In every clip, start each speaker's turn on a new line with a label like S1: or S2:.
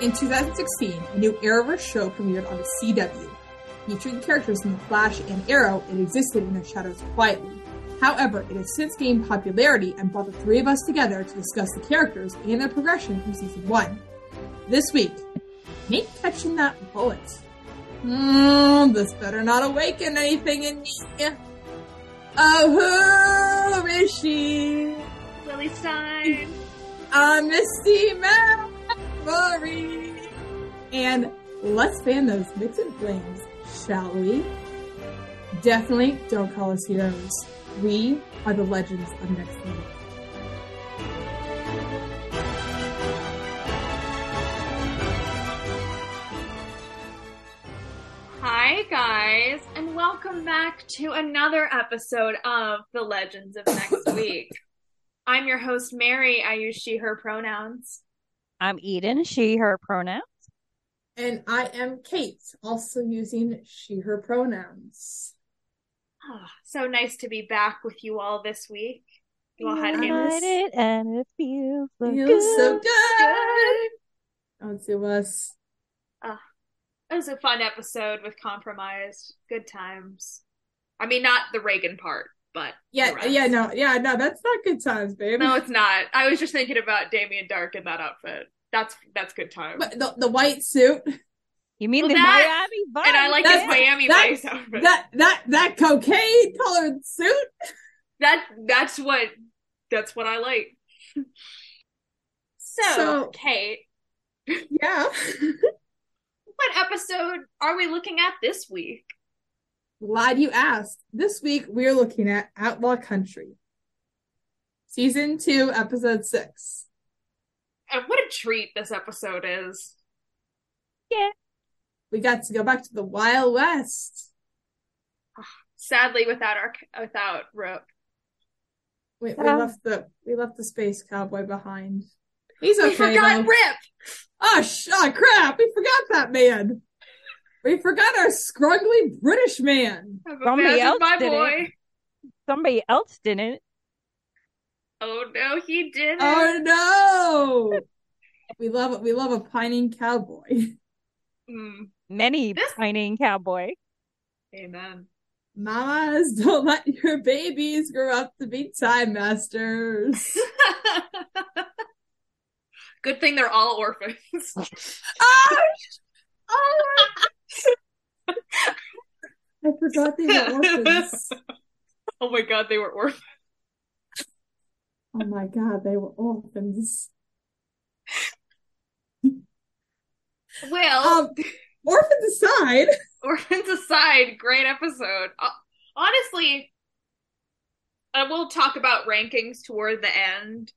S1: In 2016, a new Arrowverse show premiered on the CW. Featuring characters from The Flash and Arrow, it existed in the shadows quietly. However, it has since gained popularity and brought the three of us together to discuss the characters and their progression from season one. This week, Nate catching that bullet. Mmm, this better not awaken anything in me. Oh, who is she?
S2: Lily Stein.
S1: I'm Misty Mallory. And let's fan those mixing flames, shall we? Definitely don't call us heroes. We are the legends of next level.
S2: Hi, guys, and welcome back to another episode of The Legends of Next Week. I'm your host, Mary. I use she, her pronouns.
S3: I'm Eden, she, her pronoun.
S1: And I am Kate, also using she, her pronouns.
S2: Ah, so nice to be back with you all this week. You all had
S1: Yeah.
S2: a
S1: Alice.
S3: United and it feels so
S1: Feels
S3: good.
S1: so good. Oh, it's- it was.
S2: It was a fun episode with Compromised. Good times. I mean, not the Reagan part, but the
S1: Yeah,
S2: rest.
S1: yeah, no, yeah, no, that's not good times, babe.
S2: No, it's not. I was just thinking about Damien Dark in that outfit. That's that's good times.
S1: But the, the white suit,
S3: You mean
S2: Well,
S3: the
S2: that-
S3: Miami Vice?
S2: and I like his
S1: That's-
S2: Miami
S1: that's-
S2: Vice outfit.
S1: that that that cocaine colored suit.
S2: that that's what that's what I like. So,
S1: So-
S2: Kate,
S1: Yeah.
S2: what episode are we looking at this week?
S1: Glad you asked. This week we are looking at Outlaw Country, season two, episode six.
S2: And what a treat this episode is.
S1: We got to go back to the Wild West.
S2: Sadly, without our without Rope,
S1: We, we
S3: Yeah.
S1: left the we left the space cowboy behind. He's okay.
S2: we forgot
S1: though.
S2: Rip.
S1: Oh, sh- oh crap! We forgot that man. We forgot our scrungly British man.
S2: I'm a
S3: Somebody
S2: fan of
S3: else
S2: my
S3: did it.
S2: boy.
S3: Somebody else didn't.
S2: Oh no, he didn't.
S1: Oh no! We love we love a pining cowboy.
S2: Mm,
S3: Many
S2: This-
S3: pining cowboy.
S2: amen.
S1: Mamas, don't let your babies grow up to be time masters.
S2: Good thing they're all orphans.
S1: oh, oh my- I forgot they were orphans.
S2: oh my god, they were orphans.
S1: Oh my god, they were orphans.
S2: Well,
S1: Um, orphans aside,
S2: orphans aside, great episode. Uh, honestly, I will talk about rankings toward the end.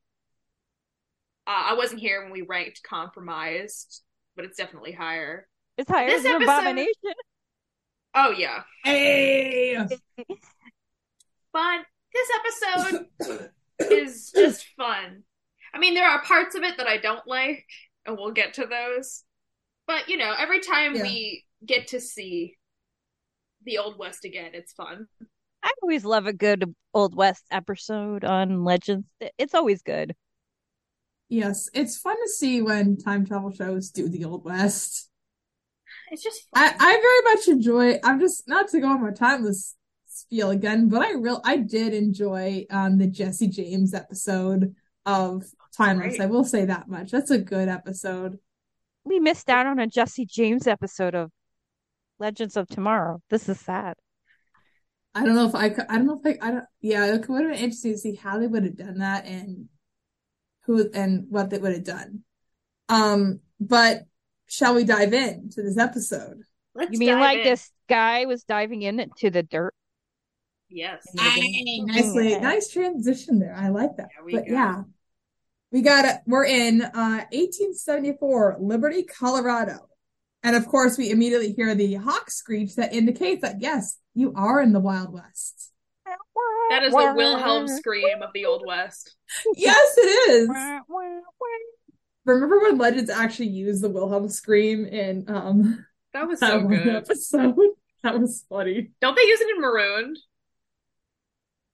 S2: Uh, I wasn't here when we ranked compromised, but it's definitely higher.
S3: It's higher
S2: This
S3: than
S2: episode-
S3: Abomination.
S2: Oh yeah,
S1: hey,
S2: but this episode is just fun. I mean, there are parts of it that I don't like, and we'll get to those. But you know, every time
S1: Yeah.
S2: we get to see the old west again, it's fun.
S3: I always love a good Old West episode on Legends. It's always good.
S1: yes, it's fun to see when time travel shows do the old west.
S2: It's just fun.
S1: I, I very much enjoy. I'm just not to go on my timeless spiel again, but I real I did enjoy um the Jesse James episode of Timeless.
S2: Great.
S1: I will say that much. That's a good episode.
S3: We missed out on a Jesse James episode of Legends of Tomorrow. This is sad.
S1: I don't know if I could. I don't know if I. I don't. Yeah, it would have been interesting to see how they would have done that and who and what they would have done. Um, but shall we dive in to this episode?
S2: Let's
S3: You mean
S2: dive
S3: like
S2: in.
S3: this guy was diving into the dirt?
S2: Yes.
S3: Yeah. Aye,
S1: nicely,
S3: Yeah.
S1: nice transition there. I like that.
S2: There we
S1: but
S2: go.
S1: yeah, we got it. We're in uh, 1874, Liberty, Colorado, and of course, we immediately hear the hawk screech that indicates that yes, you are in the Wild West.
S2: That is the Wilhelm scream of the Old West.
S1: yes, it is.
S3: That
S1: Remember when Legends actually used the Wilhelm scream in um
S2: That was
S1: that
S2: so
S1: one
S2: good.
S1: episode? That was funny.
S2: Don't they use it in Marooned?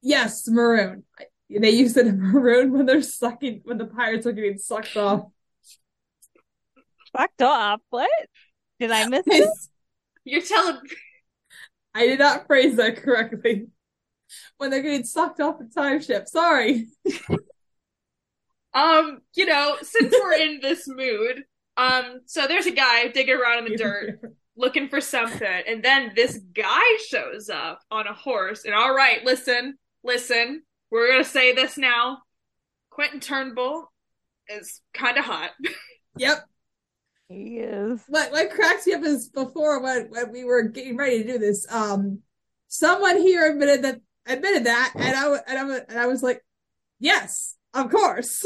S1: Yes, maroon. They use it in maroon when they're sucking when the pirates are getting sucked off.
S3: fucked up. What? Did I miss it?
S1: Yes,
S2: You're telling
S1: I did not phrase that correctly. When they're getting sucked off the time ship. Sorry.
S2: um, you know, since we're in this mood, um, so there's a guy digging around in the dirt looking for something, and then this guy shows up on a horse, and all right, listen, listen, we're gonna say this now. Quentin Turnbull is kinda hot.
S1: Yep.
S3: He is.
S1: What what cracks me up is before when, when we were getting ready to do this, um someone here admitted that admitted that and I wa- and I, wa- and I was like, Yes, of course.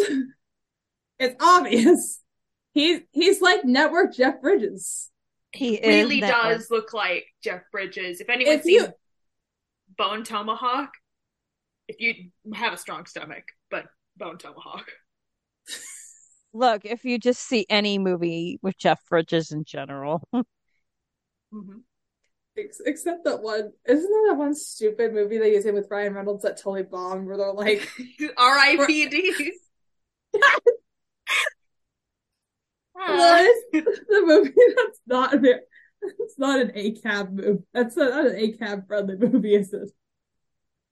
S1: it's obvious. He's he's like network Jeff Bridges.
S3: He is
S2: really
S3: that one.
S2: does look like Jeff Bridges. If anyone's
S1: If
S2: seen
S1: you
S2: Bone Tomahawk, if you have a strong stomach, but Bone Tomahawk.
S3: Look, if you just see any movie with Jeff Bridges in general,
S1: Ex- Except that one, isn't there that one stupid movie they use him with Ryan Reynolds that totally bombed, where they're like,
S2: R.I.P.D.
S1: "What is the movie that's not there? It's not an A cab movie. That's not, not an A cab friendly movie, is it?"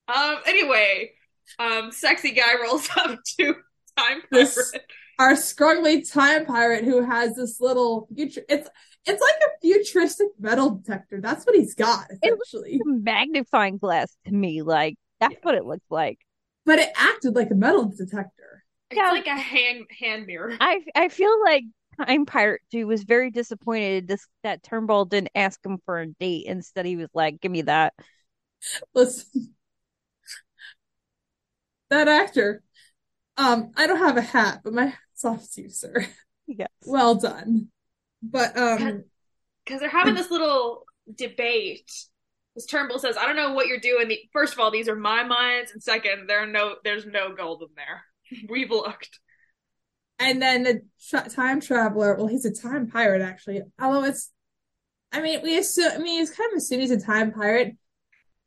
S2: Um. Anyway, um, sexy guy rolls up to time
S1: This-
S2: pirate.
S1: Our struggling time pirate who has this little future. It's it's like a futuristic metal detector. That's what he's got essentially,
S3: a magnifying glass to me, like that's what it looks like.
S1: but it acted like a metal detector.
S2: It's
S3: Yeah.
S2: like a hand hand mirror.
S3: I I feel like Time Pirate Dude was very disappointed this that Turnbull didn't ask him for a date. Instead, he was like, "Give me that."
S1: Listen, that actor. Um, I don't have a hat, but my hat's off to you, sir.
S3: Yes.
S1: well done but um
S2: because they're having this little debate. This Turnbull says, "I don't know what you're doing. The, first of all, these are my mines, and second, there are no, there's no gold in there. We've looked.
S1: and then the tra- time traveler well he's a time pirate actually although it's i mean we assume i mean it's kind of assumed he's a time pirate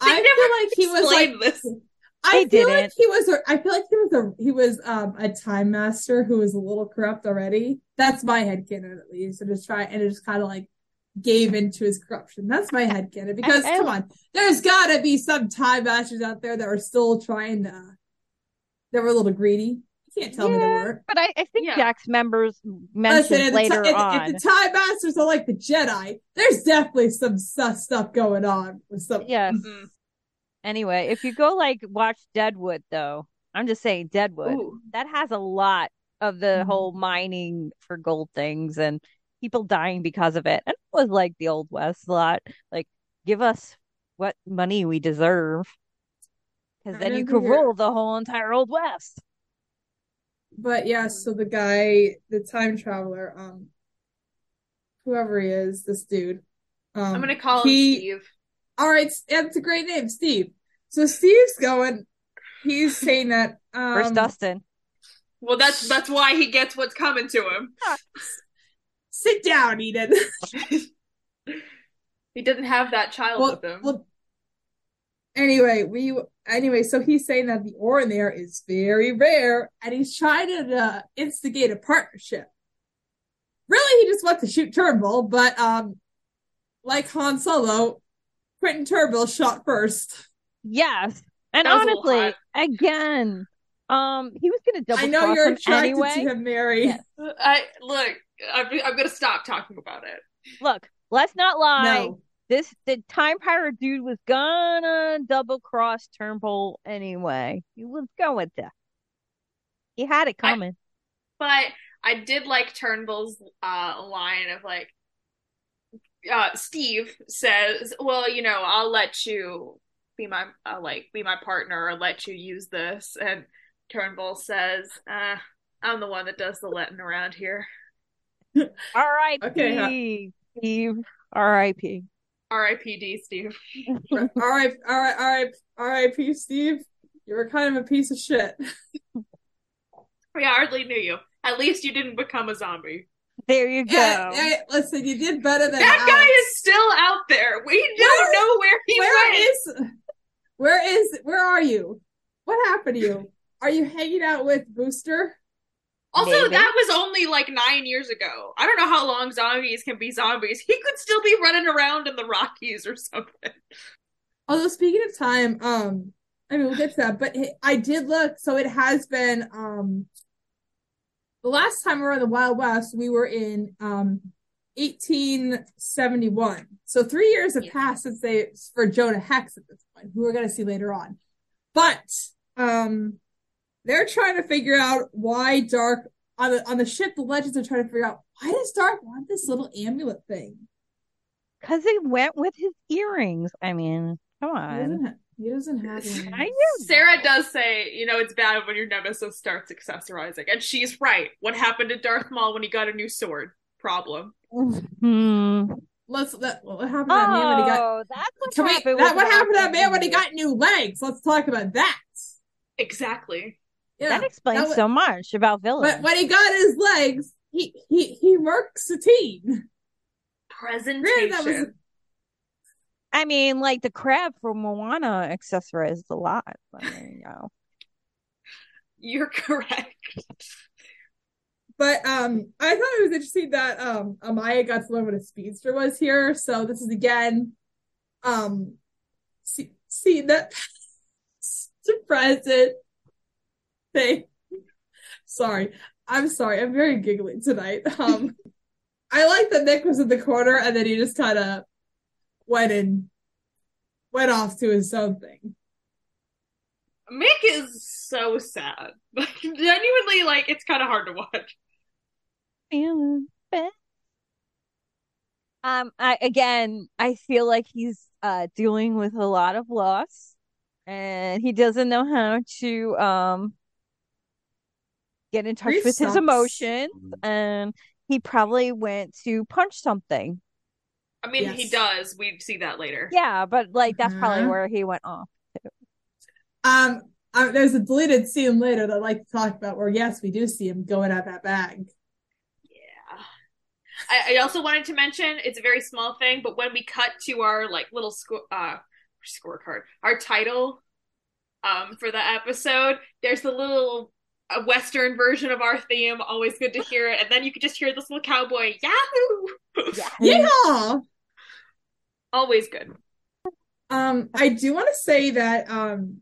S2: They
S1: i
S2: never
S1: feel like he was like
S2: Explain this.
S1: i
S3: They
S1: feel
S3: didn't.
S1: like he was a, i feel like he was a he was um a time master who was a little corrupt already that's my headcanon at least and just try and it just kind of like gave into his corruption that's my headcanon because
S3: I- I-
S1: come on there's gotta be some time masters out there that were still trying to that were a little greedy you can't tell me they
S3: Yeah.
S1: weren't
S3: But I, I think
S2: Yeah.
S3: Jack's members mentioned
S1: Listen, if the,
S3: later
S1: ti- if-
S3: on.
S1: if the Time Masters are like the Jedi, there's definitely some sus stuff going on with some.
S3: Yes.
S2: Mm.
S3: Anyway, if you go like watch Deadwood, though, I'm just saying Deadwood.
S2: Ooh.
S3: That has a lot of the
S1: Mhm.
S3: whole mining for gold things and people dying because of it. And it was like the old west a lot. Like, give us what money we deserve,
S1: I
S3: because then you
S1: never
S3: could
S1: hear-
S3: rule the whole entire old west.
S1: But yeah, so the guy, the time traveler, um, whoever he is, this dude, um,
S2: I'm gonna call
S1: he,
S2: him Steve.
S1: All right, that's a great name, Steve. So Steve's going. He's saying that. Um,
S3: Where's Dustin?
S2: Well, that's that's why he gets what's coming to him.
S1: Sit down, Eden.
S2: He doesn't have that child
S1: Well-
S2: with him.
S1: well, anyway, we anyway, so he's saying that the ore in there is very rare, and he's trying to uh, instigate a partnership. Really, he just wants to shoot Turnbull, but um, like Han Solo, Quentin Turnbull shot first.
S3: Yes. And
S2: That was a little
S3: honestly,
S2: hot.
S3: again, um, he was gonna double
S1: I know
S3: cross
S1: you're
S3: him
S1: attracted
S3: anyway.
S1: to him, Mary.
S3: Yes.
S2: I look. I'm, I'm gonna stop talking about it.
S3: Look, let's not lie.
S1: No,
S3: This the time pirate dude was gonna double cross Turnbull anyway. He was going to. He had it
S2: I-
S3: coming.
S2: But I did like Turnbull's uh, line of like, uh, Steve says, "Well, you know, I'll let you be my uh, like be my partner, or let you use this." And Turnbull says, uh, "I'm the one that does the letting around here."
S3: All right,
S1: Okay, huh.
S3: Steve. R.I.P.
S2: R.I.P.D. Steve.
S1: all right, all right, all right, R.I.P. Steve. You were kind of a piece of shit.
S2: We hardly knew you. At least you didn't become a zombie.
S3: There you go.
S1: Yeah, yeah, listen, you did better than
S2: That guy
S1: Alex.
S2: is still out there. We
S1: Where-
S2: don't know where he went.
S1: Where is? where is where are you what happened to you are you hanging out with booster
S2: Also,
S3: Maybe.
S2: that was only like nine years ago. I don't know how long zombies can be zombies. He could still be running around in the Rockies or something.
S1: Although speaking of time, um, I mean we'll get to that, but it- I did look, so it has been um the last time we were in the Wild West, we were in um 1871. So three years have
S2: Yeah.
S1: passed since they for Jonah Hex at this point, who we're gonna see later on. But um they're trying to figure out why Dark on the on the ship, the legends are trying to figure out why does Dark want this little amulet thing?
S3: Because he went with his earrings. I mean, come
S1: He
S3: on.
S1: doesn't, ha- he doesn't have one.
S3: I knew
S2: Sarah does say, you know, it's bad when your nemesis starts accessorizing. And she's right. What happened to Darth Maul when he got a new sword? Problem.
S3: Hmm.
S1: Let's that what happened to that man when he got
S3: Oh, that's what
S1: Can we,
S3: happened.
S1: that
S3: with
S1: what happened to that
S3: Malcolm
S1: man when he
S3: X.
S1: got new legs? Let's talk about that.
S2: Exactly.
S1: Yeah.
S3: That explains
S1: That wa-
S3: so much about
S1: but
S3: villains.
S1: when he got his legs, he he he murked Satine.
S2: Presentation.
S1: Granted, that was
S3: I mean, like the crab from Moana accessorized a lot. I mean, you know.
S2: You're correct.
S1: but um I thought it was interesting that um Amaya got to learn what a speedster was here. So this is again um see, seeing that surprising thing. Sorry. I'm sorry, I'm very giggling tonight. Um I like that Nick was in the corner and then he just kinda went and went off to his own thing.
S2: Mick is so sad. Like genuinely, like it's kind of hard to watch.
S3: feeling bad. Um, I again, I feel like he's uh dealing with a lot of loss, and he doesn't know how to um get in touch
S1: Grief
S3: with his
S1: sucks.
S3: emotions, and he probably went to punch something.
S2: I mean,
S1: Yes.
S2: he does. We see that later.
S3: Yeah, but like that's probably
S1: Mhm.
S3: where he went off.
S1: Um I, there's a deleted scene later that I'd like to talk about where yes, we do see him going out that bag.
S2: Yeah. I, I also wanted to mention it's a very small thing, but when we cut to our like little score uh scorecard, our title um for the episode, there's the little uh, western version of our theme, always good to hear it, and then you could just hear this little cowboy yahoo.
S3: Yeah.
S1: Yeah.
S2: always good.
S1: Um, I do want to say that um,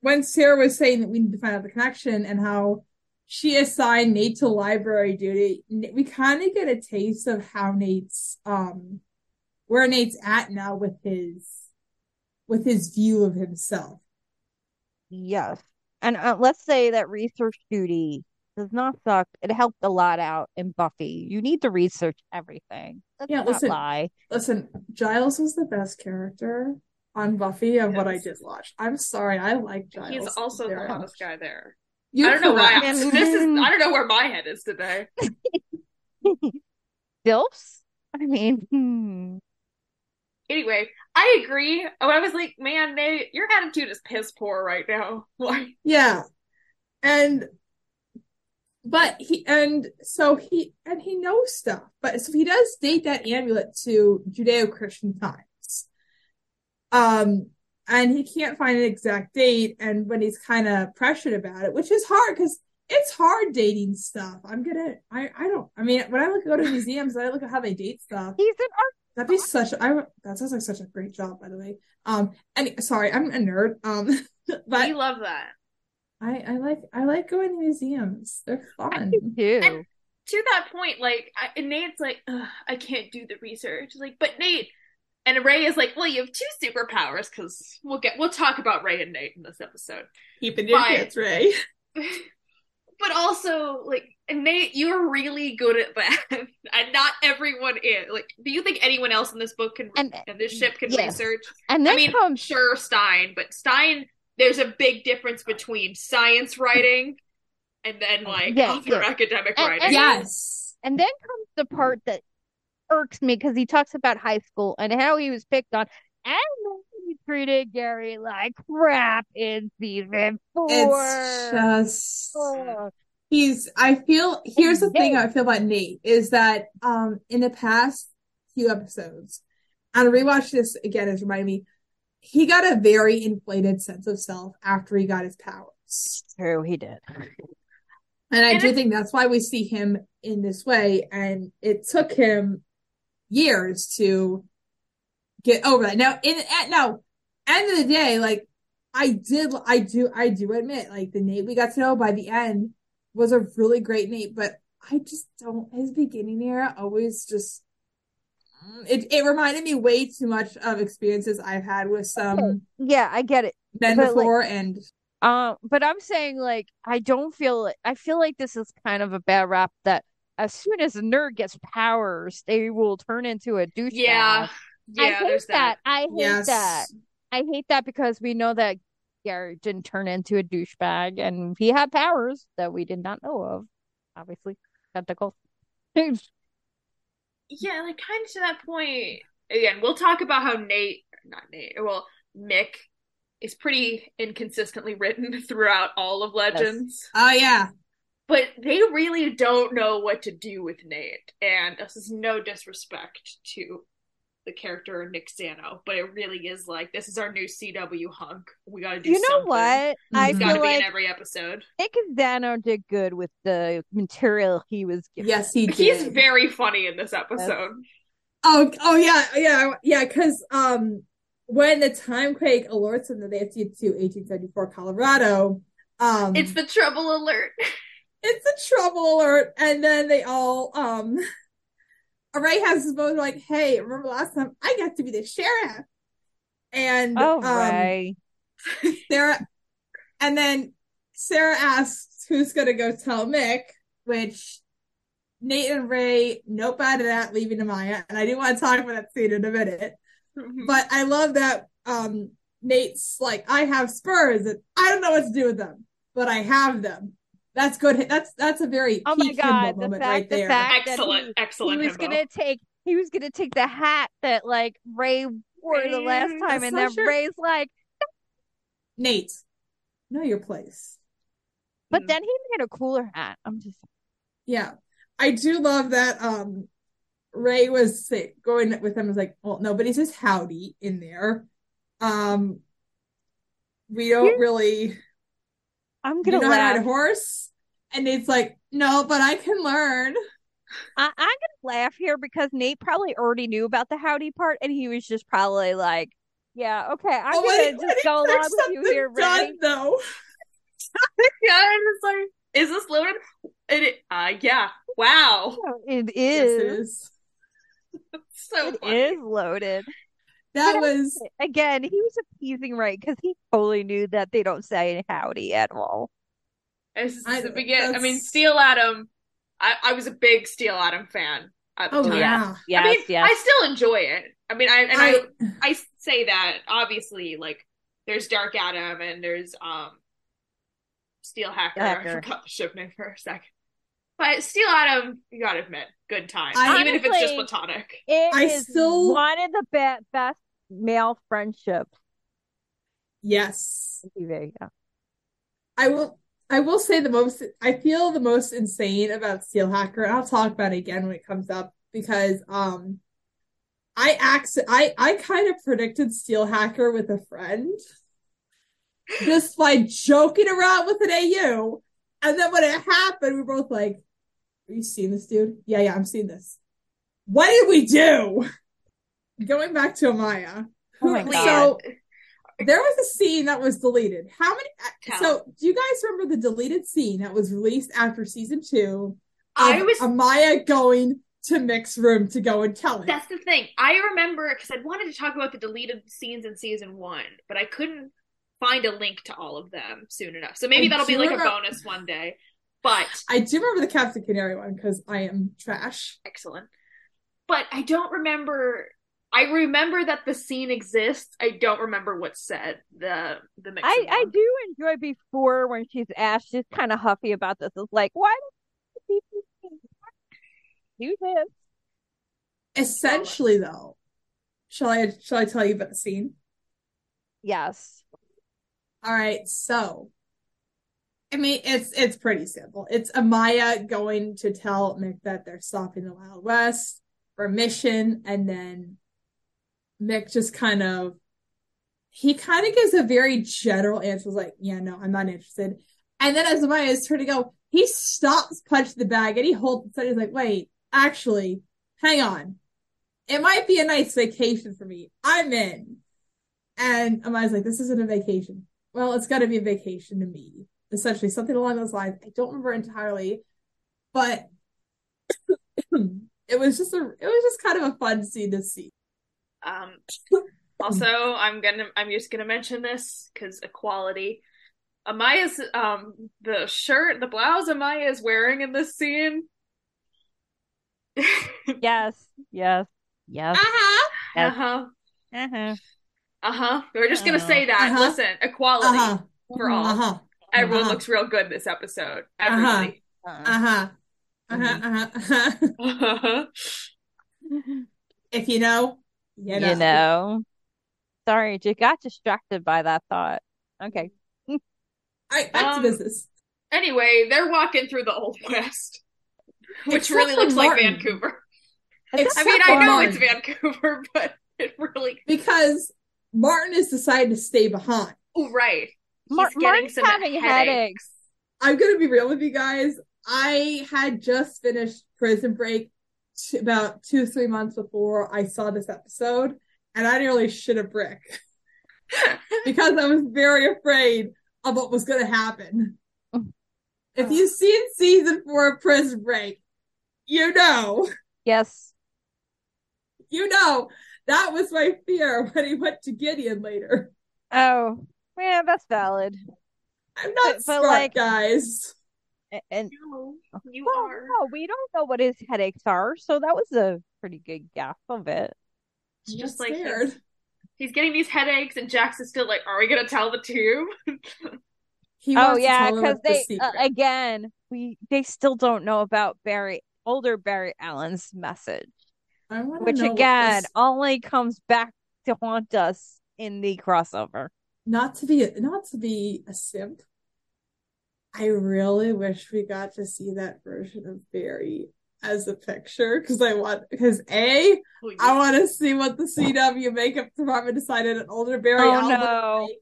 S1: when Sarah was saying that we need to find out the connection and how she assigned Nate to library duty, N- we kind of get a taste of how Nate's um, where Nate's at now with his with his view of himself.
S3: Yes. And uh, let's say that research duty does not suck. It helped a lot out in Buffy. You need to research everything. Let's
S1: Yeah,
S3: not
S1: listen.
S3: lie.
S1: Listen, Giles was the best character on Buffy of what I
S2: Yes.
S1: did watch. I'm sorry, I like Giles.
S2: He's also the
S1: very
S2: hottest
S1: much.
S2: guy there.
S1: You're
S2: I don't know why.
S1: correct.
S3: correct.
S2: this is I don't know where my head is today.
S3: Dilfs? I mean, hmm.
S2: Anyway, I agree. When I was like, man, Nate, your attitude is piss poor right now. Like,
S1: Yeah. And but he and so he and he knows stuff. But so he does date that amulet to Judeo-Christian times. Um and he can't find an exact date and when he's kind of pressured about it, which is hard because it's hard dating stuff. I'm gonna I I don't I mean when I look go to museums and I look at how they date stuff,
S3: he's an art.
S1: that'd be such a, I that sounds like such a great job by the way. Um and sorry, I'm a nerd. Um but
S2: we love that.
S1: I, I like I like going to museums. They're fun.
S3: too.
S2: to that point, like I, and Nate's like, Ugh, I can't do the research. Like, but Nate and Ray is like, well, you have two superpowers because we'll get we'll talk about Ray and Nate in this episode.
S1: Keeping
S2: your kids,
S1: Ray.
S2: but also, like Nate, you're really good at that, and not everyone is. Like, do you think anyone else in this book can
S3: And
S2: and this ship can
S3: yes.
S2: research?
S3: and then
S2: I mean,
S3: comes
S2: sure Stein, but Stein, there's a big difference between science writing and then like
S3: Yeah,
S2: other
S3: yeah.
S2: academic
S3: And-
S2: writing.
S3: and-
S1: Yes.
S3: and then comes the part that irks me because he talks about high school and how he was picked on and he treated Gary like crap in season four.
S1: It's just
S3: Ugh.
S1: he's I feel here's the thing
S3: Nate.
S1: I feel about Nate is that um in the past few episodes, and I rewatched this again as reminding me, he got a very inflated sense of self after he got his powers.
S3: True, he did.
S1: And I
S2: And
S1: do
S2: it-
S1: think that's why we see him in this way. And it took him years to get over that. Now, in at now, end of the day, like I did, I do, I do admit, like the Nate we got to know by the end was a really great Nate, but I just don't. His beginning era always just it it reminded me way too much of experiences I've had with some
S3: Yeah, I get it.
S1: men
S3: But, like-
S1: before, and
S3: Um, but I'm saying like I don't feel it- I feel like this is kind of a bad rap that as soon as a nerd gets powers, they will turn into a douchebag.
S2: Yeah.
S3: I
S2: Yeah,
S3: hate
S2: there's
S3: that. I hate
S1: yes,
S3: that. I hate that because we know that Gary didn't turn into a douchebag and he had powers that we did not know of, obviously. Tentacles.
S2: Yeah, like kind of to that point. Again, we'll talk about how Nate, not Nate, well, Mick is pretty inconsistently written throughout all of Legends.
S1: oh yeah.
S2: But they really don't know what to do with Nate. And this is no disrespect to the character Nick Sano, but it really is like this is our new CW hunk. We gotta do
S3: You know
S2: something.
S3: what? I
S2: It's
S1: Mhm.
S3: feel
S2: gotta be
S3: like
S2: in every episode.
S3: Nick Zano did good with the material he was given.
S1: Yes, he did.
S2: He's very funny in this episode.
S1: Oh, oh yeah, yeah, yeah. Because um, when the time quake alerts them that they have to get to 1874 Colorado, um,
S2: It's the trouble alert.
S1: it's a trouble alert, and then they all um, Ray has his moment like, "Hey, remember last time I got to be the sheriff," and
S3: Oh,
S1: um,
S3: right.
S1: Sarah, and then Sarah asks who's gonna go tell Mick, which Nate and Ray nope out of that, leaving to Maya. And I do want to talk about that scene in a minute, but I love that um Nate's like, I have spurs, and I don't know what to do with them, but I have them. That's good. That's that's a very
S3: Oh my
S1: peak Kimball
S3: god, the
S1: moment
S3: fact
S1: right
S3: the
S1: there.
S3: fact that
S2: excellent,
S3: he- he
S2: excellent
S3: was
S2: himbo.
S3: gonna take he was gonna take the hat that like Ray wore the last
S2: Ray,
S3: time
S1: that's
S3: and
S1: so
S3: then
S1: true.
S3: Ray's like
S1: Nate, know your place.
S3: but
S2: Mm.
S3: then he made a cooler hat. I'm just
S1: Yeah. I do love that um Ray was say, going with him was like, well, nobody says howdy in there. Um we don't
S3: Yeah.
S1: really
S3: I'm
S1: you
S3: gonna
S1: know how to ride a
S3: laugh.
S1: horse? And it's like, no, but I can learn.
S3: I, I'm gonna laugh here because Nate probably already knew about the howdy part and he was just probably like, Yeah, okay, I'm
S1: But when he-
S3: gonna just
S1: when he
S3: go along
S1: There's
S3: with you
S1: something
S3: here,
S1: done,
S3: Ray.
S1: though.
S2: yeah, and it's like, is this loaded? It, it- uh, yeah. Wow.
S3: It
S1: Yes, it
S3: is.
S1: is.
S2: So
S3: It
S2: funny.
S3: is loaded.
S1: That
S3: But I-
S1: was
S3: Again, he was appeasing right because he totally knew that they don't say howdy at all.
S2: This is
S1: I-
S2: the begin. I mean,
S1: that's-
S2: Steel Adam. I, I was a big Steel Adam fan at the
S1: oh
S2: time.
S3: yeah.
S1: wow.
S3: Yes,
S2: I mean,
S3: yes.
S2: I still enjoy it. I mean, I and I,
S1: I-
S2: I say that obviously, like there's Dark Adam and there's um Steel Hacker. I
S3: Hacker.
S2: forgot the ship name for a second, but Steel Adam, you gotta admit, good time,
S1: I-
S2: even if it's just
S3: Honestly-
S2: platonic.
S3: It
S1: I
S3: is
S1: still-
S3: one of the be- best male friendships
S1: Yes.
S3: on TV. Yeah.
S1: I will I will say the most I feel the most insane about Steel Hacker, and I'll talk about it again when it comes up because um I acc- I I kind of predicted Steel Hacker with a friend just by joking around with an AU. And then when it happened, we were both like, Are you seeing this dude? Yeah, yeah, I'm seeing this. What did we do? Going back to Amaya.
S3: Oh my
S1: Who-
S3: God.
S1: So there was a scene that was deleted. How many? uh,
S2: Tell.
S1: So do you guys remember the deleted scene that was released after season two? of
S2: I was
S1: Amaya going to Mick's room to go and tell him.
S2: That's the thing. I remember because I wanted to talk about the deleted scenes in season one, but I couldn't find a link to all of them soon enough. So maybe
S1: I
S2: that'll be
S1: do
S2: like a
S1: remember-
S2: bonus one day. But
S1: I do remember the Captain Canary one because I am trash.
S2: excellent. But I don't remember. I remember that the scene exists. I don't remember what's said. The the mix.
S3: I, I do enjoy before when she's asked, she's kind of huffy about this. It's like, why don't you do this?
S1: Essentially, though, shall I shall I tell you about the scene?
S3: Yes.
S1: All right, so I mean it's it's pretty simple. It's Amaya going to tell Mick that they're stopping the Wild West for a mission, and then Mick just kind of he kind of gives a very general answer, like, "Yeah, no, I'm not interested." And then as Amaya is trying to go, he He stops punch the bag and he holds it. He's like, wait, actually, hang on. It might be a nice vacation for me. I'm in. And Amaya's like, this isn't a vacation. Well, it's got to be a vacation to me. Essentially, something along those lines. I don't remember entirely, but it was just a, it was just kind of a fun scene to see.
S2: Um, also, I'm gonna I'm just gonna mention this because equality. Amaya's um the shirt, the blouse Amaya is wearing in this scene
S3: Yes, yes, yes.
S1: Uh-huh.
S3: Yes.
S2: Uh-huh.
S3: Uh-huh.
S2: Uh-huh. We are just gonna
S3: Uh-huh.
S2: say that.
S1: Uh-huh.
S2: Listen, equality
S1: Uh-huh.
S2: for all.
S1: Uh-huh.
S2: Everyone
S1: Uh-huh.
S2: looks real good this episode.
S1: Uh-huh.
S2: Everybody. Ah.
S3: Uh-huh.
S1: Uh-huh.
S2: Mm-hmm.
S1: Uh-huh. Uh-huh. Uh-huh. If you know, you know.
S3: You know. Sorry, you got distracted by that thought. Okay.
S1: All right, back
S2: Um,
S1: to business.
S2: anyway, they're walking through the old west. Which
S1: Except
S2: really
S1: for
S2: looks like
S1: Martin.
S2: Vancouver. I
S1: Except
S2: mean,
S1: for
S2: I know
S1: Martin.
S2: it's Vancouver, but it really
S1: Because Martin has decided to stay behind.
S2: Oh, right. He's
S3: Mar-
S2: getting
S3: Martin's
S2: some
S3: having headaches.
S1: I'm gonna be real with you guys. I had just finished Prison Break t- about two, three months before I saw this episode, and I nearly shit a brick because I was very afraid of what was gonna happen.
S3: Oh.
S1: If you've seen season four of Prison Break, you know,
S3: Yes.
S1: you know, that was my fear when he went to Gideon later.
S3: Oh, yeah, that's valid.
S1: I'm not
S3: But- but,
S1: smart,
S3: like-
S1: guys.
S3: A- And
S2: No, you
S3: well,
S2: are.
S3: no, we don't know what his headaches are, so that was a pretty good guess of it.
S2: It's
S1: I'm
S2: just like he's-
S1: scared.
S2: He's getting these headaches, and Jax is still like, "Are we gonna tell the tube?"
S1: He
S3: Oh
S1: wants to
S3: yeah,
S1: tell her
S3: because
S1: the
S3: they uh,
S1: secret.
S3: again we they still don't know about Barry older Barry Allen's message,
S1: I wanna
S3: which
S1: know what
S3: again
S1: this-
S3: only comes back to haunt us in the crossover.
S1: not to be not to be a simp. I really wish we got to see that version of Barry as a picture because I want because a
S2: Oh, yeah.
S1: I want to see what the CW makeup department decided an older Barry.
S3: Oh,
S1: Allen would
S3: no.
S1: make,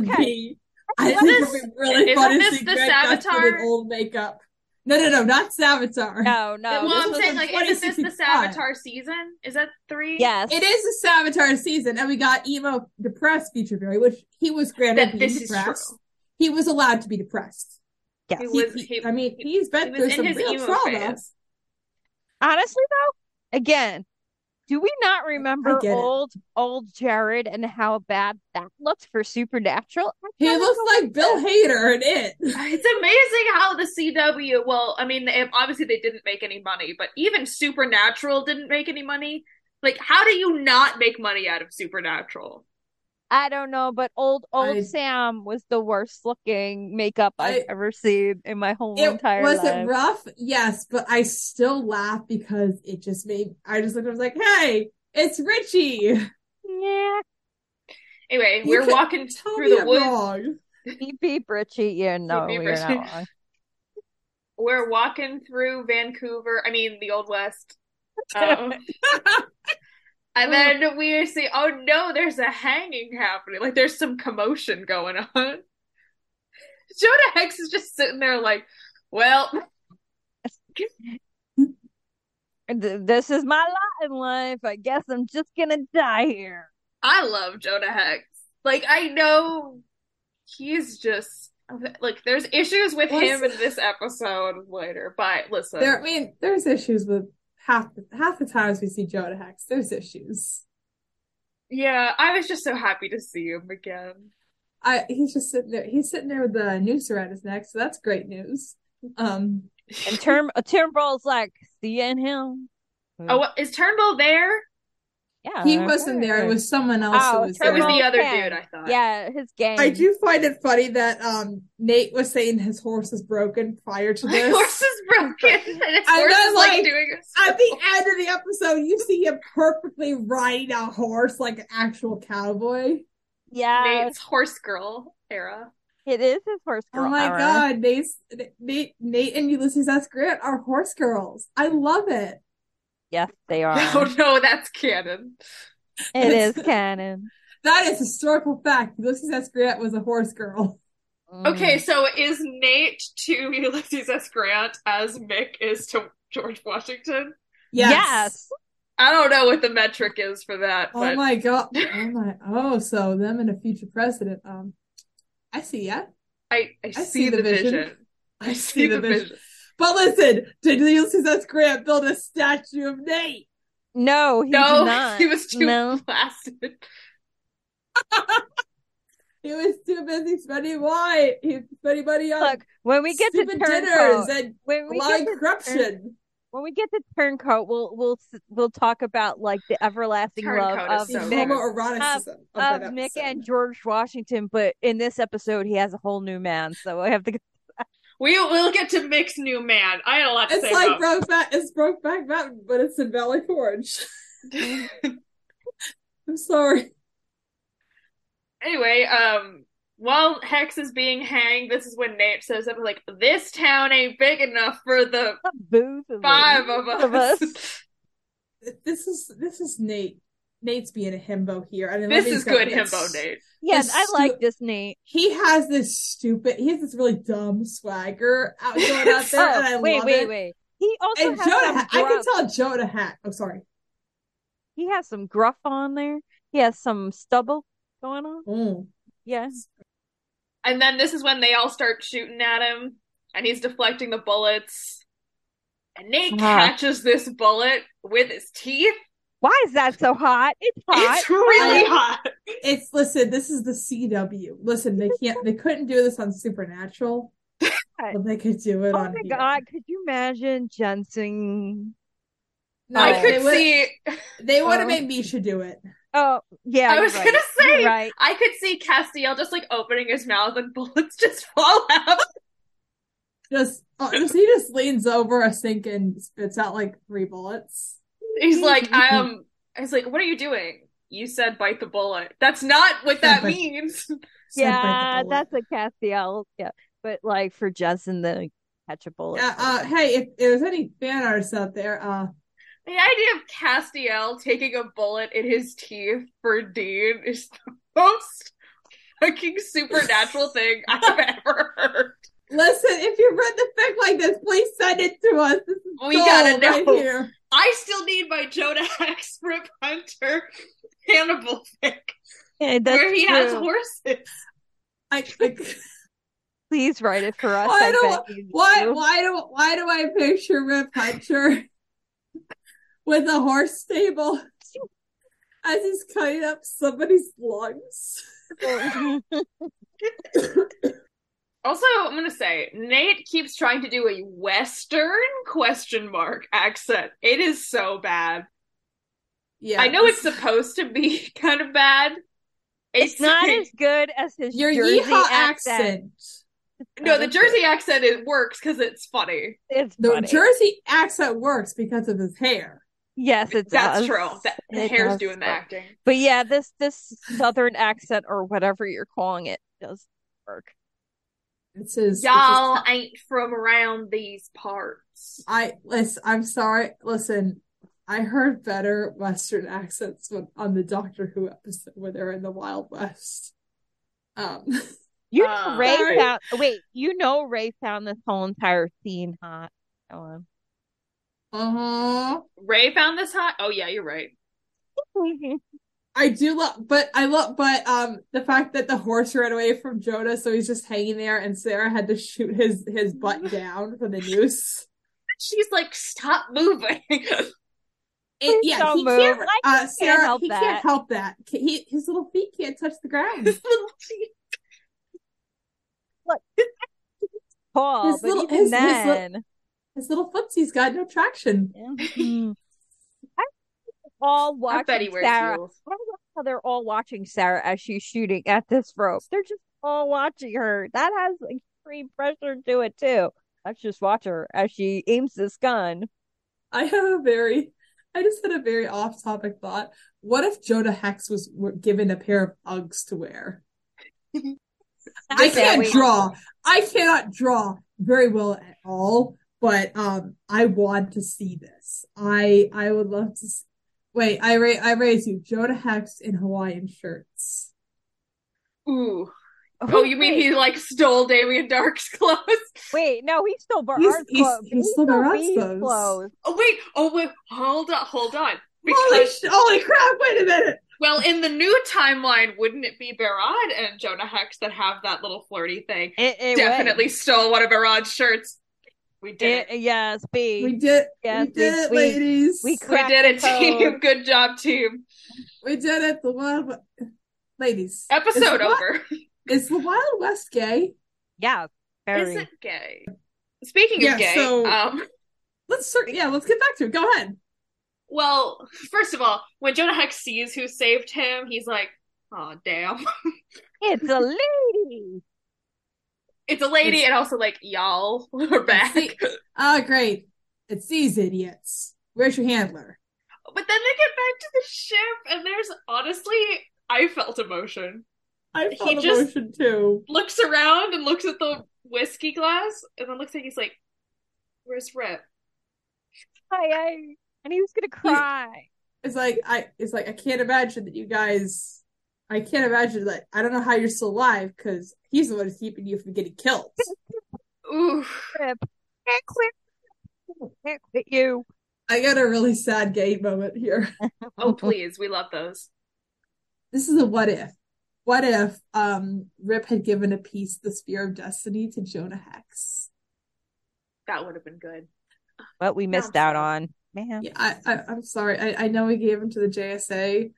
S1: and
S3: Okay.
S1: B, I
S3: What
S1: think
S2: is-
S1: it would be really
S2: isn't
S1: fun to
S2: this
S1: see
S2: the
S1: Greg Gustin in
S2: Savitar?
S1: old makeup. No, no, no, not Savitar.
S3: No, no,
S2: well,
S1: this
S2: I'm
S1: was
S2: saying
S1: in
S2: like, isn't this the
S1: 2065.
S2: Savitar season? Is that three?
S3: yes,
S1: It is a Savitar season, and we got emo depressed feature Barry, which he was granted
S2: That
S1: being
S2: this is true.
S1: depressed. He was allowed to be depressed.
S3: yes.
S2: It
S1: He-
S2: was-
S1: he-
S2: he-
S1: I mean, he's
S2: he
S1: been
S2: was
S1: through
S2: in
S1: some
S2: his
S1: real
S2: emo
S1: trauma.
S2: phase.
S3: Honestly though, again, do we not remember
S1: get it.
S3: old old Jared and how bad that looked for Supernatural? I
S1: He
S3: kinda
S1: looks
S3: go
S1: like Bill Hader in it.
S2: It's amazing how the CW. Well, I mean, they, obviously they didn't make any money, but even Supernatural didn't make any money. Like, how do you not make money out of Supernatural?
S3: I don't know, but old old
S1: I-
S3: Sam was the worst looking makeup I've
S1: I-
S3: ever seen in my whole
S1: It
S3: entire
S1: was it
S3: life.
S1: rough, yes, but I still laugh because it just made. I just looked. I was like, "Hey, it's Richie."
S3: Yeah,
S2: Anyway,
S1: You
S2: we're
S1: could
S2: walking
S1: Tell
S2: through
S1: me
S2: the
S1: I'm
S2: woods.
S1: wrong.
S3: be Richie. Yeah, no,
S2: be
S3: you're
S2: Richie.
S3: not wrong.
S2: We're walking through Vancouver. I mean, the Old West. Um, and then we see, oh no, there's a hanging happening. Like there's some commotion going on. Jonah Hex is just sitting there, like, well,
S3: Th- This is my lot in life. I guess I'm just gonna die here.
S2: I love Jonah Hex. Like I know he's just like there's issues with
S1: Was-
S2: him in this episode later, but listen,
S1: There, I mean, there's issues with half the, half the times we see Jonah Hex. There's issues.
S2: yeah, I was just so happy to see him again.
S1: I he's just sitting there. He's sitting there with the noose around his neck, so that's great news. Um,
S3: And Turn Turnbull's like seeing him.
S2: oh, what- is Turnbull there?
S3: Yeah,
S1: he
S3: of
S1: wasn't there. It
S3: course.
S1: was someone else. who
S3: Oh,
S1: was
S2: It
S1: there.
S2: was
S3: Turnbull
S2: the other
S3: Ken.
S2: dude. I thought.
S3: Yeah, his game.
S1: I do find it funny that um Nate was saying his horse is broken prior to
S2: My
S1: this.
S2: horse is broken, and its
S1: I
S2: horse
S1: know,
S2: is like,
S1: like,
S2: doing.
S1: At the end of the episode, you see him perfectly riding a horse like an actual cowboy.
S3: Yeah,
S2: Nate's horse girl era.
S3: it is his first girl
S1: oh my
S3: hour.
S1: god, Nate's, Nate, Nate and Ulysses S. Grant are horse girls. I love it.
S3: Yes, they are.
S2: Oh no, that's canon.
S3: It is canon.
S1: That is historical fact. Ulysses S. Grant was a horse girl.
S3: Mm-hmm. Mm.
S2: Okay, so is Nate to Ulysses S. Grant as Mick is to George Washington?
S3: Yes.
S2: I don't know what the metric is for that,
S1: Oh
S2: but
S1: my god. Oh my. Oh, so them and a future president. Um, I see. Yeah,
S2: I, I, see, the, vision. I see the vision.
S1: But listen, did Ulysses S. Grant build a statue of Nate?
S3: No, he did
S2: No,
S3: not.
S2: he was too
S3: No.
S2: blasted.
S1: He was too busy spending wine. He was spending money on
S3: Look, when we get to
S1: stupid
S3: turncoat,
S1: dinners and
S3: when we get
S1: lying
S3: to
S1: corruption.
S3: when we get to turncoat, we'll we'll s- we'll talk about like the everlasting
S2: Turncoat
S3: love
S2: is
S1: The
S3: of
S2: so
S3: Mick,
S2: good.
S1: homoeroticism of,
S3: of
S1: that
S3: Mick
S1: episode.
S3: and George Washington. But in this episode, he has a whole new man, so I have to.
S2: We will get to Mick's new man. I had a lot to
S1: It's
S2: say
S1: like
S2: about
S1: Brokeback. It's Brokeback Mountain, but it's in Valley Forge. I'm sorry.
S2: anyway, um, while Hex is being hanged, this is when Nate says something like, "This town ain't big enough for the
S3: Both of
S2: five
S3: us.
S2: of us.
S1: This is this is Nate. Nate's being a himbo here. I mean,
S2: this
S1: he's
S2: is
S1: got
S2: good
S1: this-
S2: himbo, Nate.
S3: Yes, I
S1: It's
S3: like
S1: stu-
S3: this Nate.
S1: He has this stupid. He has this really dumb swagger out going out there, and I
S3: Oh, wait,
S1: love
S3: wait,
S1: it.
S3: wait. He also
S1: And
S3: has
S1: Jonah,
S3: some
S1: Hat- I can
S3: gruff.
S1: tell Jonah hat. I'm sorry.
S3: He has some gruff on there. He has some stubble going on.
S1: Mm.
S3: Yeah.
S2: And then this is when they all start shooting at him, and he's deflecting the bullets. And Nate
S3: Ah.
S2: catches this bullet with his teeth.
S3: Why is that so hot? It's hot.
S2: It's really
S1: I-
S2: hot.
S1: It's listen. This is the CW. Listen, they can't. They couldn't do this on Supernatural, but they could do it
S3: oh
S1: on.
S3: my
S1: here.
S3: god, could you imagine Jensen?
S1: No,
S2: I
S1: they
S2: could
S1: would-
S2: see.
S1: They would
S3: Oh.
S1: have made Misha do it.
S3: Oh, yeah.
S2: I
S3: you're
S2: was
S3: right.
S2: gonna
S3: You're
S2: say.
S3: right.
S2: I could see Castiel just like opening his mouth and bullets just fall out.
S1: Just, oh, just he just leans over a sink and spits out like three bullets.
S2: He's like, um, he's like, what are you doing? You said bite the bullet. That's not what that
S1: Bite-
S2: means.
S1: Just, like, break the
S3: Yeah,
S1: bullet.
S3: that's a Castiel. Yeah, but like for Jensen, the catch a bullet.
S1: Yeah, uh, hey, if, there's any fan artists out there, uh,
S2: The idea of Castiel taking a bullet in his teeth for Dean is the most fucking supernatural thing I've ever heard.
S1: listen, if you read the fic like this, please send it to us. This is
S2: We
S1: gold
S2: gotta know.
S1: right here.
S2: I still need my Jonah Hex Rip Hunter Hannibal fic
S1: uh,
S3: Yeah, that's
S2: where he has
S3: true.
S2: horses.
S1: I, I-
S3: Please write it for us.
S1: Why
S3: I
S1: don't-
S3: bet you
S1: why,
S3: do.
S1: why do, why do I picture Rip Hunter with a horse stable as he's cutting up somebody's lungs?
S2: Also, I'm gonna say Nate keeps trying to do a Western question mark accent. It is so bad.
S1: Yeah,
S2: I know it's supposed to be kind of bad.
S3: it's not as good as his
S1: your
S3: Jersey
S1: yeehaw
S3: accent.
S1: accent.
S2: no. The Jersey accent it works because it's funny.
S3: It's
S1: The
S3: funny.
S1: Jersey accent works because of his hair.
S3: yes, it's
S2: That's
S3: us.
S2: true. That, the
S3: It
S2: hair's
S3: does
S2: doing the
S3: work.
S2: acting.
S3: But yeah, this this southern accent or whatever you're calling it does work.
S1: It's his. it's his-
S2: Y'all ain't from around these parts.
S1: I listen. I'm sorry. Listen, I heard better Western accents when, on the Doctor Who episode where they're in the Wild West. Um,
S3: You know,
S2: Uh,
S3: Ray
S1: Sorry.
S3: found. Wait, you know, Ray found this whole entire scene hot. Go on.
S1: uh-huh.
S2: Ray found this hot. Oh yeah, you're right.
S1: I do love, but I love, but um, the fact that the horse ran away from Jonah, so he's just hanging there, and Sarah had to shoot his his butt down for the noose.
S2: She's like, stop moving.
S1: It,
S3: Please
S1: yeah,
S3: don't
S1: he
S3: move.
S1: can't.
S3: Like,
S1: uh,
S3: can't
S1: Sarah,
S3: help
S1: he
S3: that.
S1: can't help that. He, his little feet can't touch the ground.
S2: This little feet.
S3: Paul,
S1: His
S3: but
S1: little-
S3: even
S1: his- his li-
S3: then,
S1: His little footsy's got no traction.
S3: Mhm. I think they're all
S2: Mm. I bet he
S3: watching
S2: wears
S3: Sarah.
S2: heels.
S3: I love how they're all watching Sarah as she's shooting at this rope. They're just all watching her. That has extreme pressure to it too. Let's just watch her as she aims this gun.
S1: I have a very, I just had a very off-topic thought. What if Jonah Hex was were given a pair of Uggs to wear? I
S3: Just that
S1: can't
S3: we-
S1: draw. I cannot draw very well at all. But um, I want to see this. I I would love to. See. Wait, I ra- I raise you. Jonah Hex in Hawaiian shirts.
S2: Ooh, Oh, you mean he like stole Damien Dark's clothes?
S3: Wait, no, he stole Bart's
S1: He's-
S3: clothes.
S1: he's- he stole Barrett's
S3: Bee's
S1: clothes.
S2: Oh wait, oh wait, hold on, hold on.
S1: Holy,
S2: Because
S1: sh- holy crap, wait a minute.
S2: well, in the new timeline, wouldn't it be Barad and Jonah Hex that have that little flirty thing?
S3: It, it
S2: Definitely stole one of Barad's shirts. We
S3: went.
S2: did it.
S3: It- yes, B.
S1: We did,
S3: Yes,
S1: we did it,
S3: we- we-
S1: ladies.
S3: we
S2: We
S3: cracked
S2: did it,
S3: the code.
S2: team. Good job, team.
S1: We did it. The wild, West- ladies. is
S2: Episode
S1: the Wi-
S2: over.
S1: Is the Wild West gay?
S3: yeah, very.
S2: Is it gay? Speaking
S1: Yeah,
S2: of gay,
S1: so-
S2: um,
S1: Let's start. Yeah, let's get back to it. Go ahead.
S2: well, first of all, when Jonah Hex sees who saved him, he's like, "Oh, damn,
S3: It's a lady.
S2: it's a lady,"
S1: It's-
S2: and also like, "Y'all are back."
S1: See- Ah, great. It's these idiots. Where's your handler?
S2: But then they get back to the ship, and there's honestly, I felt emotion.
S1: I
S2: He
S1: felt emotion
S2: just-
S1: too.
S2: Looks around and looks at the whiskey glass, and then looks like he's like, "Where's Rip?"
S3: Hi, hi. And he was gonna cry.
S1: It's like I. It's like I can't imagine that you guys. I can't imagine that. I don't know how you're still alive because he's the one who's keeping you from getting killed.
S2: Ooh,
S3: Rip. Can't quit. Can't quit you.
S1: I got a really sad gay moment here.
S2: oh please, we love those.
S1: This is a what if. What if um Rip had given a piece the Spear of Destiny to Jonah Hex?
S2: That would have been good.
S3: What we missed out on, man.
S1: Yeah, I, I, I'm sorry. I, I know we gave him to the JSA,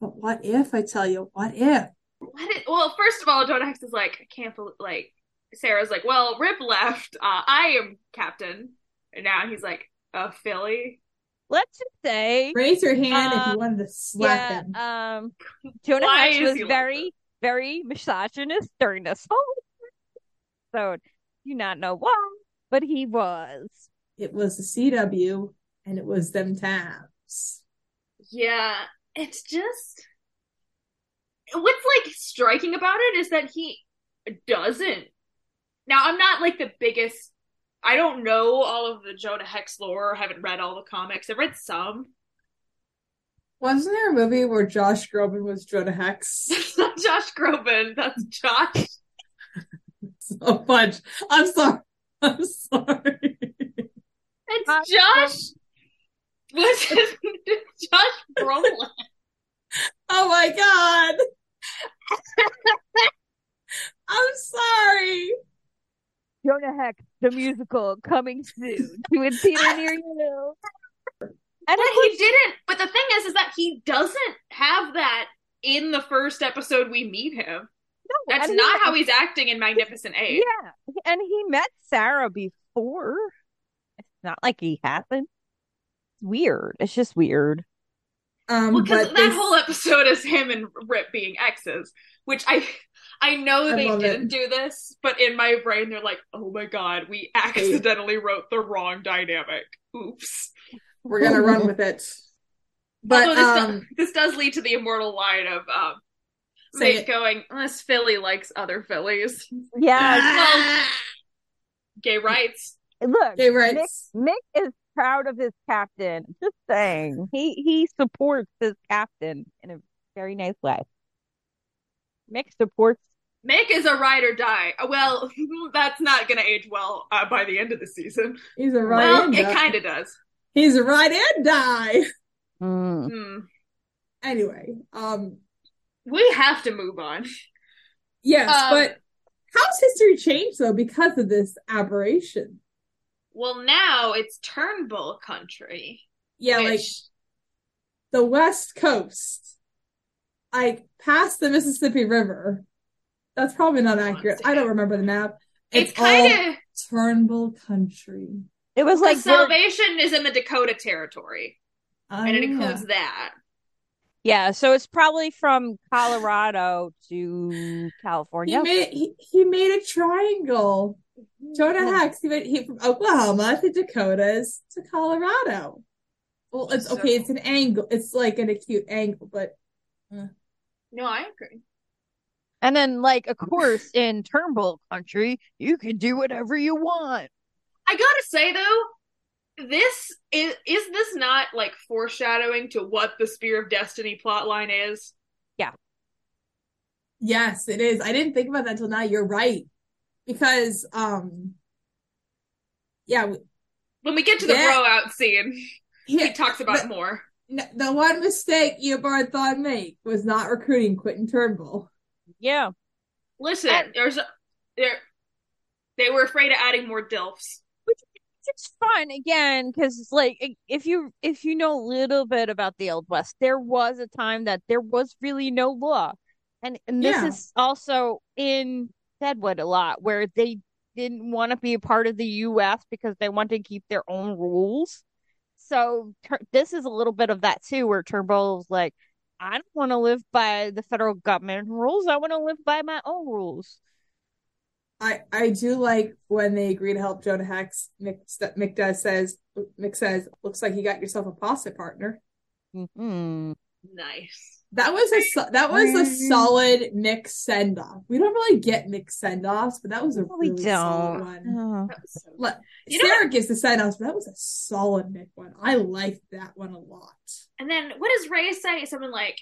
S1: but what if I tell you? What if?
S2: What it, well, first of all, Jonah Hex is like, I can't believe, like, Sarah's like, well, Rip left. Uh, I am captain. And now he's like, uh, Philly.
S3: Let's just say,
S1: Raise your hand if
S3: Uh,
S1: you wanted to slap
S3: yeah.
S1: him.
S3: Um, Jonah
S2: Why
S3: Hex
S2: is
S3: was
S2: he like
S3: very,
S2: this?
S3: very misogynist during this whole episode. Do not know why, but he was.
S1: It was the CW, and it was them times.
S2: Yeah, it's just. What's like striking about it is that he doesn't. Now, I'm not like the biggest. I don't know all of the Jonah Hex lore. haven't read all the comics. I've read some.
S1: Wasn't there a movie where Josh Groban was Jonah Hex?
S2: That's not Josh Groban. That's Josh.
S1: so much. I'm sorry. I'm sorry.
S3: Josh
S2: It's Josh. What's his Josh Brolin.
S1: Oh my god. I'm sorry.
S3: Jonah Hex, the musical, coming soon to a theater near you. And
S2: But
S3: of
S2: he
S3: course-
S2: didn't. But the thing is, is that he doesn't have that in the first episode we meet him.
S3: no,
S2: That's
S3: and he-
S2: not how he's acting in Magnificent Eight.
S3: Yeah, and he met Sarah before. It's not like he hasn't. It's weird. It's just weird.
S1: Um,
S2: Well, because
S1: but
S2: that
S1: they-
S2: whole episode is him and Rip being exes, which I. I know
S1: I
S2: they
S1: love it.
S2: didn't do this, but in my brain they're like, "Oh my god, we accidentally wrote the wrong dynamic. Oops."
S1: we're gonna run with it. But
S2: Although this,
S1: um,
S2: do- this does lead to the immortal line of um,
S1: Say
S2: Nate
S1: it.
S2: going, unless Philly likes other Phillies.
S3: Yeah.
S2: Gay rights.
S3: Look,
S1: gay rights.
S3: Mick is proud of his captain. Just saying, he he supports his captain in a very nice way. Mick supports.
S2: Mick is a ride or die. Uh, Well, that's not going to age well uh, by the end of the season.
S1: He's a right
S2: Well,
S1: and
S2: it
S1: die.
S2: kind of does.
S1: He's a right and die.
S3: Mm.
S2: Hmm.
S1: Anyway, um,
S2: We have to move on.
S1: yes,
S2: Um,
S1: but how's history changed though because of this aberration?
S2: Well, now it's Turnbull country.
S1: Yeah, like
S2: which-
S1: the West Coast, like past the Mississippi River. That's probably not
S2: on a
S1: accurate. I don't
S2: second.
S1: remember the map.
S2: it's
S1: It's, all
S2: kind of
S1: Turnbull country.
S3: It was
S2: like
S3: like we're-
S2: Salvation is in the Dakota Territory,
S1: Oh,
S2: and it
S1: yeah.
S2: includes that.
S3: yeah. So it's probably from Colorado to
S1: He
S3: California.
S1: made he, he made a triangle. Jonah
S3: Yeah.
S1: Hex. He went he, from Oklahoma to Dakotas to Colorado. Well, it's
S2: So-
S1: okay. It's an angle. It's like an acute angle, but
S2: No, I agree.
S3: And then, like, of course, in Turnbull country, you can do whatever you want.
S2: I gotta say though, this is is this not like foreshadowing to what the Spear of Destiny plotline is?
S3: Yeah.
S1: Yes, it is. I didn't think about that till now. You're right. Because, um, yeah, we-
S2: When we get to the
S1: Yeah.
S2: blowout out scene, he
S1: yeah
S2: talks about
S1: but-
S2: it more.
S1: n- the one mistake Eobard thought make was not recruiting Quentin Turnbull.
S3: Yeah.
S2: Listen,
S3: And-
S2: there's a, there. They were afraid of adding more dilfs.
S3: It's fun again because like i- if you if you know a little bit about the old west there was a time that there was really no law and and this
S1: Yeah.
S3: is also in deadwood a lot where they didn't want to be a part of the us because they wanted to keep their own rules so Tur- this is a little bit of that too where turnbull's like i don't want to live by the federal government rules i want to live by my own rules
S1: I, I do like when they agree to help Jonah Hex. Mick, st- Mick does says Mick says looks like you got yourself a posse partner.
S3: Mhm.
S2: Nice.
S1: That was a so- that was a solid Mick send off. We don't really get Mick send offs, but that was a
S3: No, we
S1: really solid
S3: don't
S1: one.
S3: Oh.
S2: That was so-
S1: Let-
S2: You know
S1: Sarah gives the send offs, but that was a solid Mick one. I liked that one a lot.
S2: And then what does Ray say? Something like,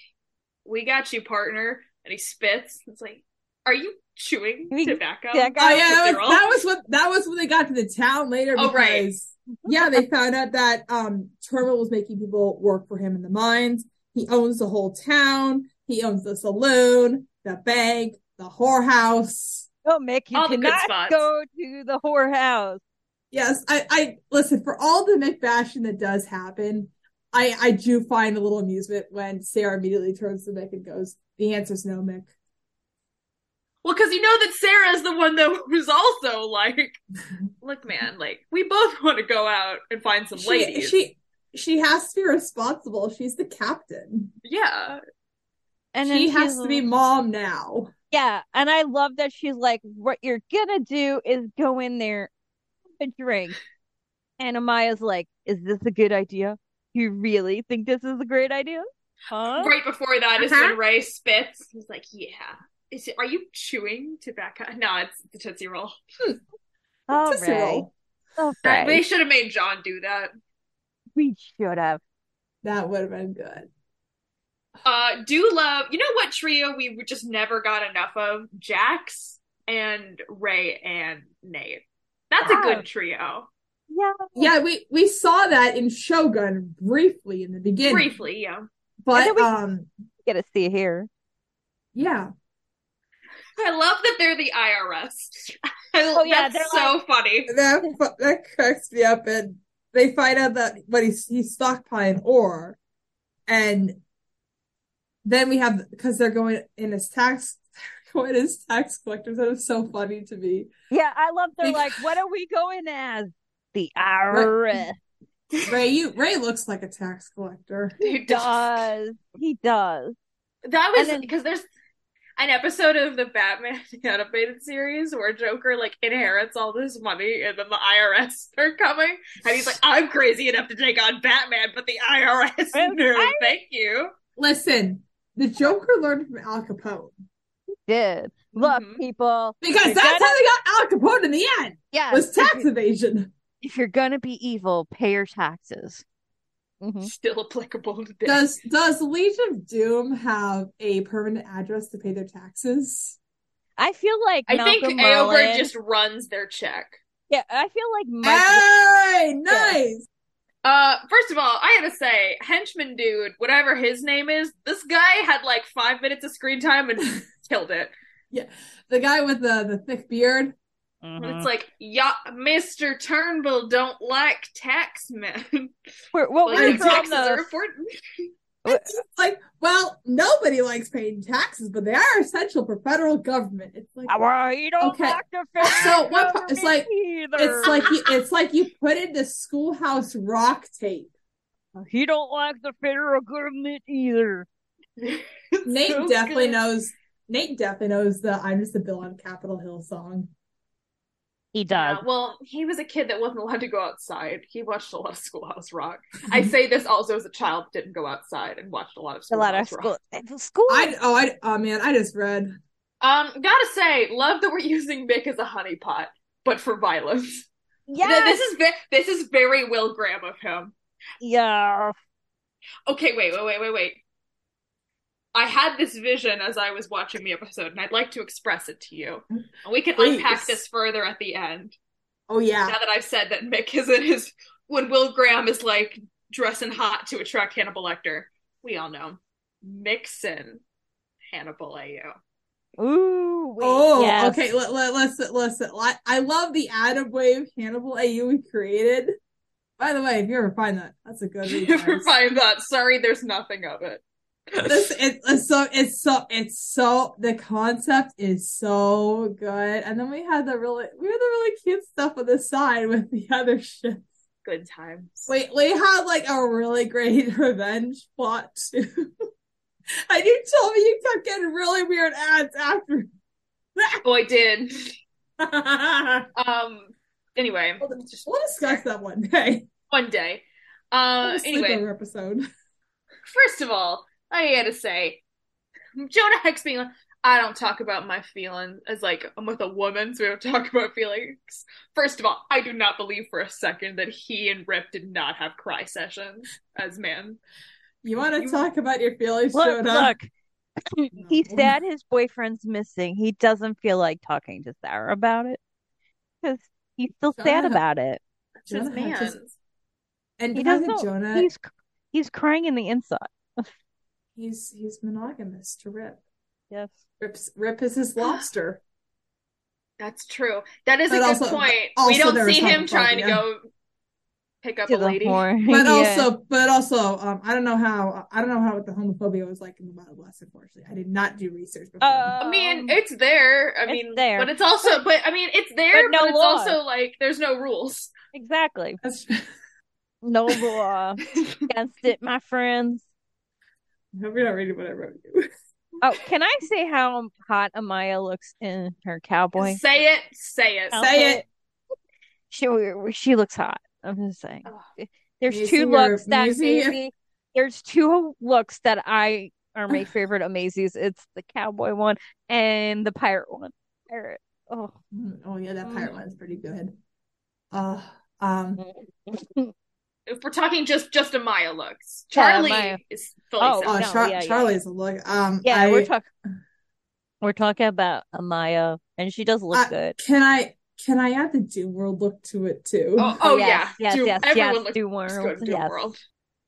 S2: "We got you, partner," and he spits. It's like, are you chewing
S3: We-
S2: tobacco?
S3: that guy-
S1: Oh yeah, that
S2: Daryl.
S1: was, that was what that was when they got to the town later.
S2: Oh, right.
S1: because- Yeah, they found out that um Turnbull was making people work for him in the mines. He owns the whole town. He owns the saloon, the bank, the whorehouse.
S3: Oh, Mick, you
S2: All the good
S3: cannot
S2: spots.
S3: go to the whorehouse.
S1: Yes, I, I listen for all the Mick bashing that does happen. I, I do find a little amusement when Sarah immediately turns to Mick and goes, "The answer's no, Mick."
S2: Well, because you know that Sarah is the one that was also like, look, man, like we both want to go out and find some
S1: She,
S2: ladies.
S1: she she has to be responsible. She's the captain.
S2: yeah,
S3: And then
S1: she
S3: she's
S1: has to be
S3: like-
S1: mom now.
S3: Yeah, and I love that she's like, what you're gonna do is go in there, have a drink. And Amaya's like, is this a good idea? You really think this is a great idea? Huh?
S2: right before that is
S1: Oh. Uh-huh.
S2: when Ray spits. He's like, yeah. Is it, are you chewing tobacco? No, it's the Tootsie Roll.
S3: All
S1: Tootsie
S3: right.
S1: Roll.
S3: All
S2: That- They
S3: right.
S2: should have made John do that.
S3: We should have.
S1: That would have been good.
S2: Uh, do love, you know what trio we just never got enough of? Jax and Ray and Nate. That's a
S3: Yeah.
S2: good trio.
S3: Yeah.
S1: Yeah, we we saw that in Shogun briefly in the beginning,
S2: Briefly, yeah.
S1: but
S3: And then we-
S1: um,
S3: Get a see here.
S1: yeah,
S2: I love that they're the IRS. I,
S3: Oh, yeah,
S2: that's
S3: they're
S2: so funny.
S1: that fu- that cracks me up. And they find out that but he's he's stockpiling ore, and then we have because they're going in as tax going as tax collectors. That is so funny to me.
S3: Yeah, I love they're
S1: Bec-
S3: like, what are we going as? The IRS.
S1: Ray, you Ray looks like a tax collector.
S2: He
S3: Does. He does.
S2: That was
S3: And then-
S2: because there's an episode of the Batman the animated series where Joker like inherits all this money and then the IRS are coming and he's like, I'm crazy enough to take on Batman, but the IRS
S3: Oh,
S2: no,
S3: I-
S2: thank you.
S1: Listen, the Joker learned from Al Capone
S3: Did. Look,
S2: Mhm.
S3: people.
S1: because
S3: You're
S1: that's
S3: gonna-
S1: how they got Al Capone in the end
S3: Yeah.
S1: was tax evasion.
S3: if you're gonna be evil, pay your taxes. Mhm.
S2: Still applicable today.
S1: Does does Legion of Doom have a permanent address to pay their taxes?
S3: I feel like
S2: I
S3: Malcolm
S2: think Aober
S3: Merlin.
S2: just runs their check.
S3: yeah, I feel
S1: Ah!
S3: like Mike.
S1: Hey, nice.
S2: Uh, first of all, I gotta say, henchman dude, whatever his name is, this guy had like five minutes of screen time and killed it.
S1: The guy with the the thick beard.
S2: And
S3: Mm-hmm.
S2: It's like, yeah, Mr. Turnbull don't like tax men.
S3: We're, well,
S2: Like,
S1: we're
S2: your
S3: we're from
S2: taxes are
S3: the
S2: important.
S1: Like, well, nobody likes paying taxes, but they are essential for federal government. It's like
S3: Well, you don't
S1: Okay.
S3: like to feel
S1: So,
S3: bad
S1: what-
S3: over
S1: it's
S3: me
S1: like-
S3: either.
S1: it's like you, it's like you put in the schoolhouse rock tape.
S3: he don't like the federal government either.
S1: Nate
S2: So
S1: definitely
S2: good.
S1: knows. Nate definitely knows the "I'm Just a Bill on Capitol Hill" song.
S3: He
S2: Yeah,
S3: does.
S2: well, he was a kid that wasn't allowed to go outside. He watched a lot of Schoolhouse Rock. I say this also as a child didn't go outside and watched a lot of
S3: a
S2: Schoolhouse
S3: lot of
S2: Rock.
S3: school. School.
S1: I oh I oh man, I just read.
S2: Um, gotta say, love that we're using Mick as a honeypot, but for violence.
S3: yeah.
S2: This is ve- this is very Will Graham of him.
S3: yeah.
S2: Okay, wait, wait, wait, wait, wait. I had this vision as I was watching the episode, and I'd like to express it to you. And we can
S1: Please.
S2: unpack this further at the end.
S1: Oh yeah.
S2: Now that I've said that Mick is in his when Will Graham is like dressing hot to attract Hannibal Lecter, we all know Mixon Hannibal AU.
S3: Ooh. wait,
S1: Oh,
S3: yes.
S1: okay. Let, let, let's listen. I, I love the Adam Wave Hannibal AU we created. By the way, if you ever find that, that's a good
S2: You
S1: read.
S2: Never
S1: guys.
S2: find that. Sorry, there's nothing of it.
S1: This it, it's so it's so it's so the concept is so good, and then we had the really we had the really cute stuff on the side with the other shit.
S2: Good times.
S1: We we had like a really great revenge plot too. and you told me you kept getting really weird ads after.
S2: Oh, I did.
S1: we'll,
S2: Um. Anyway, just
S1: discuss that one day.
S2: one day. Uh.
S1: We'll do a
S2: Anyway,
S1: sleepover episode.
S2: first of all, I gotta say, Jonah Hex being like, I don't talk about my feelings as like I'm with a woman, so we don't talk about feelings. First of all, I do not believe for a second that he and Rip did not have cry sessions as men.
S1: You want to
S2: You-
S1: talk about your feelings,
S3: Look,
S1: Jonah?
S3: look. He's
S1: No.
S3: sad his boyfriend's missing. He doesn't feel like talking to Sarah about it because he's still
S1: Shut
S3: sad
S1: up.
S3: about it.
S2: It's his
S1: Jonah
S2: man.
S1: Hex is- And
S3: He
S1: the fact
S3: doesn't
S1: that
S3: know.
S1: Jonah,
S3: He's c- he's crying in the inside.
S1: he's he's monogamous to Rip.
S3: Yes.
S1: Rip's, Rip is his lobster.
S2: That's true. That is a
S1: But
S2: good
S1: also-
S2: point.
S1: but also
S2: we don't
S1: there was
S2: see him trying to
S1: homophobia.
S2: go pick up
S3: To
S2: a
S3: the
S2: lady.
S3: horn.
S1: But
S3: Yeah.
S1: also, but also, um, I don't know how I don't know how what the homophobia was like in the Wild West. Unfortunately, I did not do research before.
S2: I
S3: Um,
S2: mean, it's there. I
S3: it's
S2: mean,
S3: there.
S2: but it's also, but I mean, it's there,
S3: But no
S2: it's
S3: law.
S2: also like there's no rules.
S3: exactly.
S1: That's-
S3: No law against it, my friends.
S1: I hope you're not reading what I wrote you.
S3: Oh, can I say how hot Amaya looks in her cowboy?
S2: Say it, say it.
S1: Say it.
S3: outfit? She she looks hot. I'm just saying.
S2: Ugh.
S3: There's
S1: You see
S3: two
S1: her-
S3: looks that
S1: you see her-
S3: Maisie- there's two looks that I are my favorite of Maisie's. It's the cowboy one and the pirate one. Pirate. Oh,
S1: Mm, Oh yeah, that pirate
S3: Mm.
S1: one's pretty good. Uh, um,
S2: if we're talking just just Amaya looks, Charlie
S3: Amaya.
S2: is fully
S3: Oh,
S2: set.
S1: oh,
S3: no,
S1: Char-
S3: yeah, yeah.
S1: Charlie's a look. Um,
S3: yeah,
S1: I-
S3: we're talking we're talking about Amaya, and she does look
S1: I-
S3: good.
S1: Can I can I add the Doom World look to it too?
S2: Oh, oh,
S3: yes,
S2: yeah,
S3: yes,
S2: Doom-
S3: yes,
S2: everyone
S3: yes,
S2: looks
S3: Doom
S2: good
S3: World,
S2: Doom
S3: yes.
S2: World.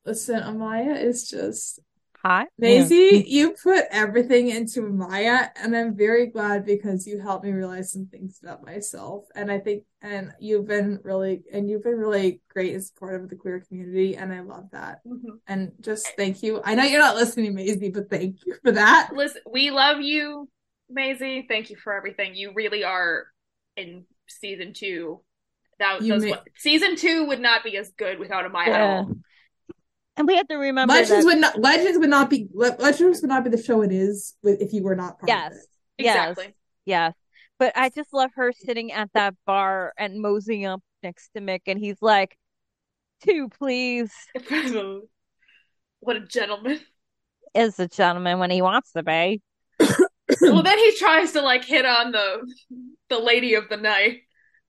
S1: Listen, Amaya is just
S3: Hot.
S1: Maisie, you put everything into Amaya, and I'm very glad because you helped me realize some things about myself. And I think, and you've been really, and you've been really great and supportive of the queer community, and I love that.
S2: Mm-hmm.
S1: And just thank you. I know you're not listening, Maisie, but thank you for that.
S2: Listen, we love you, Maisie. Thank you for everything. You really are in season two. That
S1: You
S2: those,
S1: ma-
S2: wa- season two would not be as good without Amaya at
S3: Yeah.
S2: all.
S3: And we have to remember
S1: Legends
S3: that.
S1: would not, Legends would not be, Le- Legends would not be the show it is with- if you were not part of
S3: Yes.
S1: it.
S3: Yes.
S2: Exactly.
S3: Yes. But I just love her sitting at that bar and moseying up next to Mick, and he's like, two, please,
S2: what a gentleman.
S3: is a gentleman when he wants to be.
S2: well, then he tries to like hit on the the lady of the night.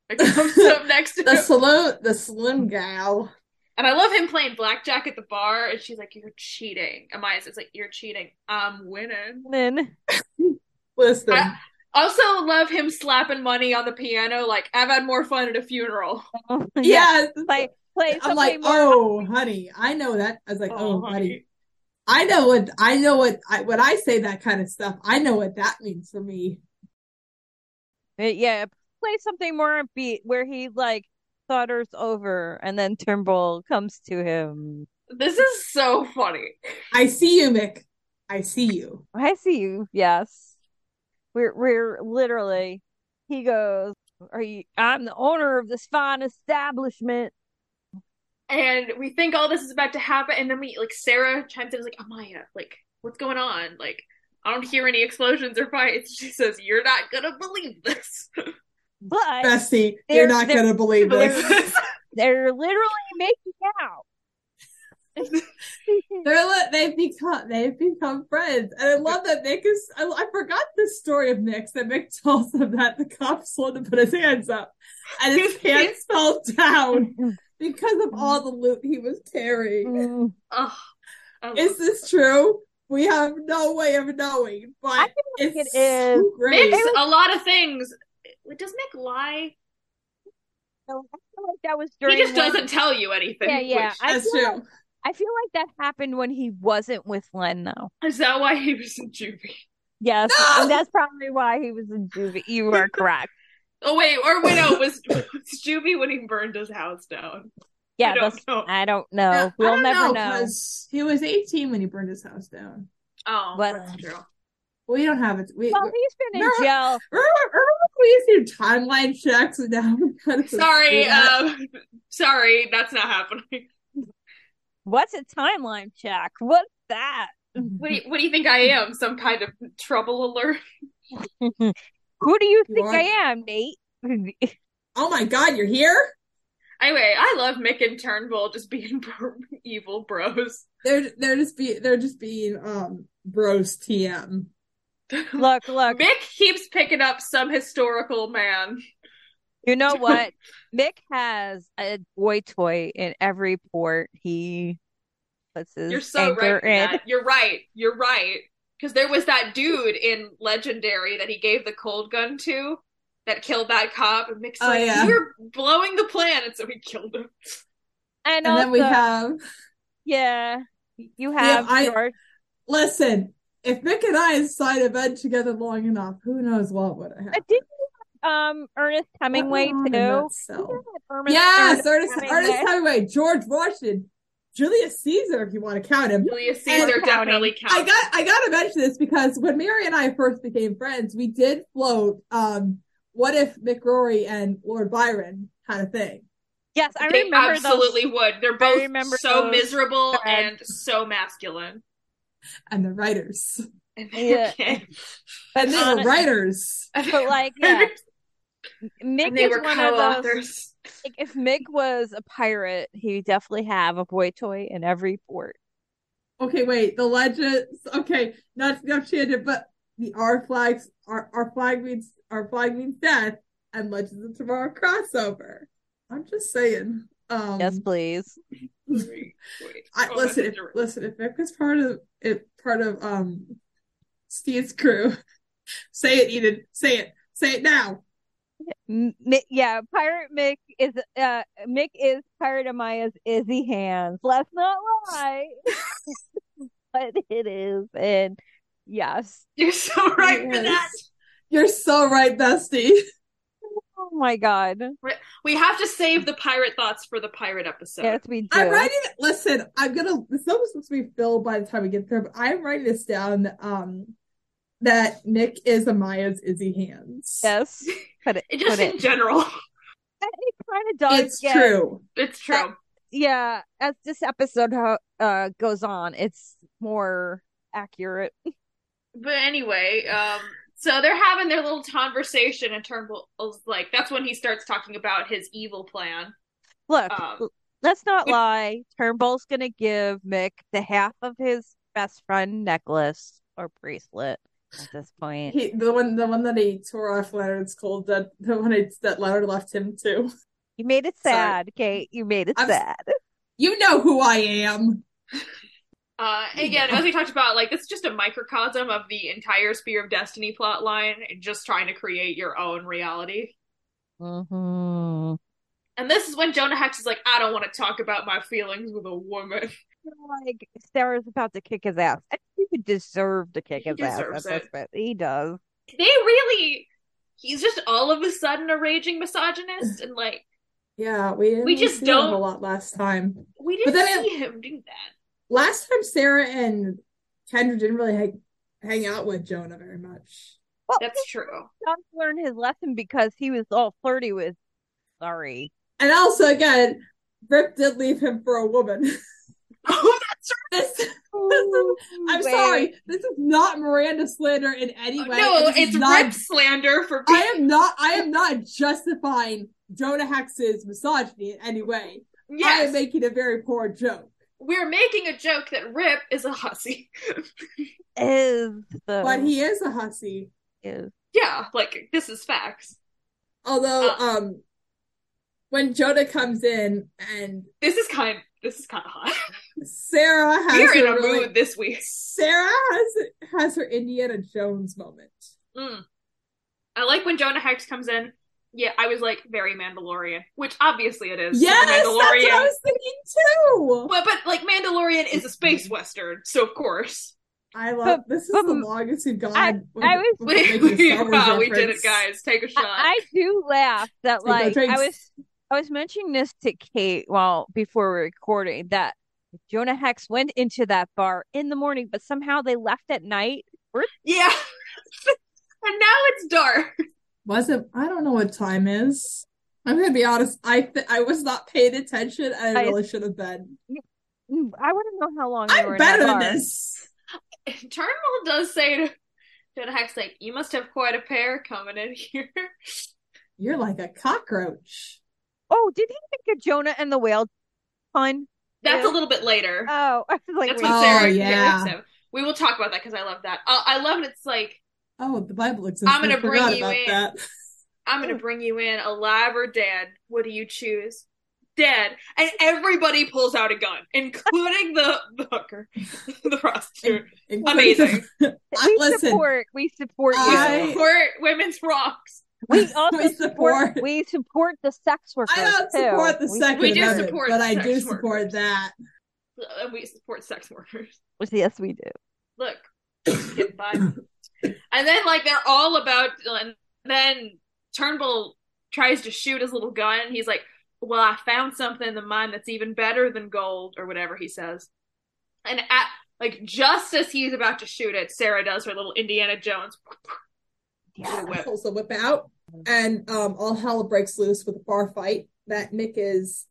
S2: That comes up next to
S1: The
S2: him.
S1: saloon, the saloon gal.
S2: And I love him playing blackjack at the bar, and she's like, "You're cheating." Amaya's it's like, "You're cheating. I'm winning."
S3: Then
S1: Listen,
S2: I- Also, love him slapping money on the piano. Like, I've had more fun at a funeral.
S1: yeah,
S3: play, play
S1: I'm
S3: something
S1: like,
S3: more.
S1: oh, honey, I know that. I was like, oh,
S2: honey.
S1: honey, I know what I know what I when I say that kind of stuff, I know what that means for me. "Oh."
S3: Uh, Yeah, play something more upbeat where he like thudders over, and then Turnbull comes to him.
S2: This is so funny.
S1: I see you, Mick. I see you.
S3: I see you. Yes. We're we're literally he goes, Are you I'm the owner of this fine establishment.
S2: And we think all this is about to happen, and then we like Sarah chimes in, is like, "Amaya, like, what's going on? Like, I don't hear any explosions or fights." She says, "You're not gonna believe this."
S3: But
S1: Bestie,
S3: They're-
S1: you're not
S3: they're-
S1: gonna believe
S2: Believe
S1: this.
S2: this.
S3: they're literally making out.
S1: They're li- they've become they've become friends, and I love that Mick is. I, I forgot this story of Nick's that Mick tells him that the cops told him to put his hands up, and his hands fell down because of all the loot he was carrying.
S3: Mm,
S2: Ugh, I love
S1: Is this true? we have no way of knowing, but
S3: I
S1: it's
S3: it is.
S1: great.
S2: Mix a lot of things. Does Mick lie?
S3: I feel like that was
S2: He
S3: during.
S2: just
S3: when-
S2: doesn't tell you anything.
S3: Yeah, yeah. I
S1: That's
S3: feel,
S1: true.
S3: I feel like that happened when he wasn't with Len, though.
S2: which- is that why he was in juvie?
S3: Yes,
S1: No!
S3: and that's probably why he was in juvie. You are correct.
S2: Oh wait, or wait, no, it was it was juvie when he burned his house down?
S3: Yeah,
S2: I don't
S3: that's.
S2: know.
S3: I don't know.
S1: Yeah, I
S3: we'll
S1: don't
S3: never know.
S1: 'cause He was 18 when he burned his house down.
S2: Oh,
S3: But-
S2: that's true.
S1: We don't have it. We,
S3: Well, he's been in
S1: No.
S3: jail.
S1: remember, remember when we used to do timeline checks and now we kind of
S2: Sorry, um, sorry, that's not happening.
S3: What's a timeline check? What's that?
S2: What do you, what do you think I am? Some kind of trouble alert?
S3: Who do you think
S1: are-
S3: I am, Nate?
S1: oh my god, you're here?
S2: Anyway, I love Mick and Turnbull just being bro- evil bros.
S1: They're they're just be they're just being um bros TM.
S3: look, look.
S2: Mick keeps picking up some historical man.
S3: You know what? Mick has a boy toy in every port he puts his
S2: You're so
S3: anchor
S2: right. for
S3: in.
S2: that. You're right. You're right. Because there was that dude in Legendary that he gave the cold gun to that killed that cop. And Mick's
S1: Oh,
S2: like,
S1: yeah.
S2: you were blowing the planet, so he killed him.
S3: And,
S1: And then we
S3: also-
S1: have
S3: yeah, you have
S1: I-
S3: George.
S1: listen, if Mick and I side a bed together long enough, who knows what would have
S3: Uh,
S1: happened.
S3: didn't you have, um Ernest Hemingway
S1: What went on in
S3: too?
S1: that cell?
S3: Ernest,
S1: Yes, Ernest,
S3: Hemingway.
S1: Ernest Hemingway, George Washington, Julius Caesar, if you want to count him.
S2: Julius Caesar
S3: counting.
S2: definitely counts.
S1: I got I gotta mention this because when Mary and I first became friends, we did float um what if McRory and Lord Byron kind of thing.
S3: Yes, I
S2: they
S3: remember those.
S2: absolutely would. They're both
S3: remember
S2: so
S3: those
S2: miserable
S3: threads.
S2: and so masculine.
S1: And the writers.
S2: And
S3: Yeah.
S2: okay.
S1: And they were
S3: Honest-
S1: writers.
S3: But like, yeah, Mick
S2: And they
S3: is
S2: were
S3: one of those.
S2: co-authors.
S3: Like, if Mick was a pirate, he would definitely have a boy toy in every port.
S1: Okay, wait, the legends okay, not to get shaded, but the R flags our our flag means our flag means death and Legends of Tomorrow crossover. I'm just saying. Um
S3: Yes, please.
S2: Wait, wait.
S1: I,
S2: Oh,
S1: listen, if,
S2: that's a-
S1: listen. If Vic was part of it, part of um, Steve's crew, say it, Eden. Say it. Say it now.
S3: M- Mi- yeah, Pirate Mick is uh Mick is Pirate Amaya's Izzy hands. Let's not lie, but it is, and yes,
S2: You're so right for that.
S1: Yes. You're so right, Bestie.
S3: oh my god,
S2: We have to save the pirate thoughts for the pirate episode.
S3: yes we do.
S1: I'm writing. Listen, I'm gonna. This episode's supposed to be filled by the time we get there, but I'm writing this down. Um, that Nick is Amaya's Izzy hands.
S3: Yes, put it.
S2: It- Just
S3: put
S2: in
S3: it.
S2: general,
S3: It kind of does.
S1: it's
S3: get-
S1: true.
S2: it's true.
S3: Yeah, as this episode ho- uh goes on, it's more accurate.
S2: But anyway, um, so they're having their little conversation, and Turnbull's like, that's when he starts talking about his evil plan.
S3: Look,
S2: Um,
S3: l- let's not
S2: we-
S3: lie. Turnbull's gonna give Mick the half of his best friend necklace or bracelet at this point.
S1: He, the one, the one that he tore off Leonard's cold. That the one I, that Leonard left him to.
S3: You made it
S1: Sorry.
S3: sad, Kate. You made it
S1: I'm s-
S3: sad.
S1: You know who I am.
S2: Uh, again, as we talked about, like this is just a microcosm of the entire Spear of Destiny plotline, and just trying to create your own reality.
S3: Mm-hmm.
S2: And this is when Jonah Hex is like, "I don't want to talk about my feelings with a woman."
S3: Like Sarah's about to kick his ass. I think he deserved to kick
S2: He
S3: his ass.
S2: deserves
S3: at this point. He does.
S2: They really—he's just all of a sudden a raging misogynist, and like
S1: Yeah, we didn't
S2: We just
S1: see him a
S2: don't-
S1: lot last time.
S2: we
S1: But
S2: didn't
S1: then
S2: see him do that.
S1: Last time, Sarah and Kendra didn't really hang, hang out with Jonah very much.
S3: Well,
S2: That's true.
S3: John learned his lesson because he was all flirty with. Sorry.
S1: And also, again, Rip did leave him for a woman.
S2: Oh, that's
S1: This,
S3: Ooh,
S1: I'm
S3: wait.
S1: sorry, this is not Miranda slander in any way.
S2: no,
S1: This is
S2: it's
S1: not.
S2: rip slander for
S1: I
S2: being.
S1: am not. I am not justifying Jonah Hex's misogyny in any way. I am
S2: yes,
S1: making a very poor joke.
S2: we're making a joke that Rip is a hussy.
S3: Is
S2: Oh.
S3: the
S1: But he is a hussy.
S3: is
S2: yeah, like this is facts.
S1: Although,
S2: Uh.
S1: um, when Jonah comes in and
S2: This is kind. This is kind of hot.
S1: Sarah has
S2: We're in
S1: her
S2: a
S1: really-
S2: mood this week.
S1: Sarah has has her Indiana Jones moment.
S2: Mm. I like when Jonah Hex comes in. Yeah, I was like very Mandalorian, which obviously it is.
S1: Yes, that's
S2: Mandalorian.
S1: what I was thinking too.
S2: But but like Mandalorian is a space
S1: Mm-hmm.
S2: western, so of course.
S1: I love this is
S3: but-
S1: the longest we've gone.
S3: I-
S1: with-
S3: I was-
S1: with
S2: We,
S1: making a Star Wars
S2: wow, we did
S1: reference.
S2: it, guys. Take a shot.
S3: I, I do laugh that
S1: Take no
S3: like I
S1: drinks.
S3: was I was mentioning this to Kate while before we were recording that Jonah Hex went into that bar in the morning, but somehow they left at night.
S2: yeah. and now it's dark.
S1: Wasn't I don't know what time is. I'm gonna be honest. I th- I was not paying attention. and I
S3: I-
S1: really should have been.
S3: Mm, I want to know how long they were
S1: I'm
S3: in that
S1: better than
S3: bar.
S1: this.
S2: Turnbull does say to Jonah Hex, like, you must have quite a pair coming in here.
S1: You're like a cockroach.
S3: Oh, did he think of Jonah and the whale pun?
S2: That's
S3: Yeah.
S2: a little bit later.
S3: Oh, I was like,
S2: That's
S3: wait.
S2: what
S1: Oh,
S2: Sarah
S1: yeah.
S2: yeah. We will talk about that because I love that. Uh, I love it. It's like
S1: Oh, the Bible exists.
S2: I'm gonna
S1: I forgot
S2: bring you
S1: about
S2: in.
S1: that.
S2: I'm
S3: Mm.
S2: gonna bring you in alive or dead. What do you choose? Dead. And everybody pulls out a gun, including the, the hooker, the prostitute. Amazing.
S1: I-
S3: we
S1: listen.
S3: support, we support you.
S1: I-
S2: Support women's rocks.
S3: we also
S1: we
S3: support,
S1: support-
S3: we support the sex workers
S1: I don't
S3: too.
S1: support the
S3: We
S1: Second
S2: We do
S1: Amendment,
S2: support
S1: but I
S2: sex
S1: do
S2: workers.
S1: support that.
S2: Uh, We support sex workers.
S3: Yes, we do.
S2: Look, get by. And then like they're all about. And then Turnbull tries to shoot his little gun. and He's like, "Well, I found something in mine that's even better than gold, or whatever he says." And at like just as he's about to shoot it, Sarah does her little Indiana Jones.
S3: Yeah.
S2: whip.
S1: pulls the whip out, and um, all hell breaks loose with a bar fight that Nick is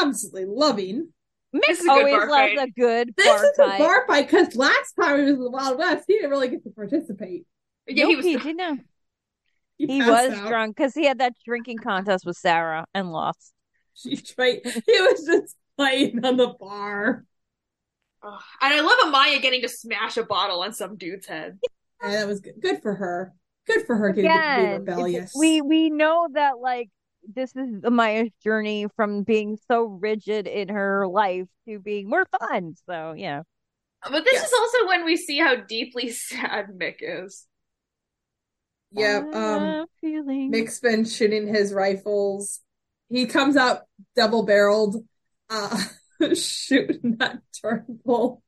S1: absolutely loving.
S2: This is a
S3: Mick
S2: good
S3: always
S2: bar
S3: loves
S2: fight.
S3: Oh, a good
S1: This
S3: bar
S1: is
S3: fight.
S1: a bar fight because last time he was in the Wild West, he didn't really get to participate.
S2: Yeah,
S3: Nope,
S2: he was.
S3: he didn't. He
S1: passed
S3: was
S1: out.
S3: drunk because he had that drinking contest with Sarah and lost.
S1: She tried, he was just playing on the bar,
S2: Ugh. And I love Amaya getting to smash a bottle on some dude's head.
S1: and that was good, good for her. Good for her getting to be
S3: Again,
S1: rebellious.
S3: we we know that like this is Amaya's journey from being so rigid in her life to being more fun. So yeah,
S2: But this
S1: Yes.
S2: is also when we see how deeply sad Mick is.
S1: yeah. Um,
S3: Ah, feeling.
S1: Mick's been shooting his rifles. He comes out double barreled, uh, shooting that Turnbull.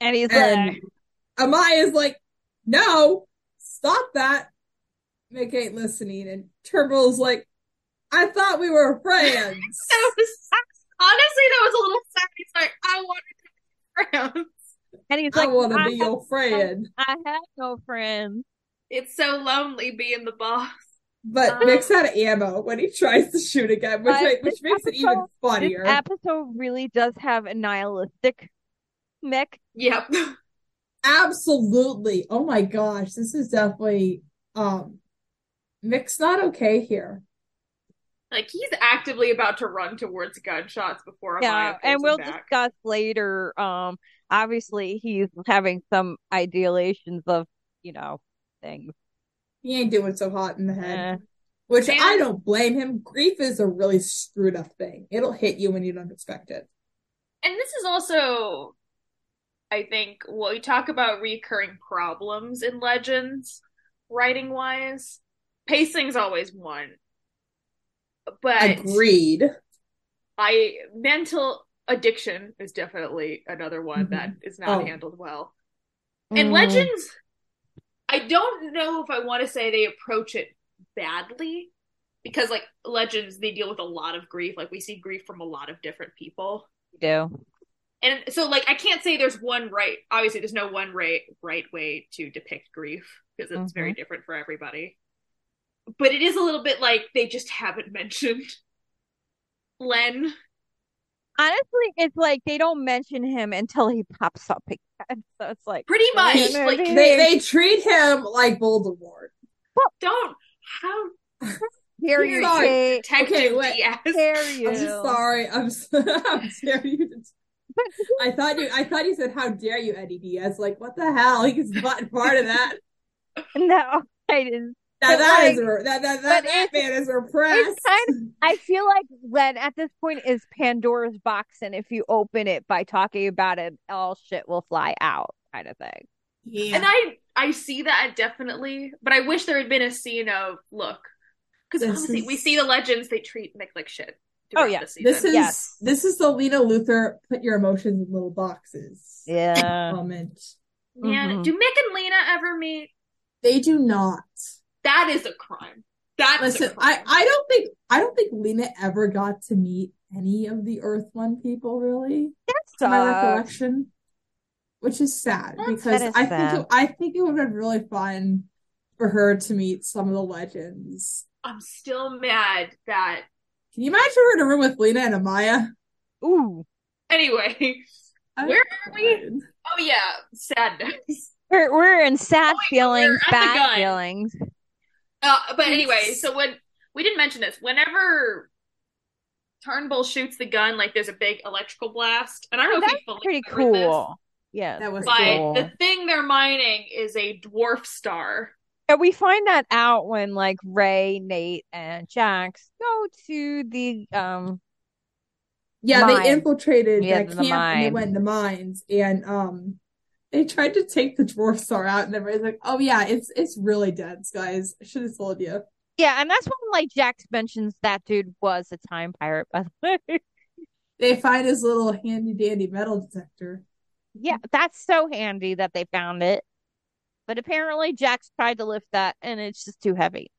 S3: and he's
S1: And
S3: like,
S1: Amaya is like, no, stop that. Mick ain't listening. And Turnbull's like, I thought we were friends.
S2: That was honestly that was a little sad. He's like, I want to friends.
S3: and he's
S1: I
S3: like,
S1: want
S3: I,
S1: to be your friend.
S3: I have no friends.
S2: It's so lonely being the boss.
S1: But
S2: Um,
S1: Mick's out of ammo when he tries to shoot again, which,
S3: uh, But
S1: ma- which
S3: this
S1: makes it even
S3: episode- This
S1: funnier.
S3: episode really does have a nihilistic Mick.
S2: Yep.
S1: Absolutely. Oh my gosh. This is definitely, um, Mick's not okay here.
S2: like he's actively about to run towards gunshots before Amaya
S3: Yeah,
S2: pulls
S3: and
S2: him
S3: we'll
S2: back.
S3: discuss later. Um, obviously he's having some ideations of, you know, things.
S1: He ain't doing so hot in the head.
S3: Eh.
S1: Which
S2: And-
S1: I don't blame him. Grief is a really screwed up thing. It'll hit you when you don't expect it.
S2: And this is also, I think, what we talk about recurring problems in Legends, writing wise. Pacing's always one. But
S1: Agreed.
S2: I mental addiction is definitely another one
S1: Mhm.
S2: that
S3: Mm-hmm.
S2: is not
S1: Oh.
S2: handled well. And
S3: Mm.
S2: Legends, I don't know if I want to say they approach it badly because, like, Legends, they deal with a lot of grief. Like, we see grief from a lot of different people.
S3: You mm, do.
S2: And so, like, I can't say there's one right. Obviously, there's no one right right way to depict grief because it's
S3: Mhm.
S2: very different for everybody. But it is a little bit like they just haven't mentioned Len.
S3: Honestly, it's like they don't mention him until he pops up again. So it's like,
S2: Pretty much,
S3: Yeah, no,
S2: like,
S3: they-
S1: They they treat him like Voldemort.
S2: don't how
S3: here
S1: He's
S3: you
S1: sorry.
S3: say,
S2: Detective
S1: Okay, wait.
S2: Diaz.
S3: dare you.
S1: I'm sorry. I'm so, how dare you? I thought you. I thought you said, "How dare you, Eddie Diaz?" Like, what the hell? He's not part of that.
S3: No, I didn't
S1: That,
S3: But,
S1: that is
S3: like-
S1: re- that, that,
S3: but
S1: that, that man is repressed.
S3: it's kind I feel like Len at this point is Pandora's box, and if you open it by talking about it, all shit will fly out, kind of thing.
S1: yeah.
S2: And I I see that definitely, but I wish there had been a scene of look, because
S1: This
S2: obviously
S1: is-
S2: we see the legends they treat Nick like shit.
S3: Oh,
S2: throughout
S3: yeah.
S2: this
S1: this
S2: season.
S1: is
S3: Yes.
S1: this is the Lena Luthor put your emotions in little boxes
S3: Yeah.
S1: moment.
S2: Man,
S1: Mm-hmm.
S3: Mhm.
S2: do Mick and Lena ever meet?
S1: They do not.
S2: That is a crime. That's
S1: Listen,
S2: a crime.
S1: I, I don't think I don't think Lena ever got to meet any of the Earth One people really. to my
S3: So
S1: recollection, which is sad
S2: That's-
S1: because
S3: that is
S1: I
S3: sad.
S1: think it, I think it would have been really fun for her to meet some of the legends.
S2: I'm still mad that
S1: Can you imagine her in a room with Lena and Amaya?
S3: ooh,
S2: anyway.
S1: Oh,
S2: Where are we? Oh yeah, sadness.
S3: we're we're in
S2: Oh,
S3: sad feelings,
S2: at the
S3: bad
S2: gun.
S3: feelings.
S2: Uh, but anyway, so when we didn't mention this, whenever Turnbull shoots the gun, like there's a big electrical blast, and I don't know if
S3: That's
S2: people
S3: pretty
S2: remember this,
S3: cool. Yes,
S1: That was
S2: but
S1: cool.
S2: the thing they're mining is a dwarf star.
S3: And we find that out when like Ray, Nate, and Jax go to the um
S1: Yeah,
S3: Mine.
S1: they infiltrated
S3: Yeah,
S1: that
S3: the
S1: camp and they
S3: mine.
S1: went in the mines and um they tried to take the dwarf star out and everybody's like, Oh yeah, it's it's really dense, guys. I should have told you.
S3: yeah, and that's when like Jax mentions that dude was a time pirate, by the way.
S1: They find his little handy dandy metal detector.
S3: Yeah, that's so handy that they found it. But apparently Jax tried to lift that and it's just too heavy.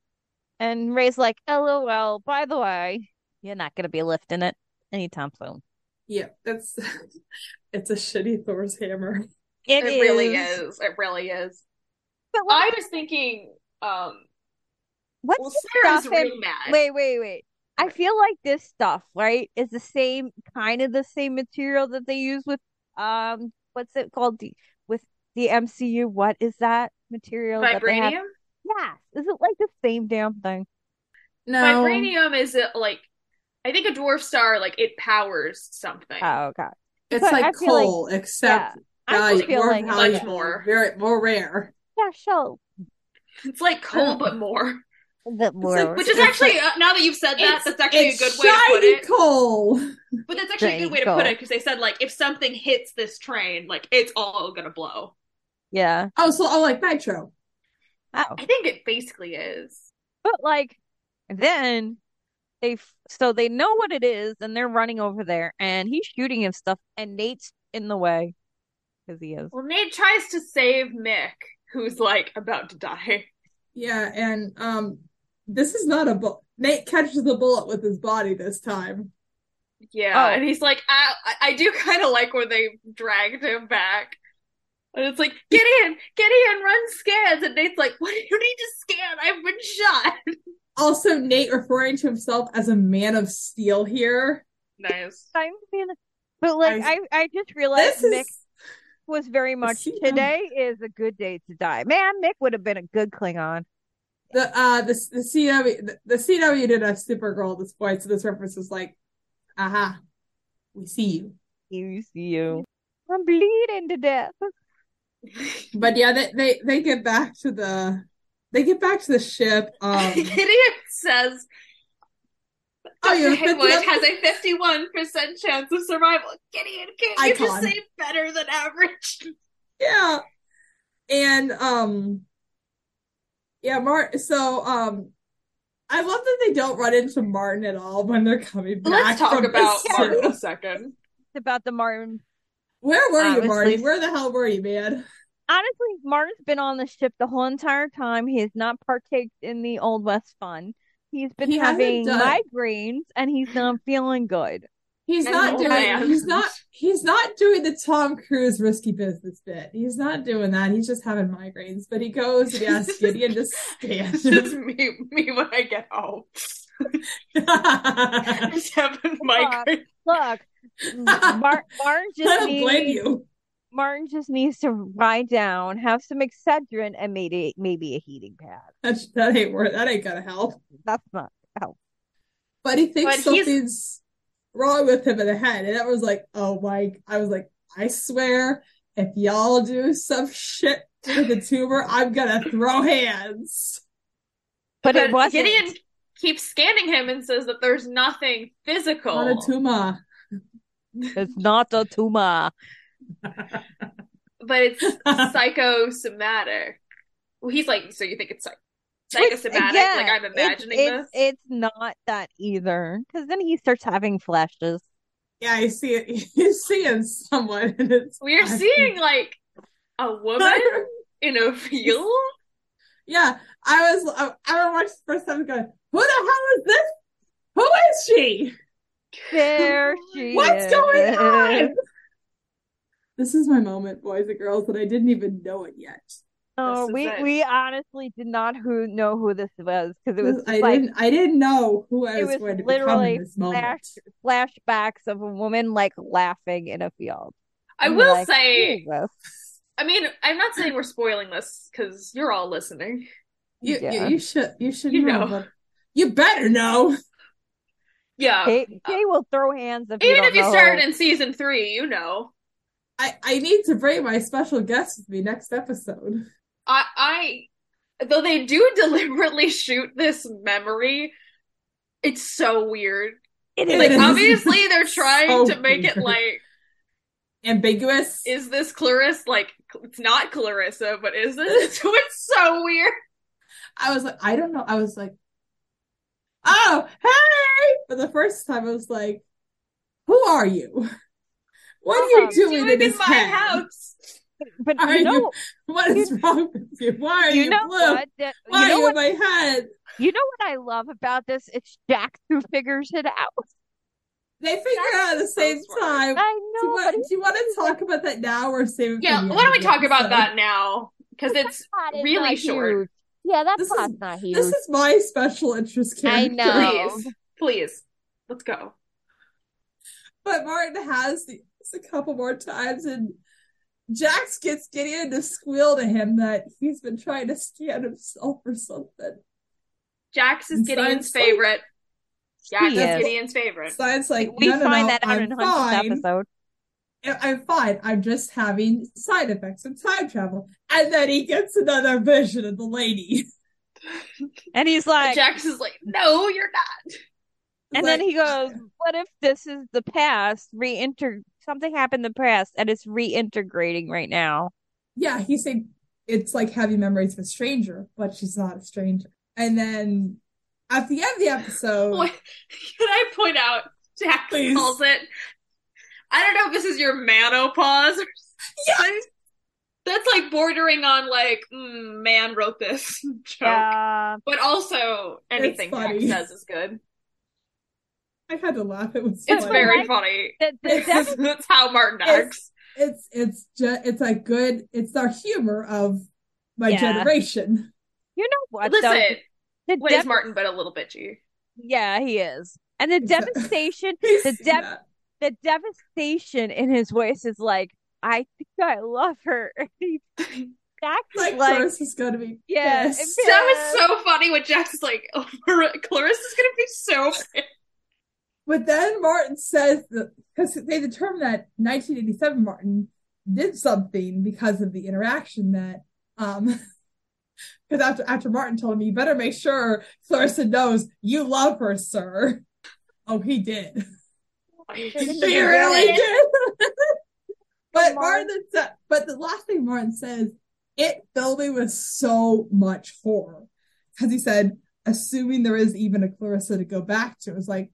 S3: And Ray's like, LOL, by the way, you're not gonna be lifting it anytime soon.
S1: Yeah, that's it's a shitty Thor's hammer.
S2: It, really is. It really is.
S3: But like,
S2: I was thinking, um,
S3: what's
S2: well,
S3: the
S2: Sarah's
S3: stuff in-
S2: real mad.
S3: Wait, wait, wait. I feel like this stuff, right, is the same kind of the same material that they use with um what's it called? The with the MCU. What is that material that they have?
S2: Vibranium?
S3: Yes. Is it like the same damn thing?
S1: No.
S2: Vibranium is uh, like, I think a dwarf star, like, it powers something.
S3: Oh god.
S1: It's
S3: But I
S1: like
S3: feel like-
S1: coal,
S3: Yeah.
S1: except
S3: I
S1: value-
S3: feel
S1: more
S3: like
S1: valuable,
S2: Much more.
S1: very more rare.
S3: yeah, show
S2: It's like coal,
S1: Oh.
S2: but more.
S3: the more
S1: like-
S2: Which is
S1: It's
S2: actually, uh, now that you've said that,
S1: It's-
S2: that's actually a
S1: it's
S2: good way to put
S1: shiny
S2: it.
S1: coal.
S2: But that's actually a
S3: Shiny
S2: good way to put
S3: coal.
S2: it because they said, like, if something hits this train, like, it's all gonna blow.
S3: yeah.
S1: Oh, so oh, like nitro.
S3: Oh.
S2: I think it basically is.
S3: But like then they f- so they know what it is and they're running over there and he's shooting him stuff and Nate's in the way because he is.
S2: Well, Nate tries to save Mick, who's, like, about to die.
S1: Yeah, and um, this is not a bu- Nate catches the bullet with his body this time.
S2: Yeah,
S3: Oh.
S2: and he's like, I I- I do kind of like where they dragged him back. And it's like, get in, get in, run scans. And Nate's like, what do you need to scan? I've been shot.
S1: Also, Nate referring to himself as a man of steel here.
S2: Nice.
S3: I'm being, but like I,
S1: I-
S3: I just realized
S1: This
S3: Mick
S1: is
S3: was very much
S1: see, um,
S3: today is a good day to die. Man, Mick would have been a good Klingon.
S1: the uh the the CW the, the CW did a Supergirl at this point, so this reference is like, aha, we see you.
S3: You see you. I'm bleeding to death.
S1: But yeah, they, they they get back to the they get back to the ship. Um,
S2: Gideon says
S1: oh,
S2: Dr.
S1: yeah,
S2: Haywood
S1: but-
S2: has a 51% chance of survival. Gideon, can't you just
S1: Icon.
S2: say better than average?
S1: yeah, and um, yeah, Martin. So um, I love that they don't run into Martin at all when they're coming back.
S2: Let's talk
S1: from
S2: about
S1: this
S2: Martin
S1: trip.
S2: a second.
S3: It's about the Martin.
S1: Where were you,
S3: Honestly.
S1: Marty? Where the hell were you, man?
S3: Honestly, Martin's been on the ship the whole entire time. He has not partaked in the Old West fun. He's been
S1: He hasn't
S3: having
S1: done-
S3: migraines and he's not feeling good.
S1: He's
S2: And
S1: not
S2: old
S1: doing.
S2: man.
S1: He's not. He's not doing the Tom Cruise risky business bit. He's not doing that. He's just having migraines. But he goes and asks Gideon to
S2: It's
S1: stand.
S2: just me, me when I get home.
S1: I
S2: Just having
S3: on.
S2: migraine.
S3: Look, Mar- Martin just
S1: don't blame
S3: needs
S1: you.
S3: Martin just needs to lie down, have some Excedrin, and maybe maybe a heating pad.
S1: That's, that ain't worth. That ain't gonna help.
S3: That's not.
S1: But he thinks
S2: But he's-
S1: something's wrong with him in the head, and that was like, oh my! I was like, I swear, if y'all do some shit to the tumor, I'm gonna throw hands.
S3: But, it wasn't.
S2: Gideon keeps scanning him and says that there's nothing physical.
S1: Monotuma.
S3: It's not a tumor.
S2: but it's psychosomatic. Well, he's like, so you think it's psych-
S3: Which,
S2: psychosomatic?
S3: again,
S2: like I'm
S3: it's-
S2: imagining
S3: it's,
S2: this.
S3: It's not that either. Because then he starts having flashes.
S1: Yeah, I see it. You're seeing someone, and it's
S2: we are seeing like a woman in a field.
S1: Yeah, I was. I, I watched the first time going, "Who the hell is this? Who is she?
S3: There she
S1: What's
S3: is.
S1: going on?" This is my moment, boys and girls, and I didn't even know it yet.
S3: No,
S2: This is
S3: we
S2: it.
S3: we honestly did not who know who this was because it was just
S1: I
S3: like
S1: didn't. I didn't know who I
S3: It
S1: was,
S3: was
S1: going to
S3: literally
S1: become in this moment.
S3: flash- flashbacks of a woman like laughing in a field.
S2: I
S3: And
S2: will
S3: like,
S2: say,
S3: "Who is
S2: I mean, I'm not saying we're spoiling this because you're all listening.
S1: You, you-
S3: Yeah.
S1: you should. You should
S2: You
S1: know.
S2: know.
S1: but you better know.
S2: Yeah,
S3: this?" Kay, Kay will throw hands if you
S2: Oh, even
S3: don't
S2: if you
S3: know
S2: started
S3: her.
S2: in season three, you know.
S1: I, I need to bring my special guest with me next episode.
S2: I, I, though they do deliberately shoot this memory, it's so weird.
S3: It
S1: It
S2: Like,
S1: is.
S2: obviously, they're trying
S1: So
S2: to make it
S1: weird.
S2: like,
S1: Ambiguous.
S2: is this Clarissa? Like, it's not Clarissa, but is this? So it's so weird.
S1: I was like, I don't know. I was like, oh, hey! For the first time, I was like, who are you? What are you
S3: What
S1: doing, in
S2: in
S1: his
S2: my
S1: head?
S2: house?
S3: But
S1: Are
S3: you know,
S1: What is wrong with you? Why are
S3: you
S1: you,
S3: know
S1: blue?
S3: what? That-
S1: Why
S3: you
S1: are
S3: know
S1: you
S3: what?
S1: in my head?
S3: You know what I love about this? It's Jack who figures it out.
S1: They figure it out at the
S2: so
S1: same
S2: smart.
S1: time.
S3: I
S1: do, you
S3: know, but
S1: want, do you want to talk about that now or save it
S2: Yeah,
S1: for the
S2: why don't we
S1: end of the
S2: talk about
S1: episode?
S2: that now? Because it's
S3: plot is
S2: really
S3: not
S2: short.
S3: huge. Yeah, that
S1: This is-
S3: plot's not huge.
S1: This is my special interest
S3: I
S1: character.
S3: know.
S2: please, please, let's go.
S1: But Martin has the, a couple more times, and Jax gets Gideon to squeal to him that he's been trying to scan himself or something.
S2: Jax is
S1: And
S2: Gideon's
S1: science-
S2: favorite. Jax
S3: He
S2: is
S3: is.
S2: Gideon's favorite.
S1: Science like
S3: we
S1: no, no,
S3: find
S1: no,
S3: that out
S1: I'm
S3: in Hunter's
S1: fine.
S3: episode.
S1: I'm fine. I'm just having side effects of time travel, and then he gets another vision of the lady.
S3: And he's like,
S2: Jax is like, no, you're not.
S3: and then
S1: Like,
S3: he goes, "What if this is the past? Reinter something happened in the past, and it's reintegrating right now."
S1: yeah, he's saying it's like having memories of a stranger, but she's not a stranger. And then at the end of the episode,
S2: What? Can I point out? Jack
S1: Please.
S2: calls it. I don't know if this is your manopause. Or something. That's like bordering on like mm, man wrote this joke,
S3: Yeah,
S2: but also anything
S1: It's
S2: Jack
S1: funny.
S2: says is good.
S1: I had to laugh. It was
S2: It's
S3: But
S1: funny.
S2: very
S3: I-
S2: funny.
S3: that, that, that
S2: That's, that's how Martin acts.
S1: it's it's just it's a good it's our humor of my
S3: Yeah.
S1: generation
S3: you know what?
S2: Listen,
S3: though? The
S2: what
S3: dem-
S2: is Martin but a little bitchy?
S3: yeah, he is, and the
S1: Exa-
S3: devastation,
S1: You
S3: The
S1: see
S3: dev-
S1: that?
S3: the devastation in his voice is like, "I think I love her." That's
S1: like,
S3: like,
S1: Chris is gonna be
S3: yeah,
S1: pissed.
S3: and-
S2: That was so funny when Jack's like, oh, Clarissa's gonna be so pissed.
S1: but then martin says because they determined that 1987 martin did something because of the interaction that um because after after martin told me you better make sure clarissa knows you love her sir oh he did
S3: Didn't
S1: He
S3: he
S1: really
S3: do
S1: did. but
S3: Martin-
S1: Martin, sa but the last thing Martin says, it filled me with so much horror because he said, assuming there is even a Clarissa to go back to, it was like,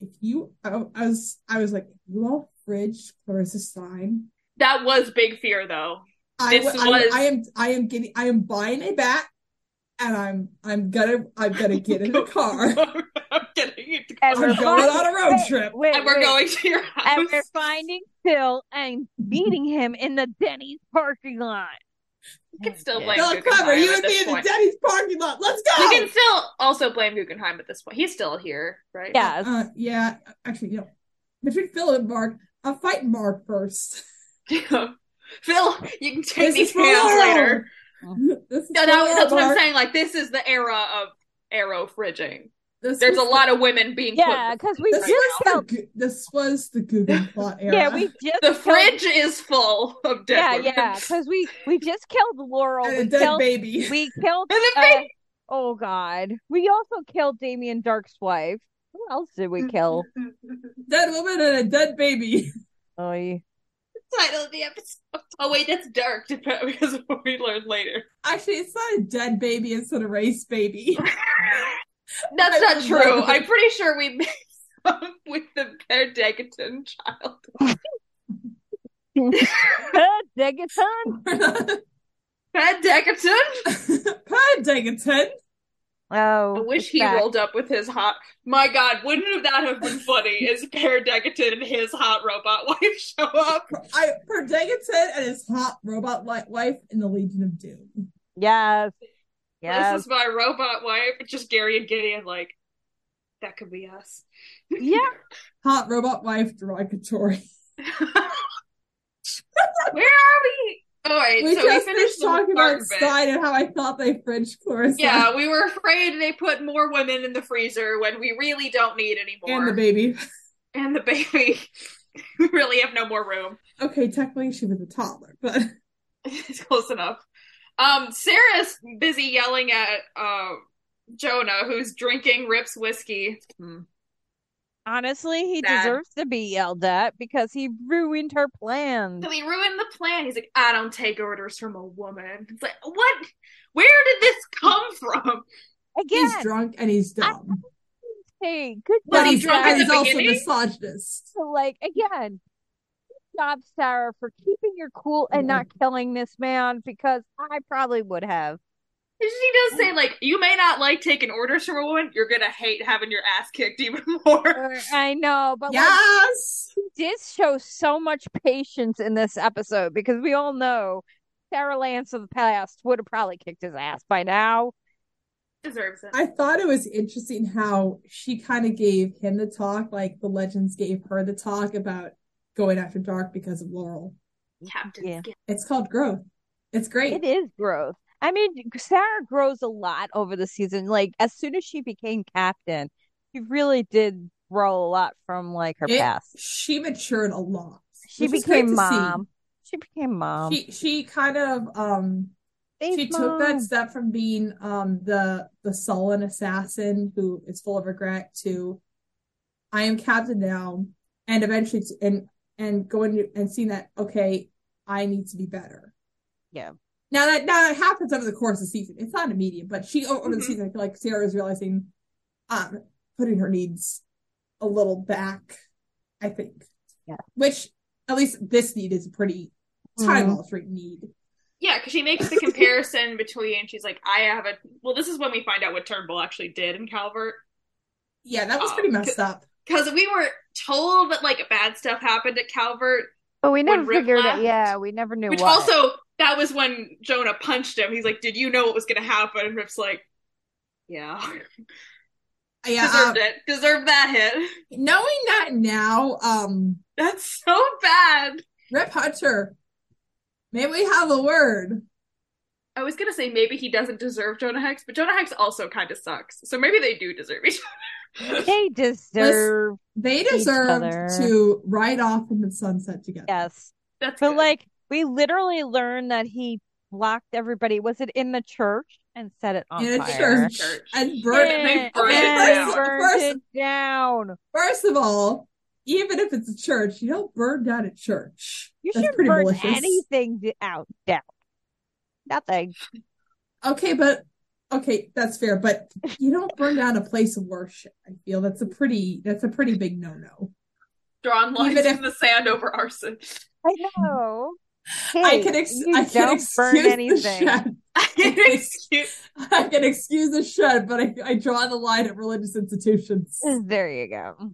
S1: if you, I, I was, I was like, if you all fridge Clarissa's sign.
S2: That was big fear though.
S1: I,
S2: This
S1: I-
S2: was-
S1: I am, I am getting, I am buying it back, and I'm, I'm gonna, I'm gonna get in the car.
S2: I'm kidding. It's
S3: And
S1: I'm
S3: we're
S1: going on a road
S3: Wait,
S1: trip.
S3: wait,
S2: and we're
S3: wait.
S2: going to your house.
S3: and we're finding Phil and beating him in the Denny's parking lot.
S2: we can still
S3: Yeah.
S2: blame
S1: They'll
S2: Guggenheim
S1: cover you
S2: at
S1: and
S2: this
S1: me in the
S2: point.
S1: Denny's parking lot. Let's go.
S2: We can still also blame Guggenheim at this point. He's still here, right?
S3: Yes.
S1: Uh, yeah, actually, you know, between Phil and Mark, I'm fighting Mark first.
S2: Phil, you can
S1: This
S2: take these
S1: is for
S2: hands
S1: Laurel.
S2: later.
S1: This is
S2: No,
S1: for
S2: that-
S1: Laurel,
S2: that's what I'm
S1: Mark.
S2: saying. Like this is the era of arrow fridging.
S1: This
S2: There's a
S1: was
S2: lot of women being
S3: Yeah,
S2: put.
S3: because we
S1: The, this,
S3: just
S1: was
S3: felt.
S1: the, Gu- this was the Google plot era.
S3: Yeah, we just
S2: The
S3: killed-
S2: fridge is full of dead
S3: Yeah,
S2: women.
S3: yeah, because we we just killed Laurel.
S1: and
S3: We
S1: a dead
S3: killed,
S1: baby.
S3: we killed.
S2: And the
S3: uh, Oh God. We also killed Damien Dark's wife. Who else did
S2: Mm-hmm.
S3: we kill?
S1: Dead woman and a dead baby.
S3: Oh,
S2: Title of the episode. Oh wait, that's dark because of what we learned later.
S1: Actually, it's not a dead baby, it's an erased baby.
S2: That's
S1: I
S2: not
S1: love
S2: true.
S1: that.
S2: I'm pretty sure we mixed up with the Bear Degaton child.
S3: Degaton.
S2: Bear Degaton?
S1: God dang it, Ted.
S3: Oh,
S2: I wish
S3: it's
S2: he
S3: back.
S2: rolled up with his hot. My God, wouldn't that have been funny? Is Bear Degaton and his hot robot wife show up?
S1: I Perdegaton and his hot robot li- wife in the Legion of Doom.
S3: Yes. Yes.
S2: This is my robot wife. It's Just Gary and Gideon, like that could be us.
S3: yeah.
S1: Hot robot wife derogatory.
S2: Where are we? All right,
S1: we
S2: so
S1: just
S2: we
S1: finished
S2: finished the
S1: talking
S2: fart
S1: about
S2: bit.
S1: Stein and how I thought they French chorus.
S2: Yeah, we were afraid they put more women in the freezer when we really don't need anymore.
S1: And the baby.
S2: And the baby. we really have no more room.
S1: Okay, technically she was a toddler, but
S2: it's close enough. Um, Sarah's busy yelling at uh, Jonah, who's drinking Rip's whiskey.
S3: Honestly, he
S2: Sad.
S3: deserves to be yelled at because he ruined her plans.
S2: So he ruined the plan. He's like, I don't take orders from a woman. It's like, what? Where did this come from?
S3: Again,
S1: he's drunk and he's dumb.
S3: hey, good
S1: but
S2: he
S3: job,
S1: he's,
S2: drunk
S1: and
S2: at the
S1: he's also
S2: beginning?
S1: misogynist.
S3: So, like, again, good job, Sarah, for keeping your cool and not killing this man because I probably would have.
S2: And she does say, like, you may not like taking orders from a woman. You're gonna hate having your ass kicked even more.
S3: Or- Er, I know, but like,
S1: Yes!
S3: she did show so much patience in this episode because we all know Sarah Lance of the past would have probably kicked his ass by now.
S2: Deserves it.
S1: I thought it was interesting how she kind of gave him the talk, like the legends gave her the talk about going after dark because of Laurel.
S2: Captain
S3: Yeah.
S2: Skin.
S1: It's called growth. It's great.
S3: It is growth. I mean, Sarah grows a lot over the season. Like, as soon as she became captain, she really did grow a lot from like her
S1: It-
S3: past.
S1: she matured a lot.
S3: She
S1: which is great
S3: became
S1: to see.
S3: mom. She became mom.
S1: She she kind of um she
S3: Thanks,
S1: took that
S3: Mom.
S1: step from being um the the sullen assassin who is full of regret to I am captain now and eventually to, and and going to, and seeing that okay I need to be better.
S3: Yeah.
S1: Now that now that happens over the course of the season. It's not immediate, but she over the
S3: Mm-hmm.
S2: Mhm.
S1: season I feel like Sarah's realizing um putting her needs a little back, I think.
S3: Yeah. Mm-hmm.
S1: Which at least this need is a pretty time altering need.
S2: Yeah, because she makes the comparison between she's like, I have a well, this is when we find out what Turnbull actually did in Calvert.
S1: Yeah, that was
S3: Uh,
S2: Oh,
S1: pretty messed up.
S2: Because we were told that like bad stuff happened at Calvert,
S3: But we never
S2: when Rip
S3: figured
S2: left,
S3: it. Yeah, we never knew
S2: which
S3: what.
S2: also that was when Jonah punched him. He's like, "Did you know what was going to happen?" And Rip's like, "Yeah,
S1: Yeah,
S2: deserved
S1: um,
S2: it. Deserved that hit.
S1: knowing that now, um,
S2: That's so bad."
S1: Rip Hunter, may we have a word?
S2: I was gonna say maybe he doesn't deserve Jonah Hex, but Jonah Hex also kind of sucks. So maybe they do deserve each other.
S3: They deserve.
S1: They
S3: Each
S1: deserved
S3: other.
S1: to ride off in the sunset together.
S3: Yes.
S2: That's
S3: But
S2: good.
S3: like we literally learned that he blocked everybody. Was it in the church and set it on
S1: In a
S3: fire?
S1: church. And burn
S2: Yeah. they
S3: And-
S2: burned it
S3: and
S2: down.
S3: burned
S1: First-
S3: it down.
S1: First of all, even if it's a church, you don't burn down a church.
S3: You
S1: That's
S3: should
S1: pretty
S3: burn
S1: malicious.
S3: anything d- out down. Nothing.
S1: Okay, but okay, that's fair. But you don't burn down a place of worship. I feel that's a pretty that's a pretty big no no.
S2: drawn lines
S1: Even if-
S2: in the sand over arson.
S3: I know.
S1: I
S3: Hey,
S1: can ex-
S3: you
S1: I
S3: don't
S1: can excuse
S3: burn
S1: the
S3: anything.
S1: shed.
S2: Excuse-
S1: I can excuse the shed, but I, I draw the line at religious institutions.
S3: There you go.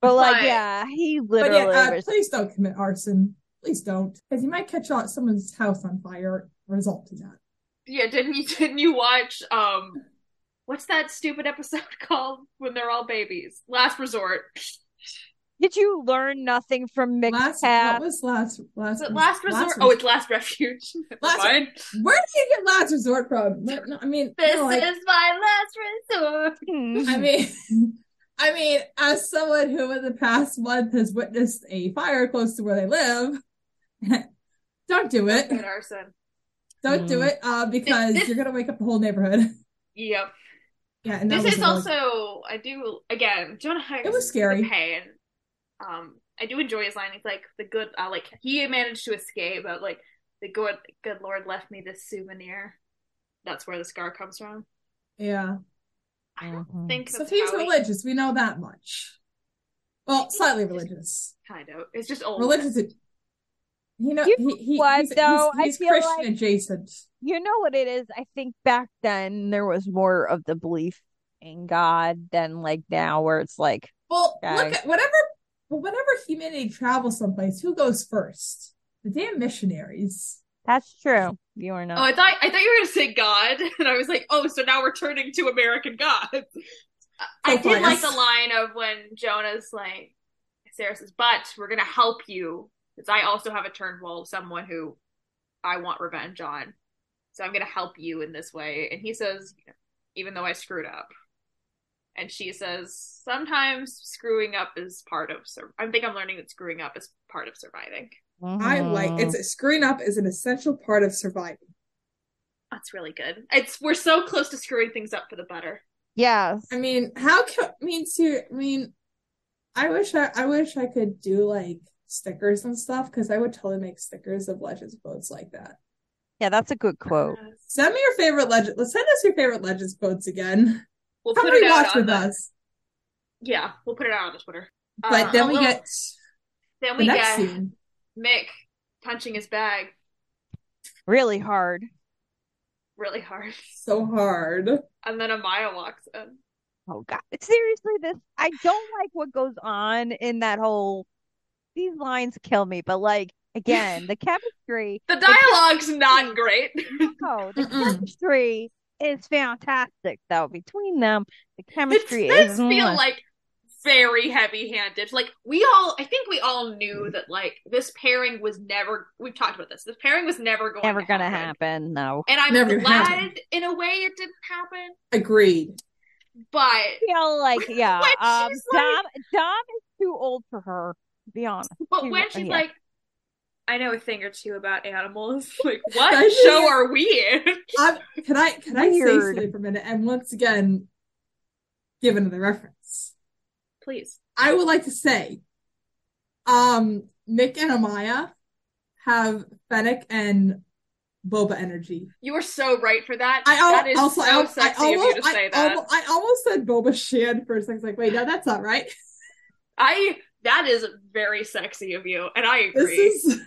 S3: But like,
S2: But-
S3: yeah, he
S1: But
S3: literally
S1: yeah, uh,
S3: was
S1: please don't commit arson. Please don't, because you might catch out someone's house on fire. Resulting that
S2: yeah, didn't you didn't you watch um what's that stupid episode called when they're all babies? Last resort.
S3: Did you learn nothing from Mixed
S1: last,
S3: Path?
S1: what was last last
S2: Is it last resort?
S1: Last
S2: oh, it's last refuge. Never
S1: Last-
S2: mind.
S1: Where did you get last resort from? No, no, I mean,
S2: This
S1: no, I-
S2: is my last resort.
S1: I
S3: Hmm.
S1: mean, I mean, as someone who in the past month has witnessed a fire close to where they live, don't do it.
S2: Good arson.
S1: Don't do it uh, because
S2: This-
S3: Mm.
S1: you're gonna wake up the whole neighborhood.
S2: Yep.
S1: Yeah, and that
S2: This
S1: was
S2: is
S1: another-
S2: also I do again. Jonah Hex.
S1: it was
S2: the
S1: scary.
S2: pain. Um, I do enjoy his line. It's like the good. Uh, like he managed to escape, but like the good good Lord left me this souvenir. That's where the scar comes from.
S1: Yeah,
S2: I don't
S3: Mhm.
S2: think
S1: so
S2: that's
S1: he's
S2: how he-
S1: religious. We know that much. Well, slightly religious.
S2: Kind of. It's just old.
S1: Religious. You know,
S3: You
S1: he, he,
S3: what,
S1: he's,
S3: though? I
S1: he's, he's
S3: feel
S1: Christian
S3: like-
S1: adjacent.
S3: You know what it is? I think back then there was more of the belief in God than like now, where it's like,
S1: Well,
S3: Okay.
S1: look at whatever whenever humanity travels someplace, who goes first? The damn missionaries.
S3: that's true. You are
S2: Oh,
S3: not.
S2: I thought I thought you were gonna say God, and I was like, oh, so now we're turning to American God. I, I
S1: So
S2: did like
S1: biased.
S2: the line of when Jonah's like, Sarah says, "But we're gonna help you because I also have a turnful of someone who I want revenge on, so I'm gonna help you in this way." And he says, "Even though I screwed up," and she says, "Sometimes screwing up is part of. Sur- I think I'm learning that screwing up is part of surviving.
S1: Oh, I
S3: Mm.
S1: like
S3: Mm-hmm.
S1: it's a screwing up is an essential part of surviving.
S2: That's really good. It's we're so close to screwing things up for the better."
S3: Yes.
S1: I mean, how can I mean to I mean I wish I, I wish I could do like stickers and stuff because I would totally make stickers of Legends quotes like that.
S3: Yeah, that's a good quote.
S2: Yes.
S1: Send me your favorite legend. Let's send us your favorite Legends quotes again.
S2: We'll
S1: Come
S2: put it out
S1: rewatch
S2: on
S1: with
S2: the,
S1: us.
S2: Yeah, we'll put it out on the Twitter.
S1: But
S2: Uh,
S1: then
S2: a
S1: we
S2: little-
S1: get
S2: then
S1: the
S2: we
S1: next
S2: get
S1: scene.
S2: Mick punching his bag
S3: Really hard.
S2: really hard,
S1: So hard.
S2: and then Amaya walks in.
S3: Oh God. Seriously, this I don't like what goes on in that whole these lines kill me, but like again, the chemistry
S2: The dialogue's not great.
S3: oh, the
S1: Mm-mm.
S3: chemistry is fantastic though between them. The
S2: This
S3: chemistry
S2: does
S3: is
S2: feel
S3: mwah.
S2: like very heavy-handed. Like we all, I think we all knew that like this pairing was never. We've talked about this. This pairing was never going
S3: never
S2: to
S3: gonna
S2: happen.
S3: happen. No.
S2: And I'm
S1: Never gonna
S2: glad in a way it didn't happen,
S1: Agreed.
S2: but
S3: feel like yeah,
S2: When
S3: um,
S2: she's
S3: Dom Dom is too old for her, to be honest.
S2: But
S3: She-
S2: when she's
S3: yeah.
S2: like, I know a thing or two about animals. Like,
S1: I
S2: what
S1: think
S2: show
S1: it's-
S2: are we in?
S1: Um, can I can I say
S3: Weird.
S1: something for a minute? And once again, give another reference.
S2: Please.
S1: I would like to say, um, Nick and Amaya have Fennec and Boba energy.
S2: You are so right for that.
S1: I al-
S2: that is
S1: also I,
S2: so
S1: al- I
S2: sexy of you
S1: almost
S2: to
S1: I,
S2: say that.
S1: almo- I almost said Boba Shan for a second. I was like, wait, no, that's not right.
S2: I that is very sexy of you, and I
S1: This
S2: agree.
S1: is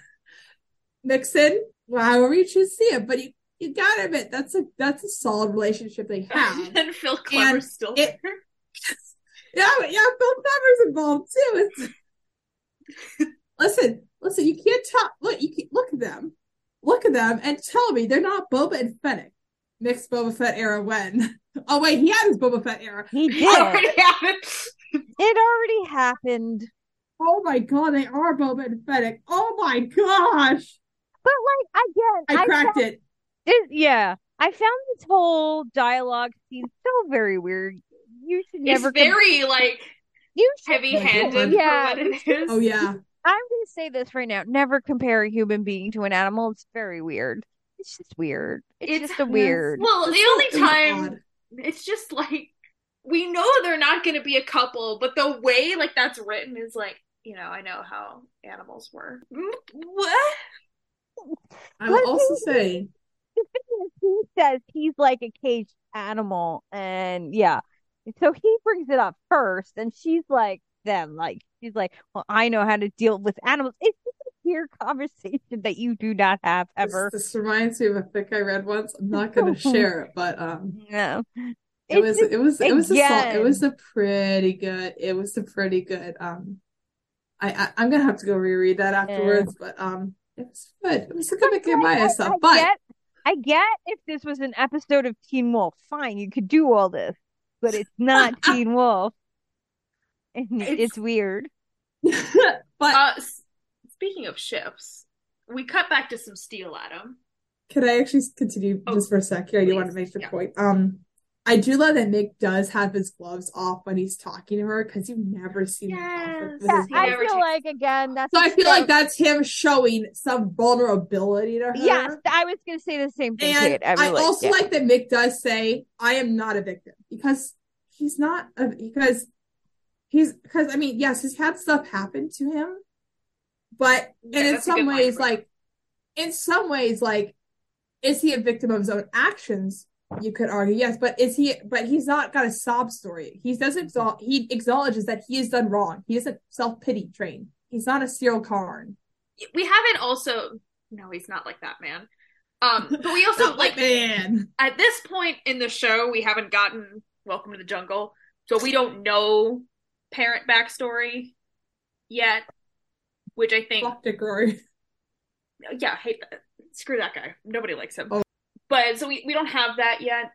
S1: Nixon. However you choose to see it, but you you gotta admit that's a that's a solid relationship they have.
S2: and Phil Clever's still
S1: it-
S2: there.
S1: Yeah, but yeah, Bill Clever's involved too. It's... listen, listen, you can't tell. Look, you can, look at them, look at them, and tell me they're not Boba and Fennec. Mixed Boba Fett era when? Oh wait, he had his Boba Fett era.
S3: He
S2: I
S3: did.
S2: already have it.
S3: it already happened.
S1: Oh my god, they are Boba and Fennec. Oh my gosh,
S3: But like again,
S1: I cracked
S3: found
S1: it.
S3: it. Yeah, I found this whole dialogue scene so very weird. You should
S2: It's
S3: never. com-
S2: very like
S3: you should.
S2: heavy-handed
S3: Yeah.
S2: for what it is.
S1: Oh yeah,
S3: I'm gonna say this right now. Never compare a human being to an animal. It's very weird. It's just weird. It's,
S2: It's-
S3: just a weird.
S2: Well, the
S1: It
S2: only
S1: was
S2: time
S1: odd.
S2: it's just like we know they're not going to be a couple, but the way like that's written is like, you know, I know how animals were. Mm, What?
S1: I will
S3: Let's
S1: also
S3: see.
S1: say
S3: the thing is, he says he's like a caged animal, and yeah, so he brings it up first, and she's like, "Them, like, she's like, well, I know how to deal with animals." It's just a weird conversation that you do not have
S1: this,
S3: ever.
S1: this reminds me of a fic I read once. I'm not going to share it, but um,
S3: No,
S1: it was it was it was a sol- it
S3: again.
S1: was a pretty good it was a pretty good um I, I I'm gonna have to go reread that afterwards but um it was good it was a good get by myself
S3: I
S1: but
S3: get, I get if this was an episode of Teen Wolf, fine, you could do all this, but it's not Teen Wolf, and
S2: It's-
S3: it's weird.
S1: but
S2: Uh, s- speaking of ships, we cut back to some steel, Adam.
S1: can I actually continue
S2: Oh,
S1: just for a sec here I do want to
S2: please,
S1: make the
S2: yeah.
S1: point um I do love that Mick does have his gloves off when he's talking to her because you never see them off.
S2: Yes.
S1: with- with
S3: Yeah,
S1: his
S3: I
S1: gloves.
S2: never
S3: feel
S2: takes-
S3: like again that's
S1: so I feel like
S3: that.
S1: that's him showing some vulnerability to her.
S3: Yes, I was gonna say the same thing.
S1: And
S3: Kate. I,
S1: I
S3: really-
S1: also
S3: yeah.
S1: like that Mick does say, "I am not a victim," because he's not a because he's because I mean, yes, he's had stuff happen to him, but
S2: Yeah,
S1: and in
S2: that's a good
S1: some
S2: line
S1: ways,
S2: for him.
S1: like in some ways, like is he a victim of his own actions? You could argue yes, but is he? But he's not got a sob story. He
S2: Mm-hmm.
S1: doesn't. Exol- he acknowledges that he has done wrong. He isn't self pity trained. He's not a serial Karn.
S2: we haven't also no he's not like that man um but we also like
S1: man.
S2: at this point in the show we haven't gotten welcome to the jungle so we don't know parent backstory yet which i think
S1: Fuck Dick Rory.
S2: yeah hate that. screw that guy nobody likes him
S1: Oh.
S2: but so we, we don't have that yet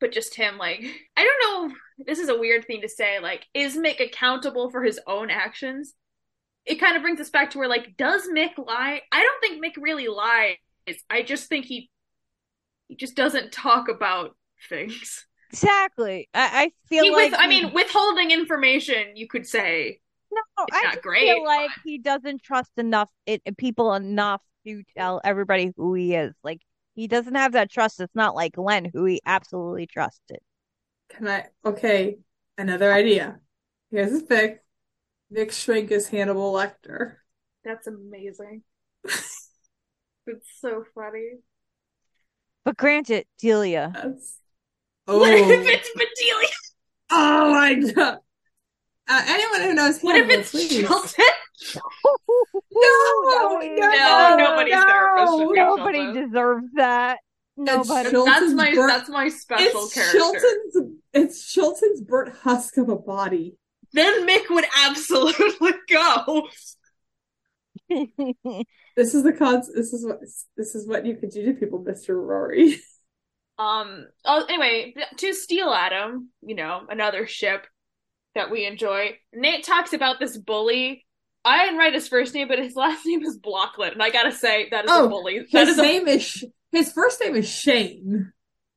S2: but just him like i don't know this is a weird thing to say like is mick accountable for his own actions it kind of brings us back to where like does mick lie i don't think mick really lies i just think he he just doesn't talk about things
S3: exactly. I, I feel
S2: he
S3: like
S2: with, i
S3: he-
S2: mean withholding information you could say
S3: no,
S2: it's
S3: I
S2: not
S3: just
S2: great,
S3: feel like he doesn't trust enough it, people enough to tell everybody who he is. Like he doesn't have that trust. It's not like Glenn, who he absolutely trusted.
S1: Can I? Okay, another idea. Here's his pick. Nick Shrink is Hannibal Lecter.
S2: that's amazing it's so funny
S3: But granted, Delia.
S1: That's
S2: What
S1: oh,
S2: if it's Bedelia?
S1: oh my god! Uh, anyone who knows
S2: What if
S1: Hannibal,
S2: it's
S1: please.
S2: Shelton?
S1: No, no,
S2: No, nobody's therapist should be
S3: Nobody
S2: Shelton.
S3: deserves that. Nobody.
S1: Shelton's
S2: That's my
S1: birth-
S2: that's my special
S1: It's
S2: character.
S1: Chilton's. It's Chilton's Bert Husk of a body.
S2: Then Mick would absolutely go.
S1: This is the cons. This is what. This is what you could do to people, Mister Rory.
S2: Um. Oh, anyway, to Steel Adam, you know, another ship that we enjoy. Nate talks about this bully. I didn't write his first name, but his last name is Blocklet, and I gotta say that is
S1: Oh,
S2: a bully. That
S1: His
S2: is a,
S1: name is. Sh- his first name is Shane.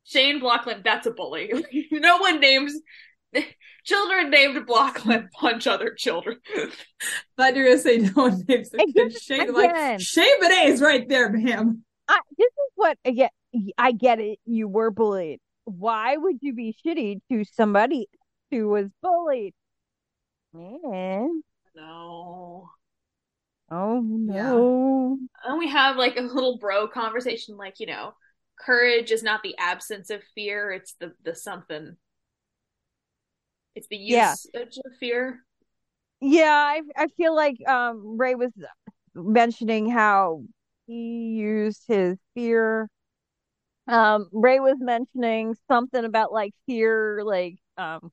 S2: Shane Blocklet. That's a bully. no one names children named Blocklet punch other children.
S1: Thought you were gonna say no one names their
S3: Again,
S1: kid Shane. Like
S3: again.
S1: Shane Benet is right there, ma'am.
S3: I, this is what I get. I get it. You were bullied. Why would you be shitty to somebody who was bullied? Man,
S2: no.
S3: oh
S1: Yeah.
S3: no.
S2: and we have like a little bro conversation like you know courage is not the absence of fear it's the the something it's the
S3: Yeah.
S2: use of fear
S3: Yeah, I I feel like um Ray was mentioning how he used his fear. Um, Ray was mentioning something about like fear, like um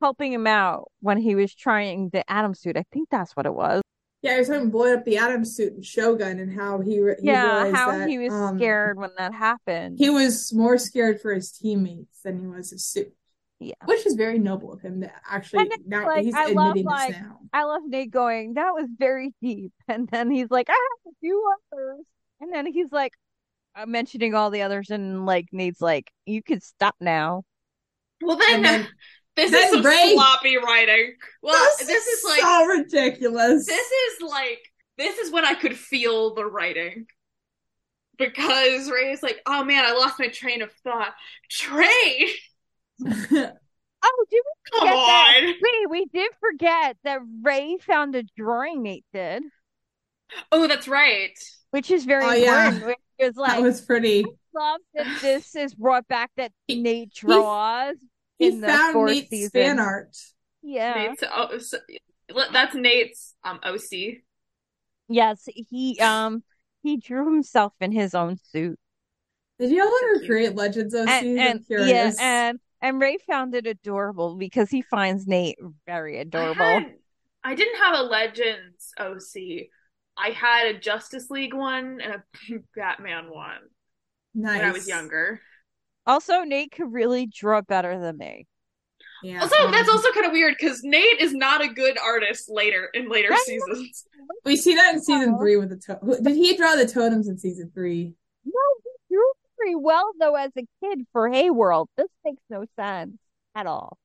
S3: helping him out when he was trying the atom suit. I think that's what it was.
S1: Yeah, he was talking blowing up the atom suit in Shogun and how he, re- he
S3: Yeah,
S1: realized
S3: how
S1: that,
S3: he was
S1: um,
S3: scared when that happened.
S1: He was more scared for his teammates than he was his suit,
S3: Yeah.
S1: which is very noble of him to actually
S3: And it's
S1: now
S3: like,
S1: he's
S3: I love,
S1: admitting
S3: like-
S1: this now.
S3: I love Nate going, that was very deep. And then he's like, I have a few others. And then he's like, uh, mentioning all the others. And like, Nate's like, you could stop now.
S2: well then,
S1: And then-
S2: this
S1: then
S2: is some
S1: Ray-
S2: sloppy writing well
S1: this,
S2: this, is like
S1: so ridiculous.
S2: this is like this is when i could feel the writing because Ray is like, oh man, I lost my train of thought. Train,
S3: Oh, did we
S2: come
S3: Get that.
S2: on!
S3: wait, we did forget that Ray found a drawing Nate did,
S2: Oh, that's right.
S3: which is very
S1: Oh, yeah.
S3: important. Which is
S1: that
S3: like,
S1: was pretty.
S3: love that this is brought back that
S1: He-
S3: Nate draws.
S1: He
S3: in the
S1: found
S3: fourth
S1: Nate's
S3: season.
S1: fan art.
S3: Yeah.
S2: Nate's, oh, so, that's Nate's um OC.
S3: Yes. He, um, he drew himself in his own suit.
S1: Did y'all ever
S2: Cute.
S1: create Legends OCs?
S3: and,
S1: I'm
S3: and yeah,
S1: curious.
S3: and and Ray found it adorable because he finds Nate very adorable.
S2: I, had- I didn't have a Legends OC. I had a Justice League one and a Batman one when I was
S1: Nice.
S2: younger.
S3: Also, Nate could really draw better than me.
S1: Yeah.
S2: Also, that's
S1: Um,
S2: also kind of weird because Nate is not a good artist later in later
S3: Right.
S2: seasons.
S1: We see that in season
S3: Oh.
S1: three with the to- who- did he draw the totems in season three?
S3: No, he drew very well though as a kid for Hayworld. This makes no sense at all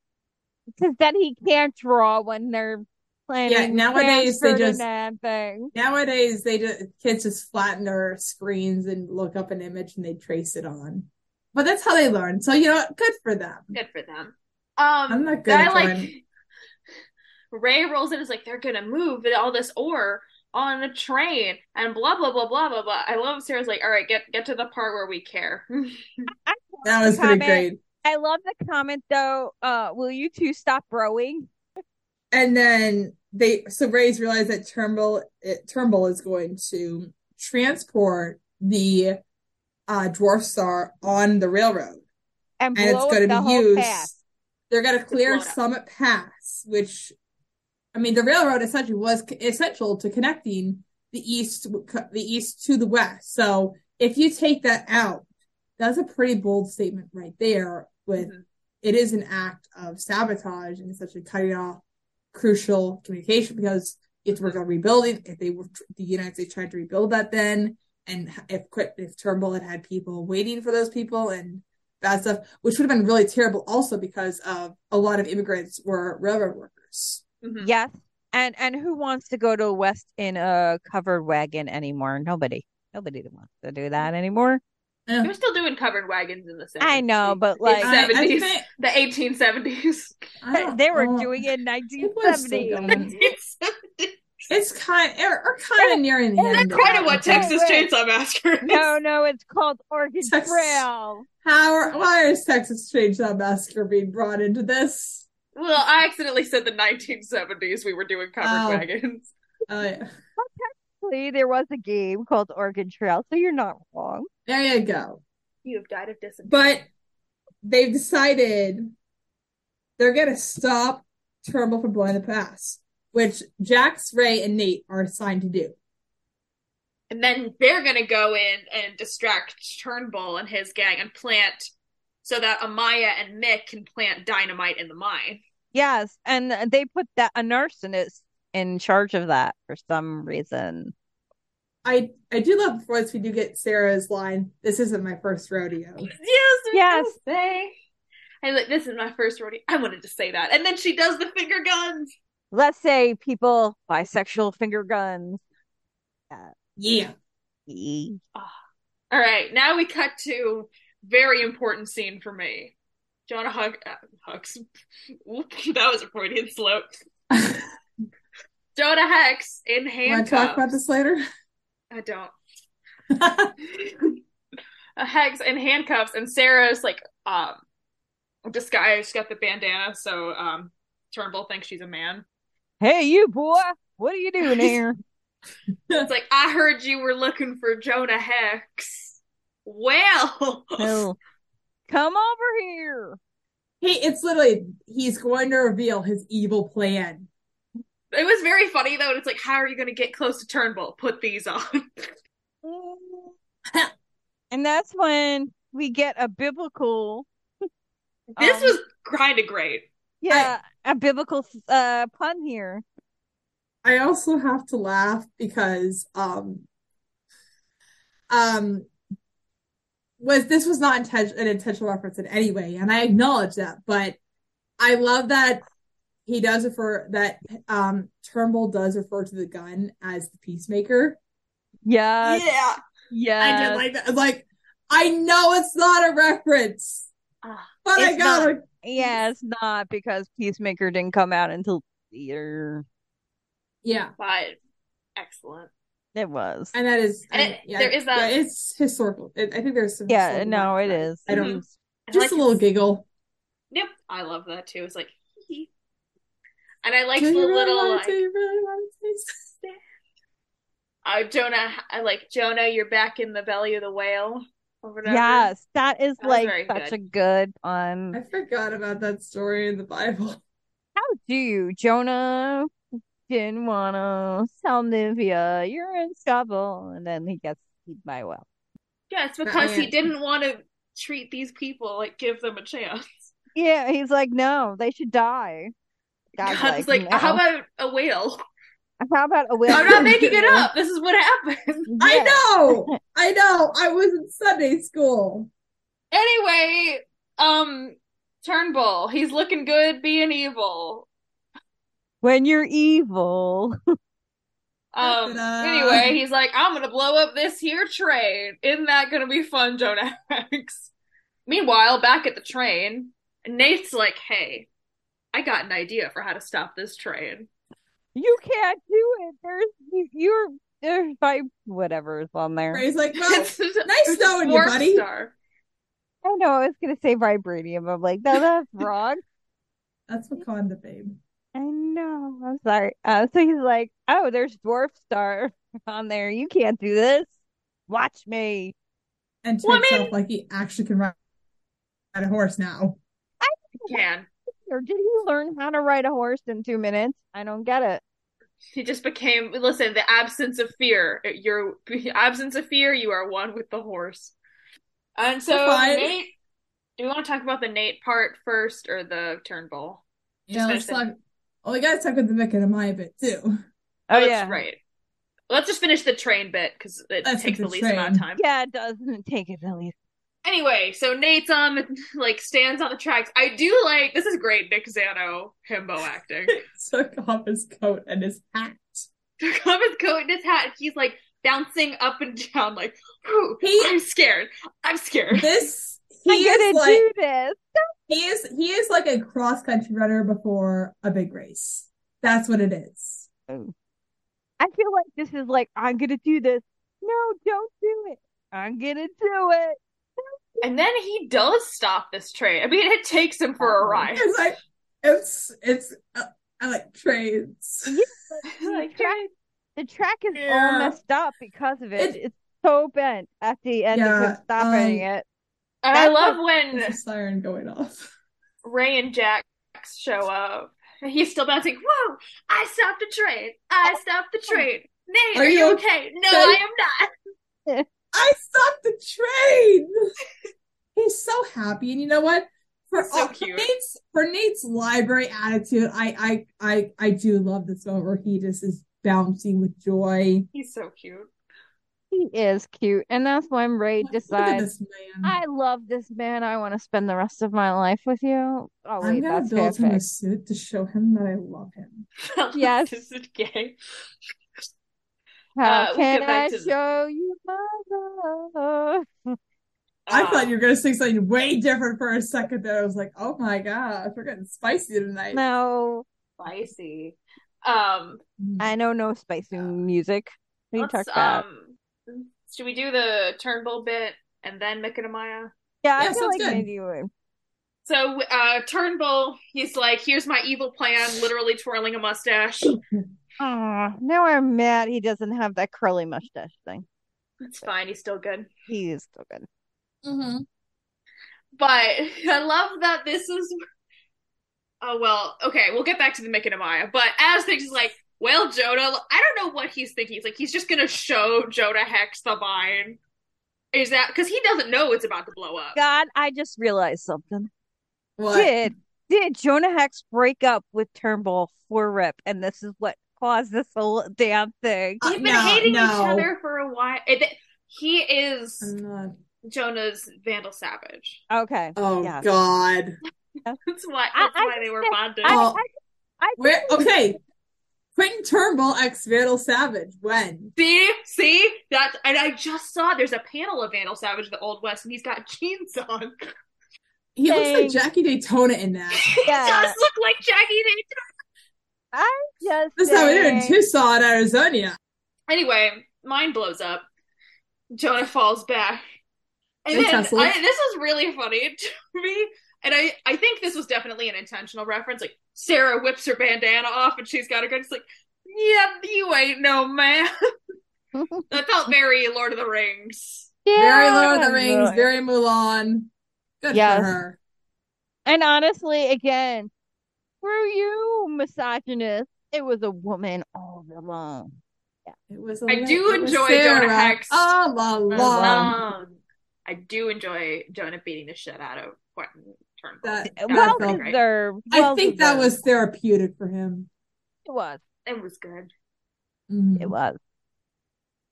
S3: because then he can't draw when they're playing.
S1: Yeah, nowadays they just-
S3: thing.
S1: Nowadays, they just, kids just flatten their screens and look up an image and they trace it on. But that's how they learn. So you know, what? good for them.
S2: Good for them. Um,
S1: I'm not good.
S2: I
S1: At
S2: like
S1: drawing.
S2: Ray rolls in is like they're gonna move all this ore on a train and blah blah blah blah blah blah. I love Sarah's like, all right, get get to the part where we care. Mm-hmm.
S1: that was pretty
S3: comment.
S1: great.
S3: I love the comment though. Uh, will you two stop rowing?
S1: And then they so Rays realize that Turnbull it, Turnbull is going to transport the uh, dwarf star on the railroad,
S3: And,
S1: and it's
S3: blow up
S1: going
S3: the
S1: to be
S3: whole
S1: used.
S3: path.
S1: They're going to clear
S2: blow it up.
S1: Summit Pass, which I mean, the railroad essentially was c- essential to connecting the east w- co- the east to the west. So if you take that out, that's a pretty bold statement right there. With
S3: Mm-hmm.
S2: Mhm.
S1: it is an act of sabotage and essentially cutting off crucial communication because you have to
S3: Mm-hmm.
S1: work on rebuilding. If they were the United States tried to rebuild that then, and if quit if Turnbull had had people waiting for those people and bad stuff, which would have been really terrible also because of a lot of immigrants were railroad workers.
S2: Mhm.
S3: Yes. And and who wants to go to the West in a covered wagon anymore? Nobody. Nobody wants to do that anymore.
S2: They're still doing covered wagons in the 70s.
S3: I know, but like
S2: It's seven-
S1: I- I
S2: 70s.
S1: think-
S2: the 1870s.
S1: I don't-
S3: they were
S1: oh,
S3: doing it in
S1: it was still
S3: 1970.
S1: going. It's kind or, or kind of nearing the
S3: That's
S1: end. of
S2: Part
S1: it.
S2: of what Texas
S3: Wait.
S2: Chainsaw Massacre. is.
S3: No, no, it's called Oregon
S1: Texas.
S3: Trail.
S1: How are, why is Texas Chainsaw Massacre being brought into this?
S2: Well, I accidentally said the 1970s. We were doing covered
S1: Oh.
S2: wagons.
S1: Oh yeah.
S3: See, there was a game called Oregon Trail, so you're not wrong.
S1: there you go.
S2: You have died of dysentery.
S1: But they've decided they're gonna stop Turnbull from blowing the pass, which Jax, Ray, and Nate are assigned to do.
S2: And then they're going to go in and distract Turnbull and his gang and plant so that Amaya and Mick can plant dynamite in the mine.
S3: Yes, and they put that a nurse in is in charge of that for some reason.
S1: I I do love before this we do get Sarah's line. This isn't my first rodeo.
S2: Yes, I
S3: Yes.
S2: was gonna Say. I like this is my first rodeo. I wanted to say that, and then she does the finger guns.
S3: Let's say people bisexual finger guns.
S1: Yeah.
S3: E-
S2: All right, now we cut to very important scene for me. Jonah Hug uh, Hux. Whoop, that was a Freudian slope. Jonah Hex in
S1: Want to talk about
S2: handcuffs.
S1: this later?
S2: I don't. a hex in handcuffs and sarah's like um disguised she's got the bandana so um turnbull thinks she's a man
S3: Hey, you boy, what are you doing here?
S2: it's like i heard you were looking for jonah hex well
S3: No. Come over here.
S1: He, it's literally he's going to reveal his evil plan.
S2: it was very funny though and it's like how are you going to get close to turnbull put these on
S3: And that's when we get a biblical.
S2: this
S3: um,
S2: was kind of great
S3: yeah, a biblical uh pun here.
S1: I also have to laugh because um um was this was not inten- an intentional reference in any way, and I acknowledge that, but I love that he does refer that um Turnbull does refer to the gun as the peacemaker.
S3: Yes,
S2: yeah
S1: I
S3: yes.
S1: did like that. Like I know it's not a reference,
S2: Ah.
S1: but I
S3: It's
S1: gotta
S3: Yeah, it's not because Peacemaker didn't come out until later.
S1: yeah.
S2: but excellent
S3: It was.
S1: And that is
S2: And
S1: I-
S2: it-
S1: yeah,
S2: there is a-
S1: yeah, it's historical. It, I think there's some
S3: Yeah,
S1: historical
S3: no, it
S1: background.
S3: is. Mm-hmm.
S1: I don't-
S3: It was-
S2: And I
S1: Just
S2: like
S1: a
S2: his-
S1: little giggle.
S2: Yep, I love that too. It's like, and I like
S1: Do
S2: the
S1: you really
S2: little
S1: wanna-
S2: like,
S1: do you really want to taste this?
S2: uh, Jonah. I like Jonah. You're back in the belly of the whale or whatever.
S3: Yes, that is
S2: That was
S3: like
S2: very
S3: such
S2: good.
S3: a good um
S1: I forgot about that story in the Bible.
S3: how do you, Jonah didn't wanna tell Nivea you're in trouble and then he gets eaten by a whale.
S2: yeah. It's because he
S1: yet.
S2: didn't want to treat these people like give them a chance.
S3: Yeah, he's like, No, they should die. God's
S2: God's like,
S3: no.
S2: how about a whale?
S3: How about a
S2: I'm not making it up. This is what happened.
S1: I know. I know. I was in Sunday school.
S2: Anyway, um, Turnbull, he's looking good being evil.
S3: When you're evil.
S2: Um,
S1: Ta-da.
S2: anyway, he's like, I'm gonna blow up this here train. Isn't that gonna be fun, Jonax? Meanwhile, back at the train, Nate's like, Hey, I got an idea for how to stop this train.
S3: You can't do it. There's you- you're there's my whatever is on there.
S1: Ray's like, well,
S2: It's a-
S1: nice
S2: it's a
S1: knowing you,
S2: warp
S1: buddy.
S2: star.
S3: I know I was gonna say vibranium. I'm like, no, that's wrong.
S1: that's Wakanda, babe.
S3: I know. I'm sorry. Uh, so he's like, oh, there's dwarf star on there. You can't do this. Watch me.
S1: And to
S2: Well, I mean-
S1: himself, like he actually can ride ride a horse now.
S2: Can.
S3: Or did he learn how to ride a horse in two minutes? I don't get it.
S2: He just became listen, the absence of fear. Your absence of fear, you are one with the horse. And so
S1: Fine.
S2: Nate do we want to talk about the Nate part first or the Turnbull?
S1: Yeah, let's
S2: finish
S1: talk. Oh, we gotta talk with the Vic and Amaya a bit too.
S3: Oh
S2: that's
S3: yeah,
S2: right. Let's just finish the train bit because it
S1: Let's hit
S2: takes the
S1: the
S2: least amount of
S1: train.
S2: time.
S3: yeah. It doesn't take it at least.
S2: Anyway, so Nate's on the like stands on the tracks. I do like this is great Nick Zano himbo acting.
S1: Took off his coat and his hat.
S2: Took off his coat and his hat. and He's like bouncing up and down, like, "Whew,
S1: He-
S2: I'm scared. I'm scared.
S1: This he
S3: I'm gonna
S1: is like
S3: do this.
S1: he is he is like a cross country runner before a big race. That's what it is.
S3: I feel like this is like I'm gonna do this. No, don't do it. I'm gonna do it.
S2: And then he does stop this train. I mean, it takes him for a ride.
S1: It's like it's it's uh, I like trains.
S2: Like,
S3: The track is
S1: Yeah.
S3: all messed up because of it.
S1: It-
S3: It's so bent at the end of
S1: Yeah,
S3: him stopping
S1: um,
S3: it.
S2: and I
S3: That's
S2: love
S1: There's
S2: when
S1: a siren going off.
S2: Ray and Jax show up. And he's still bouncing. Whoa! I stopped the train. I stopped the train. Nate,
S1: Are
S2: are, you
S1: you
S2: okay? No,
S1: okay?
S2: I am not.
S1: I stopped the train. He's so happy, and you know what? For,
S2: That's so
S1: all-
S2: cute.
S1: for Nate's for Nate's library attitude, I I I I do love this moment where he just is bouncing with joy.
S2: He's so cute.
S3: He is cute, and that's when
S1: Like,
S3: Ray
S1: Look at
S3: decides,
S1: this man.
S3: I love this man. I want to spend the rest of my life with you. Oh
S1: I'm
S3: wait,
S1: gonna
S3: that's
S1: build him a
S3: fanfic.
S1: suit to show him that I love him.
S3: Yes.
S2: this is gay.
S3: How
S2: Uh, we'll
S3: can
S2: get
S3: I
S2: back to the-
S3: show you my love?
S2: Ah.
S1: I
S2: Um,
S1: thought you were gonna sing something way different for a second there. I was like, oh my gosh, we're getting spicy tonight.
S3: No,
S2: were spicy. Um,
S1: Mm.
S3: I know no spicy music. We
S2: Uh, let's,
S3: talked about.
S2: um, should we do the Turnbull bit and then Mikitamaya?
S1: yeah,
S3: Yeah, I feel
S1: sounds
S3: like
S1: good.
S3: maybe you would.
S2: So uh, Turnbull, he's like, "Here's my evil plan." Literally twirling a mustache.
S3: Aw, now I'm mad he doesn't have that curly mustache thing.
S2: It's fine. He's still good.
S3: He is still good.
S1: Mm-hmm.
S2: But I love that this is. Oh well, okay, we'll get back to the Mick and Amaya. But as things is like, well, Jonah, I don't know what he's thinking. He's like, he's just gonna show Jonah Hex the mine. Is that because he doesn't know it's about to blow up?
S3: God, I just realized something.
S1: What?
S3: Did did Jonah Hex break up with Turnbull for Rip, and this is what caused this whole damn thing?
S2: They've been
S1: Uh, No,
S2: hating
S1: no.
S2: each other for a while. It- He is
S3: Mm.
S1: I'm not.
S2: Jonah's Vandal Savage.
S3: Okay,
S1: Oh
S3: Yes.
S1: God.
S2: That's why.
S3: I-
S2: That's
S3: I
S2: why they
S3: just
S2: were
S3: think-
S2: bonded.
S3: I,
S1: Oh.
S3: I, I,
S1: Where okay. Quentin Turnbull ex Vandal Savage. When?
S2: See, see that, and I just saw there's a panel of Vandal Savage, the Old West, and he's got jeans on.
S1: He
S3: Thanks.
S1: looks like Jackie Daytona in that.
S2: He
S3: Yeah.
S2: does look like Jackie Day.
S3: I just
S1: That's how we do it in
S3: think-
S1: Tucson, Arizona.
S2: Anyway, mine blows up. Jonah falls back. And
S1: They
S2: then
S1: tussle.
S2: I, this was really funny to me. And I, I think this was definitely an intentional reference. Like Sarah whips her bandana off and she's got her gun. It's like, yeah, you ain't no man. that felt very Lord of the Rings.
S1: Very Lord of
S3: Yeah,
S1: the Rings,
S3: really.
S1: very Mulan. Good
S3: Yes.
S1: for her.
S3: And honestly, again, screw you, misogynist. It was a woman all along.
S1: It was
S2: I
S1: a-
S2: do
S1: it was
S2: enjoy
S1: Sarah
S2: Jonah Hex.
S1: All along.
S2: Um, I do enjoy Jonah beating the shit out of Quentin Turnbull.
S1: That-
S2: That
S3: well
S2: felt great.
S3: deserved.
S1: I
S3: well
S1: think that
S3: deserved.
S1: was therapeutic for him.
S3: It was.
S2: It was good.
S1: Mhm.
S3: It was.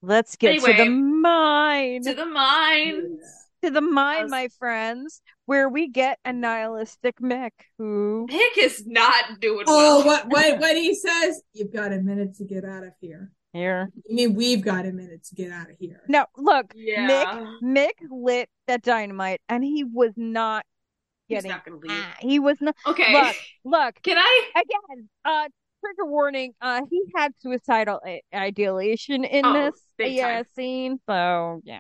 S3: Let's get to the
S2: Anyway.
S3: mine.
S2: To the mines.
S3: To the mine,
S2: Us.
S3: my friends, where we get a nihilistic Mick who
S2: Pick is not doing
S1: Oh,
S2: well.
S1: what what what he says? You've got a minute to get out of here.
S3: here.
S1: I mean, we've got a minute to get out of here.
S3: No, look,
S2: Yeah.
S3: Mick lit that dynamite and he was not
S2: He's
S3: getting
S2: not gonna leave.
S3: ah, he was not
S2: Okay.
S3: Look. look,
S2: Can I
S3: again, uh trigger warning, uh he had suicidal i- ideation in
S2: Oh,
S3: this uh,
S2: big
S3: yeah
S2: time.
S3: scene. So yeah.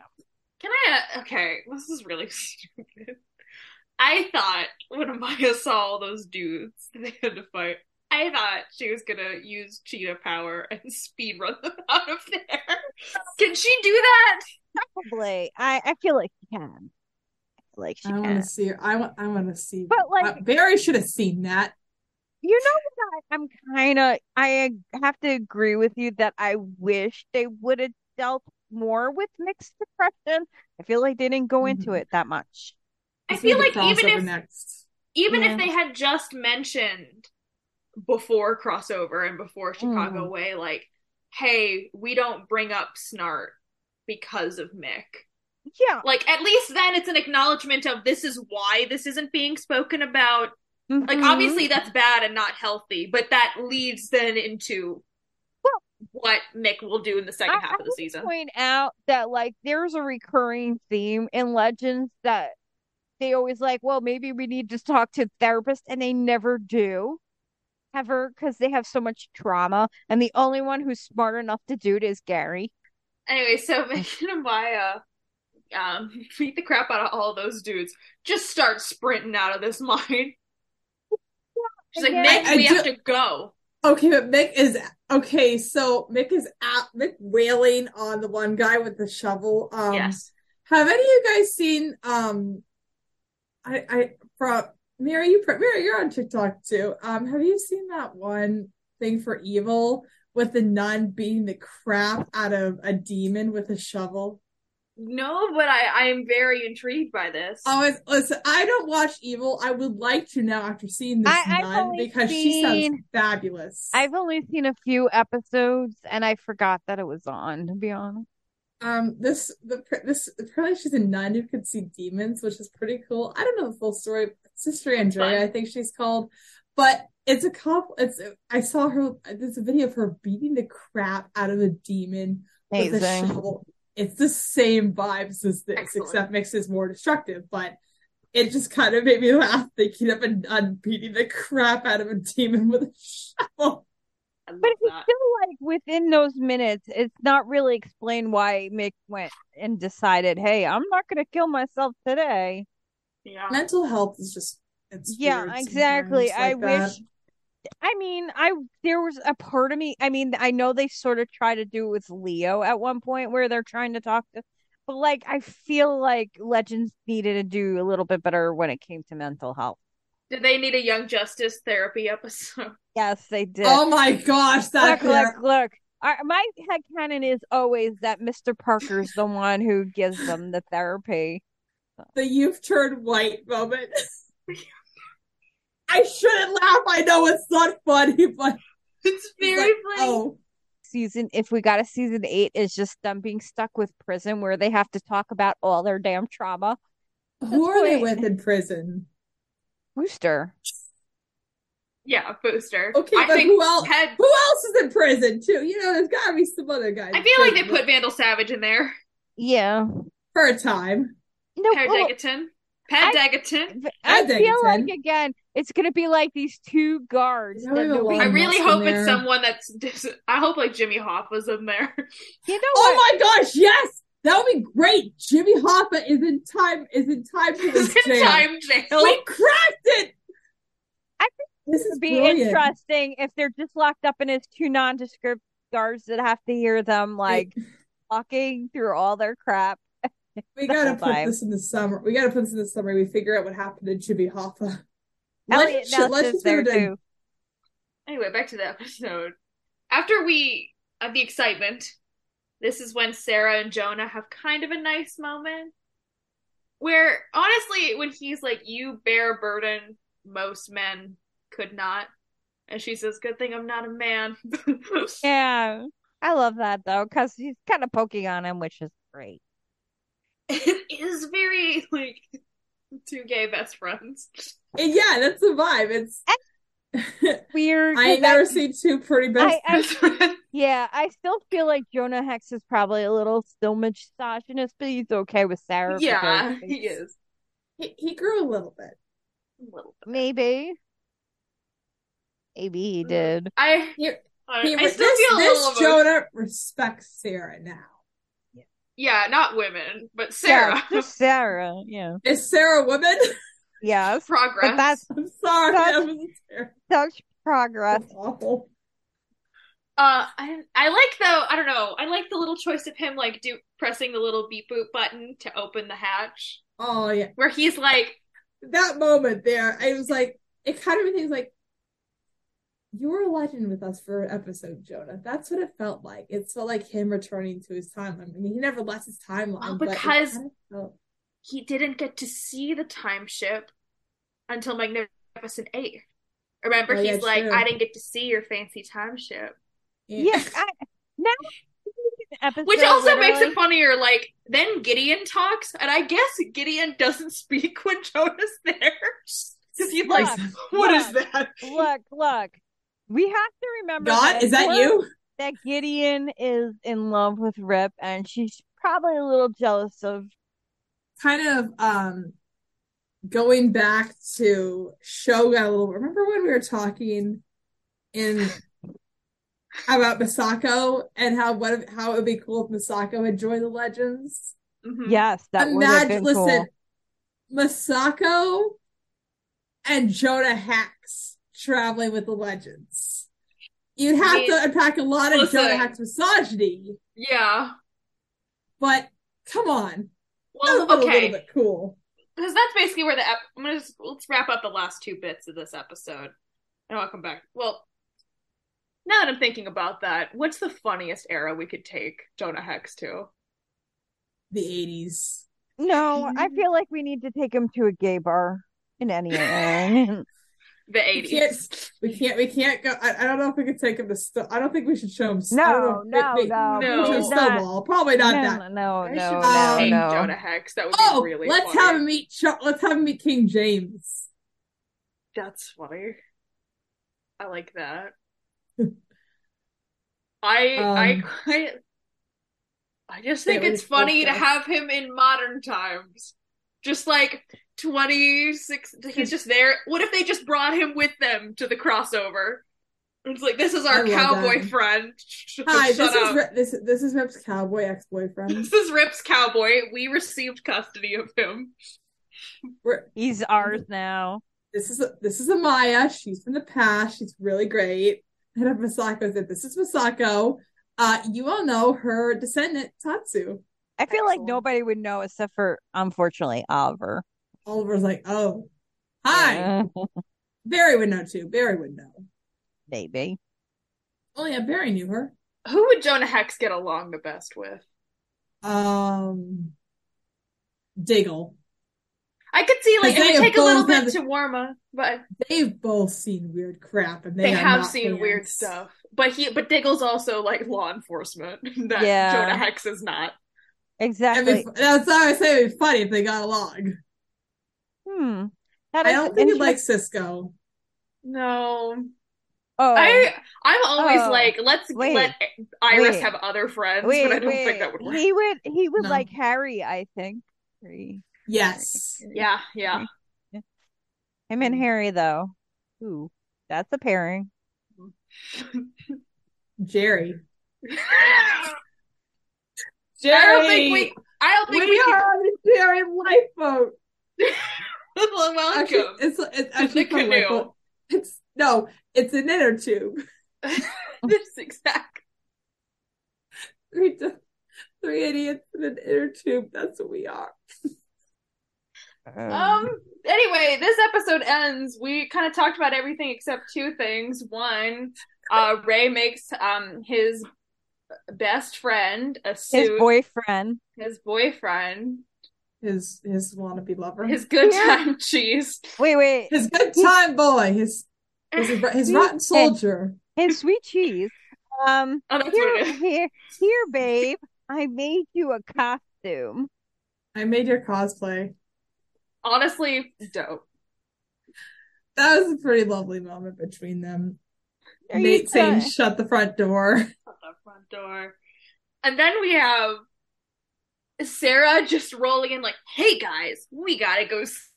S2: Can I? uh, Okay, this is really stupid. I thought when Amaya saw all those dudes that they had to fight, I thought she was gonna use cheetah power and speed run them out of there. Can she do that?
S3: Probably. I, I feel like she can. I feel like she
S1: I want
S3: can.
S1: to see. I want. I want to see.
S3: But, like-
S1: Uh, Barry should have seen that.
S3: You know what? I- I'm kind of, I have to agree with you that I wish they would have dealt more with mixed depression. I feel like they didn't go into
S1: Mhm.
S3: it that much.
S2: I
S1: Let's
S2: feel
S1: make
S2: like
S1: the
S2: even
S1: crossover
S2: if
S1: next.
S2: even
S3: Yeah.
S2: if they had just mentioned before crossover and before Chicago Way, like, hey, we don't bring up Snart because of Mick.
S3: Yeah.
S2: like at least then it's an acknowledgement of this is why this isn't being spoken about like
S3: Mhm.
S2: obviously that's bad and not healthy but that leads then into
S3: Well-
S2: what mick will do in the second
S3: I-
S2: half
S3: I
S2: of the season
S3: point out that like there's a recurring theme in legends that they always like, well, maybe we need to talk to therapists, and they never do ever because they have so much trauma, and the only one who's smart enough to do it is Gary.
S2: anyway so mick and amaya um beat the crap out of all those dudes just start sprinting out of this mine she's like
S3: Again-
S2: mick
S1: I- I
S2: we
S1: do-
S2: have to go
S1: Okay, but Mick is okay. So Mick is out. Mick wailing on the one guy with the shovel. Um,
S2: yes
S1: Have any of you guys seen? Um, I I from Mary. You pro- Mary, you're on TikTok too. Um, have you seen that one thing for evil with the nun beating the crap out of a demon with a shovel?
S2: no but i i am very intrigued by this
S3: Um,
S1: Oh, it's, listen, I don't watch Evil. I would like to now after seeing this
S3: I- I've
S1: nun
S3: only
S1: because she sounds
S3: seen-
S1: fabulous.
S3: I've only seen a few episodes and I forgot that it was on, to be honest.
S1: um this the pr- this apparently she's a nun who could see demons, which is pretty cool. I don't know the full story. Sister Andrea,
S2: Fun.
S1: I think she's called, but it's a couple. It's I saw her. There's a video of her beating the crap out of a demon with a
S3: Amazing.
S1: shovel. It's the same vibes as this,
S2: Excellent.
S1: except Mix is more destructive, but. It just kind of made me laugh thinking of a nun beating the crap out of a demon with a shovel.
S2: I love
S3: But it's
S2: that.
S3: still like within those minutes, it's not really explained why Mick went and decided, hey, I'm not going to kill myself today.
S2: yeah
S1: Mental health is just, it's
S3: Yeah,
S1: weird
S3: exactly.
S1: sometimes
S3: I
S1: like that.
S3: wish. I mean, I there was a part of me. I mean, I know they sort of try to do it with Leo at one point where they're trying to talk to, but like I feel like Legends needed to do a little bit better when it came to mental health.
S2: Did they need a Young Justice therapy episode?
S3: Yes, they did.
S1: Oh my gosh, that
S3: look,
S1: hair.
S3: look, look. Our, my headcanon is always that Mr. Parker's the one who gives them the therapy.
S1: the you've turned white moment. I shouldn't laugh. I know it's not funny, but
S2: It's
S1: it's
S2: very
S1: like,
S2: funny.
S1: oh,
S3: Season, if we got a season eight, is just them being stuck with prison where they have to talk about all their damn trauma.
S1: who are they
S3: great.
S1: with in prison?
S3: Booster.
S2: Yeah, Booster.
S1: Okay,
S2: I
S1: but
S2: think
S1: who else?
S2: Ted-
S1: Who else is in prison too? You know, there's got to be some other guys.
S2: I
S1: in
S2: feel like they
S1: prison
S2: put Vandal Savage in there.
S3: Yeah.
S1: for a time.
S3: No,
S2: Pat
S3: well,
S2: Daggerton. Pat Daggerton.
S3: v- I
S1: I dig
S3: feel
S1: it,
S3: like
S1: Ted.
S3: again, it's gonna be like these two guards.
S1: Yeah,
S3: that
S1: we have a
S3: nobody-
S2: I
S1: lot of- Musk
S2: really
S1: in
S2: hope it's
S1: there.
S2: someone that's. Dis- I hope like Jimmy Hoffa's in there.
S3: you know what?
S1: Oh my gosh, yes, that would be great. Jimmy Hoffa is in time. Is in time for this
S2: He's in
S1: jail.
S2: time jail.
S1: We cracked it.
S3: I
S1: this is
S3: would be
S1: brilliant.
S3: interesting if they're just locked up in his two nondescript guards that have to hear them like talking through all their crap.
S1: We
S3: the
S1: gotta
S3: whole
S1: put
S3: vibe.
S1: this in the summer. We gotta put this in the summer. We figure out what happened to Jimmy Hoffa.
S3: Elliot
S1: Legend-
S3: Nelson's
S1: Legend's gonna
S3: there
S1: do-
S3: too.
S2: Anyway, back to the episode. After we of the excitement, this is when Sarah and Jonah have kind of a nice moment. Where honestly, when he's like, "You bear a burden most men could not," and she says, "Good thing I'm not a man."
S3: Yeah. I love that though, because he's kind of poking on him, which is great.
S2: It is very like two gay best friends.
S1: And yeah, that's the vibe. It's
S3: Weird.
S1: I
S3: 'cause
S1: ain't never seen two pretty best.
S3: I, I,
S2: Best friends.
S3: yeah, I still feel like Jonah Hex is probably a little still misogynist, but he's okay with Sarah.
S2: yeah,
S3: because
S2: he
S3: it's-
S2: is
S1: he, he grew a little bit.
S2: a little bit.
S3: Maybe. Maybe he
S2: Mhm.
S3: did.
S2: I,
S1: He,
S2: I,
S1: he,
S2: I
S1: this
S2: still feel a
S1: this
S2: little emotional.
S1: Jonah respects Sarah now.
S2: Yeah, not women, but
S3: Yeah,
S2: Sarah.
S3: just Sarah. Yeah.
S1: Is Sarah a woman?
S3: Yes.
S2: Progress.
S3: But that's
S1: I'm sorry.
S3: That's-
S1: That was terrible.
S3: such progress.
S1: That's awful.
S2: Uh, I I like though. I don't know. I like the little choice of him like do pressing the little beep boop button to open the hatch,
S1: Oh yeah.
S2: where he's like,
S1: That moment there, I was like, it kind of made me think like you were a legend with us for an episode, Jonah. That's what it felt like. It felt like him returning to his timeline. I mean, he never left his timeline,
S2: Well,
S1: but it
S2: because-
S1: kind of felt-
S2: he didn't get to see the time ship until Magnificent Eight. Remember,
S1: Oh, yeah,
S2: he's like,
S1: true.
S2: I didn't get to see your fancy time ship,
S3: Yeah. I, now episode
S2: which also makes
S3: literally-
S2: it funnier. Like then Gideon talks, and I guess Gideon doesn't speak when Jonah's there because he's like,
S3: Look,
S2: what is
S3: look,
S2: that?
S3: Look, look. We have to remember
S1: God, is that
S3: we're-
S1: you?
S3: that Gideon is in love with Rip and she's probably a little jealous of
S1: Kind of um going back to Shogun a little remember when we were talking in about Masako and how what if, how it would be cool if Masako had joined the legends?
S2: Mhm.
S3: yes, that would have been
S1: Hmm. Imagine, listen,
S3: cool.
S1: Masako and Jonah Hex traveling with the legends. You'd have
S2: Me-
S1: to unpack a lot of
S2: Listen.
S1: Jonah Hex misogyny,
S2: yeah.
S1: but come on, that
S2: Well,
S1: would be a
S2: okay.
S1: little bit cool.
S2: because that's basically where the ep- I'm gonna just, let's wrap up the last two bits of this episode, and I'll come back. Well, now that I'm thinking about that, what's the funniest era we could take Jonah Hex to?
S1: The '80s.
S3: No, I feel like we need to take him to a gay bar in any event.
S2: The
S1: We can't.
S2: 80s.
S1: We can't. We can't go. I, I don't know if we could take him to. Sto- I don't think we should show him. I
S3: No,
S1: don't know
S3: no,
S1: if-
S3: no.
S1: we-
S2: no.
S1: we should
S3: please
S2: It's
S3: not.
S1: Snowball. Probably
S3: No,
S1: not that.
S2: I
S3: no, no, Oh, no,
S2: should
S1: um,
S3: no,
S2: take
S3: no.
S2: Jonah Hex. That would
S1: Oh,
S2: be really.
S1: let's
S2: funny.
S1: have him meet. Cho- Let's have him meet King James.
S2: That's funny. I like that. I I
S1: Um,
S2: quite. I just
S1: yeah,
S2: think
S1: we
S2: it's
S1: just both
S2: funny to
S1: guessed.
S2: have him in modern times. Just like 26, he's just there. What if they just brought him with them to the crossover? It's like, this is
S1: I
S2: our
S1: love
S2: cowboy
S1: that.
S2: friend.
S1: Hi,
S2: Shut
S1: this is
S2: up.
S1: Rip, this this is Rip's cowboy ex boyfriend.
S2: This is Rip's cowboy. We received custody of him.
S3: He's ours now.
S1: this is this is Amaya. She's from the past. She's really great. And then Masako said, "This is Masako. Uh, you all know her descendant Tatsu."
S3: I feel like
S2: Excellent.
S3: nobody would know except for unfortunately Oliver.
S1: Oliver's like, "Oh, hi."
S3: Yeah,
S1: Barry would know too. Barry would know.
S3: maybe.
S1: Oh yeah, Barry knew her.
S2: Who would Jonah Hex get along the best with?
S1: Um, Diggle.
S2: I could see, like, it
S1: Because
S2: would
S1: they
S2: take a little
S1: both
S2: bit
S1: have-
S2: to warm up, but
S1: They've both seen weird crap, and they,
S2: they
S1: are
S2: have
S1: not
S2: seen
S1: fans.
S2: weird stuff. But he, but Diggle's also like law enforcement that
S3: Yeah.
S2: Jonah Hex is not.
S1: That'd be
S3: Exactly.
S1: fu- that's why I say it'd be funny if they got along.
S3: Hmm. That
S1: I
S3: is
S1: don't think he'd
S3: interest-
S1: like Cisco.
S2: No,
S3: Oh,
S2: I I'm always
S3: Oh.
S2: like let's
S3: Wait.
S2: let Iris
S3: Wait.
S2: have other friends,
S3: wait,
S2: but I don't
S3: wait.
S2: think that would work.
S3: He would. He would
S1: No.
S3: like Harry. I think. Harry.
S1: Yes.
S2: Yeah, yeah.
S3: Him
S1: Hmm.
S3: and Harry though. Ooh, that's a pairing.
S1: Jerry.
S2: I don't think we. I don't think we.
S1: are on the Jerry lifeboat.
S2: Well,
S1: Actually,
S2: welcome.
S1: it's it's actually
S2: the
S1: from
S2: canoe.
S1: lifeboat. It's no, it's an inner tube.
S2: This exact.
S1: Three, three idiots in an inner tube. That's what we are.
S2: Um. Anyway, this episode ends. We kind of talked about everything except two things. One, uh, Ray makes um his best friend a
S3: his
S2: suit.
S3: boyfriend.
S2: his boyfriend,
S1: His his wannabe lover.
S2: his
S1: His,
S2: good
S3: Uh-huh. Yeah.
S2: time cheese.
S3: Wait, wait.
S1: good time boy. His his, his rotten soldier.
S3: His sweet cheese. Um,
S2: Oh, that's what
S3: here,
S2: it is.
S3: here, here, babe. I made you a costume.
S1: I made your cosplay.
S2: Honestly, dope.
S1: That was a pretty lovely moment between them.
S3: Are you
S1: Nate saying,
S3: done?
S1: shut the front door.
S2: At the front door. And then we have Sarah just rolling in like, hey guys, we gotta go s-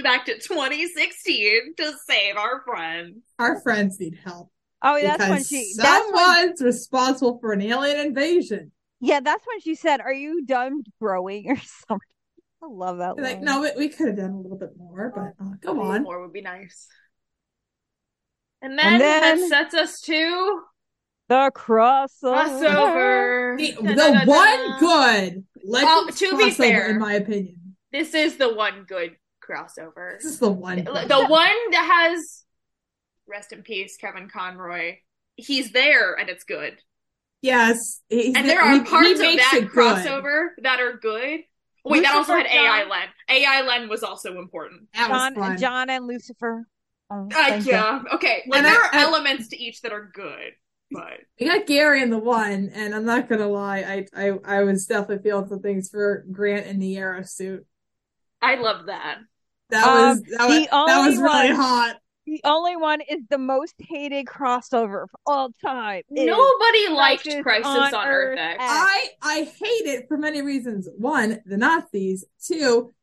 S2: back to 2016 to save our friends.
S1: Our friends need help.
S3: Oh, that's when
S1: because
S3: she. That's when.
S1: someone's responsible for an alien invasion.
S3: Yeah, that's when she said, "Are you done growing or something?" I love that.
S1: Like,
S3: line.
S1: no, we, we could have done a little bit more, but uh, go
S2: Maybe
S1: on.
S2: More would be nice. And then,
S3: And then-
S2: that sets us to
S3: the crossover.
S2: crossover.
S1: The,
S2: Dun,
S1: the
S2: dun, dun,
S1: one
S2: dun.
S1: good
S2: Well,
S1: Legends
S2: to be
S1: crossover,
S2: fair-
S1: in my opinion.
S2: This is the one good crossover.
S1: This is the one. good.
S2: the one that has rest in peace kevin conroy he's there and it's good
S1: yes. he's-
S2: and there
S1: he-
S2: are
S1: he
S2: parts of
S1: makes
S2: that
S1: it good.
S2: crossover that are good wait that also
S3: Lucifer
S2: had ai
S3: John.
S2: len ai len was also important
S1: That was
S3: John,
S1: fun.
S3: John and Lucifer.
S2: uh,
S3: Oh, thank you.
S2: yeah okay like
S1: And
S2: there
S1: I-
S2: are
S1: I-
S2: elements to each that are good but
S1: We got Gary in the one, and I'm not gonna lie, I I, I was definitely feeling some things for Grant in the arrow suit.
S2: i love that
S1: That
S3: Um,
S1: was that was,
S3: the
S1: that was
S3: only
S1: really
S3: one-
S1: hot.
S3: The only one is the most hated crossover of all time. is
S2: nobody liked
S3: Crisis
S2: crisis
S3: on
S2: on, earth,
S3: Earth
S2: X.
S3: X.
S1: I I hate it for many reasons. One, the Nazis. Two,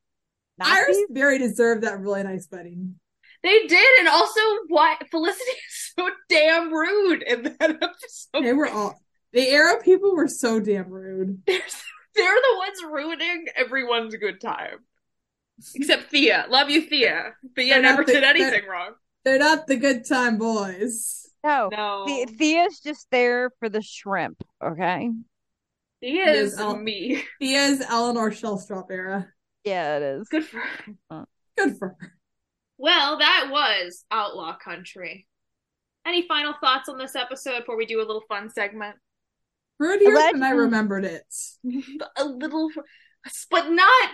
S1: Iris
S3: Nazis?
S1: Berry deserved that really nice wedding.
S2: they did and also why felicity is so damn rude in that episode
S1: They were all the arrow people were so damn rude.
S2: They're, they're the ones ruining everyone's good time. Except Thea. Love you, Thea. Thea
S1: They're not
S2: never
S1: the-
S2: did
S1: they're-
S2: anything wrong.
S1: They're not the good time boys.
S3: No,
S2: No.
S3: The- Thea's just there for the shrimp. Okay.
S2: Thea is
S1: Yes, I'll-
S2: me.
S1: Thea's Eleanor Shellstrop era.
S3: Yeah, it is.
S2: Good for her.
S1: Good for her.
S2: Well, that was Outlaw Country. Any final thoughts on this episode before we do a little fun segment?
S1: Rudier
S3: Alleged-
S1: and I remembered it.
S2: a little, but not,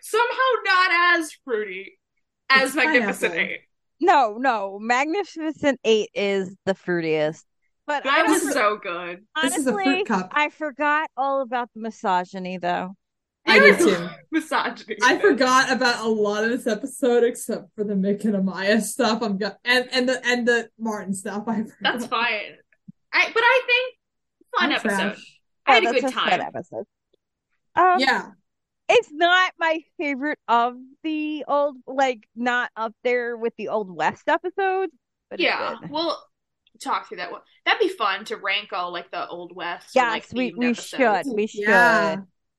S2: somehow not as fruity as
S1: It's
S2: Magnificent
S1: pineapple.
S2: Eight.
S3: No, no. Magnificent Eight is the fruitiest. But
S2: That
S3: I don't
S2: was
S3: re-
S2: so good.
S1: this is a
S3: honestly,
S1: fruit cup.
S3: I forgot all about the misogyny though.
S1: I
S2: There
S1: did
S2: is
S1: too.
S2: Misogyny.
S1: I forgot about a lot of this episode except for the Mick and Amaya stuff. I'm go- and and the and the Martin stuff. I forgot.
S2: That's fine. I but I think fun
S1: I'm
S2: episode.
S1: trash.
S2: I had
S3: Oh,
S2: a
S3: that's
S2: good
S3: a fun
S2: time.
S3: episode. Um,
S1: Yeah,
S3: it's not my favorite of the old, like not up there with the old West episodes. But it's
S2: Yeah,
S3: good.
S2: we'll talk through that one. That'd be fun to rank all like the old west. or,
S3: Yes,
S2: like,
S3: we-
S2: themed
S3: we
S2: episodes.
S3: should. We
S1: yeah.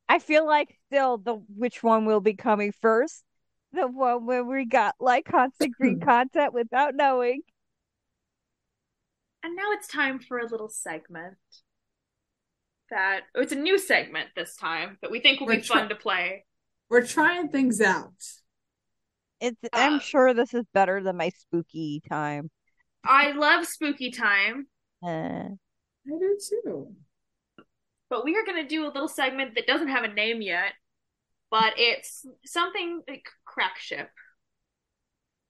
S3: I feel like still the which one will be coming first. The one where we got like constant green content without knowing.
S2: And now it's time for a little segment. That oh, it's a new segment this time that we think will be
S1: We're tr-
S2: fun to play.
S1: We're trying things out.
S3: It's I'm
S2: Uh,
S3: sure this is better than my spooky time.
S2: I love spooky time,
S3: Uh,
S1: I do too.
S2: but we are going to do a little segment that doesn't have a name yet, but it's something like crack ship.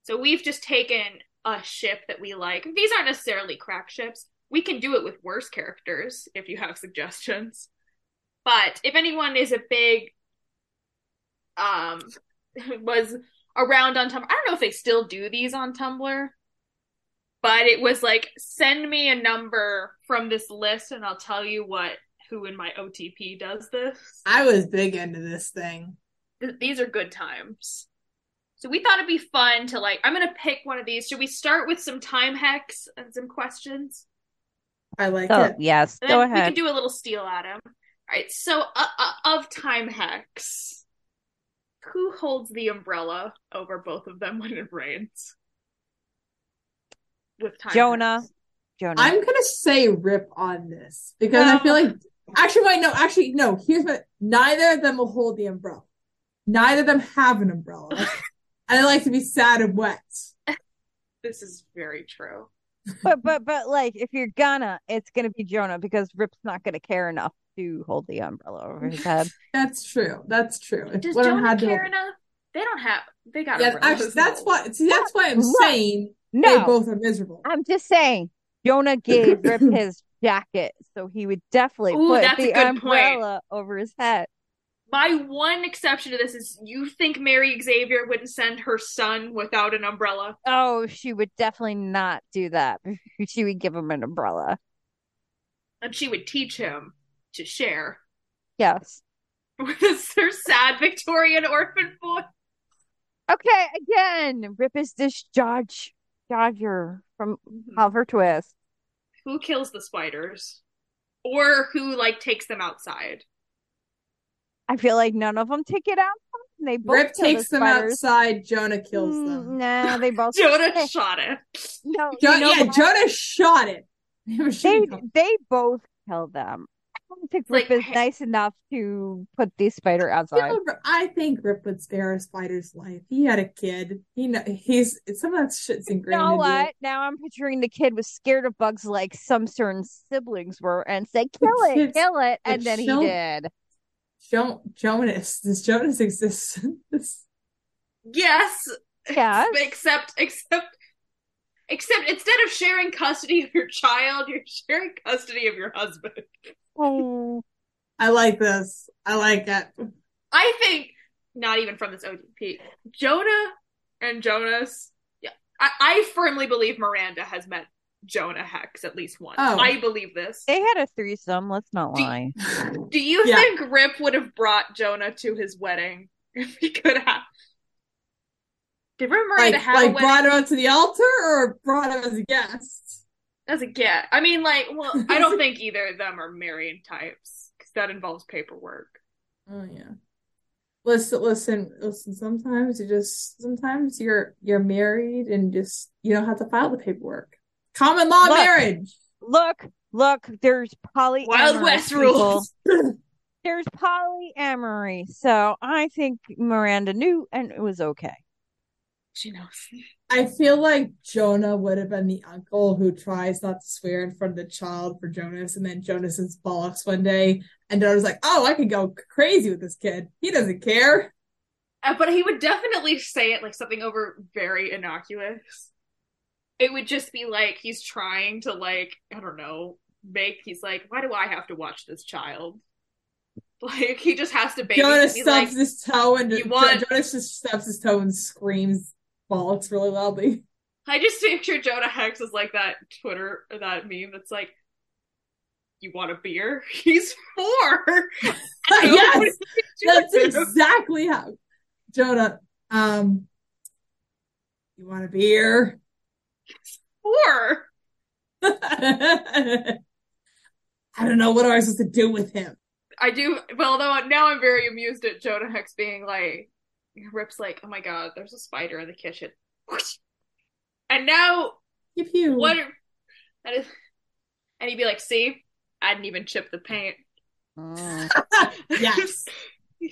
S2: So we've just taken a ship that we like. These aren't necessarily crack ships. We can do it with worse characters if you have suggestions. But if anyone is a big um was around on Tumblr. I don't know if they still do these on Tumblr. But it was like send me a number from this list and I'll tell you what who in my OTP does this
S1: I was big into this thing.
S2: th- these are good times. So we thought it'd be fun to like. I'm gonna pick one of these. Should we start with some time hacks and some questions?
S1: I like
S3: so
S1: it.
S3: yes,
S2: And
S3: go
S2: then Eh, we
S3: ahead.
S2: could do a little steal at him. All right. So uh, uh, of time hacks, who holds the umbrella over both of them when it rains? With time,
S3: Jonah.
S2: hacks.
S3: Jonah.
S1: I'm gonna say rip on this because I feel
S2: No.
S1: like actually wait no actually no here's what neither of them will hold the umbrella. Neither of them have an umbrella. and I like to be sad and wet.
S2: This is very true.
S3: but but but like if you're gonna, it's gonna be Jonah because Rip's not gonna care enough to hold the umbrella over his head.
S1: That's true. That's true. If
S2: Does
S1: one of them
S2: Jonah
S1: had to-
S2: care enough? They don't have. They got.
S1: Yeah,
S2: umbrellas.
S1: actually, that's why. See, that's why I'm
S3: Look,
S1: saying they
S3: No,
S1: both are miserable.
S3: I'm just saying Jonah Gage ripped his jacket, so he would definitely
S2: Ooh,
S3: put
S2: that's a
S3: the
S2: good point.
S3: umbrella over his head.
S2: My one exception to this is you think Mary Xavier wouldn't send her son without an umbrella?
S3: Oh, she would definitely not do that. She would give him an umbrella.
S2: And she would teach him to share
S3: Yes.
S2: with his, her sad Victorian orphan boy.
S3: Okay, again, Rip is this Dodge Dodger from Halver Twist.
S2: Who kills the spiders? Or who like takes them outside?
S3: I feel like none of them take it out. They both
S1: Rip
S3: kill the
S1: takes them
S3: spiders.
S1: outside. Jonah kills
S3: Mm,
S1: them.
S3: nah, they both.
S2: Jonah shot it.
S3: no, you
S1: Jo-
S3: know
S1: yeah,
S3: what?
S1: Jonah shot it. They were
S3: they
S1: shooting them.
S3: they both kill them. I don't think Rip
S2: Like,
S3: is
S2: hey-
S3: nice enough to put the spider
S1: You
S3: outside.
S1: know, I think Rip would spare a spider's life. He had a kid. He know, he's some of that shit's
S3: You
S1: ingrained.
S3: know
S1: in
S3: what? Now I'm picturing the kid was scared of bugs like some certain siblings were and said, kill it,
S1: kid's-
S3: kill it.
S1: the
S3: And then he
S1: chil-
S3: did.
S1: Jo- Jonas. Does Jonas exist? in this?
S2: Yes.
S3: Yes.
S2: Except except except instead of sharing custody of your child, you're sharing custody of your husband.
S3: Oh,
S1: I like this. I like it.
S2: I think not even from this OGP. Jonah and Jonas. Yeah, I, I firmly believe Miranda has met Jonah Hex at least once.
S1: Oh.
S2: I believe this.
S3: they had a threesome. Let's not
S2: Do-
S3: lie.
S2: Do you
S1: Yeah.
S2: think Rip would have brought Jonah to his wedding if he could have? Did Rip
S1: like
S2: Miranda have a
S1: like
S2: wedding
S1: brought him up to the altar or brought him as a guest?
S2: as a get? I mean, like, well, I don't think either of them are marrying types because that involves paperwork.
S1: Oh yeah. Listen, listen, listen. Sometimes you just sometimes you're you're married and just you don't have to file the paperwork. Common law
S3: Look.
S1: marriage.
S3: Look, look, there's polyamorous
S2: Wild West
S3: people.
S2: rules.
S3: There's polyamory. So I think Miranda knew and it was okay.
S2: She knows.
S1: I feel like Jonah would have been the uncle who tries not to swear in front of the child for Jonas, and then Jonas is bollocks one day, and Jonah's like, "Oh, I could go crazy with this kid. He doesn't care."
S2: Uh, but he would definitely say it like something over very innocuous. It would just be like he's trying to like I don't know make he's like why do I have to watch this child? Like he just has to baby.
S1: Jonas
S2: be
S1: stubs
S2: like,
S1: his toe, and
S2: "You want-"
S1: Jonas just stubs his toe and screams bollocks really loudly.
S2: I just picture Jonah Hex as like that Twitter or that meme that's like, you want a beer? He's four.
S1: yes. That's
S2: Nobody-
S1: exactly how Jonah. Um, you want a beer?
S2: four.
S1: I don't know what am I supposed to do with him.
S2: I do. Well, though now I'm very amused at Jonah Hex being like, Rip's like, oh my god, there's a spider in the kitchen. Whoosh. And now
S1: Pew pew.
S2: what? That is, and he'd be like, see, I didn't even chip the paint.
S3: Mm.
S1: Yes.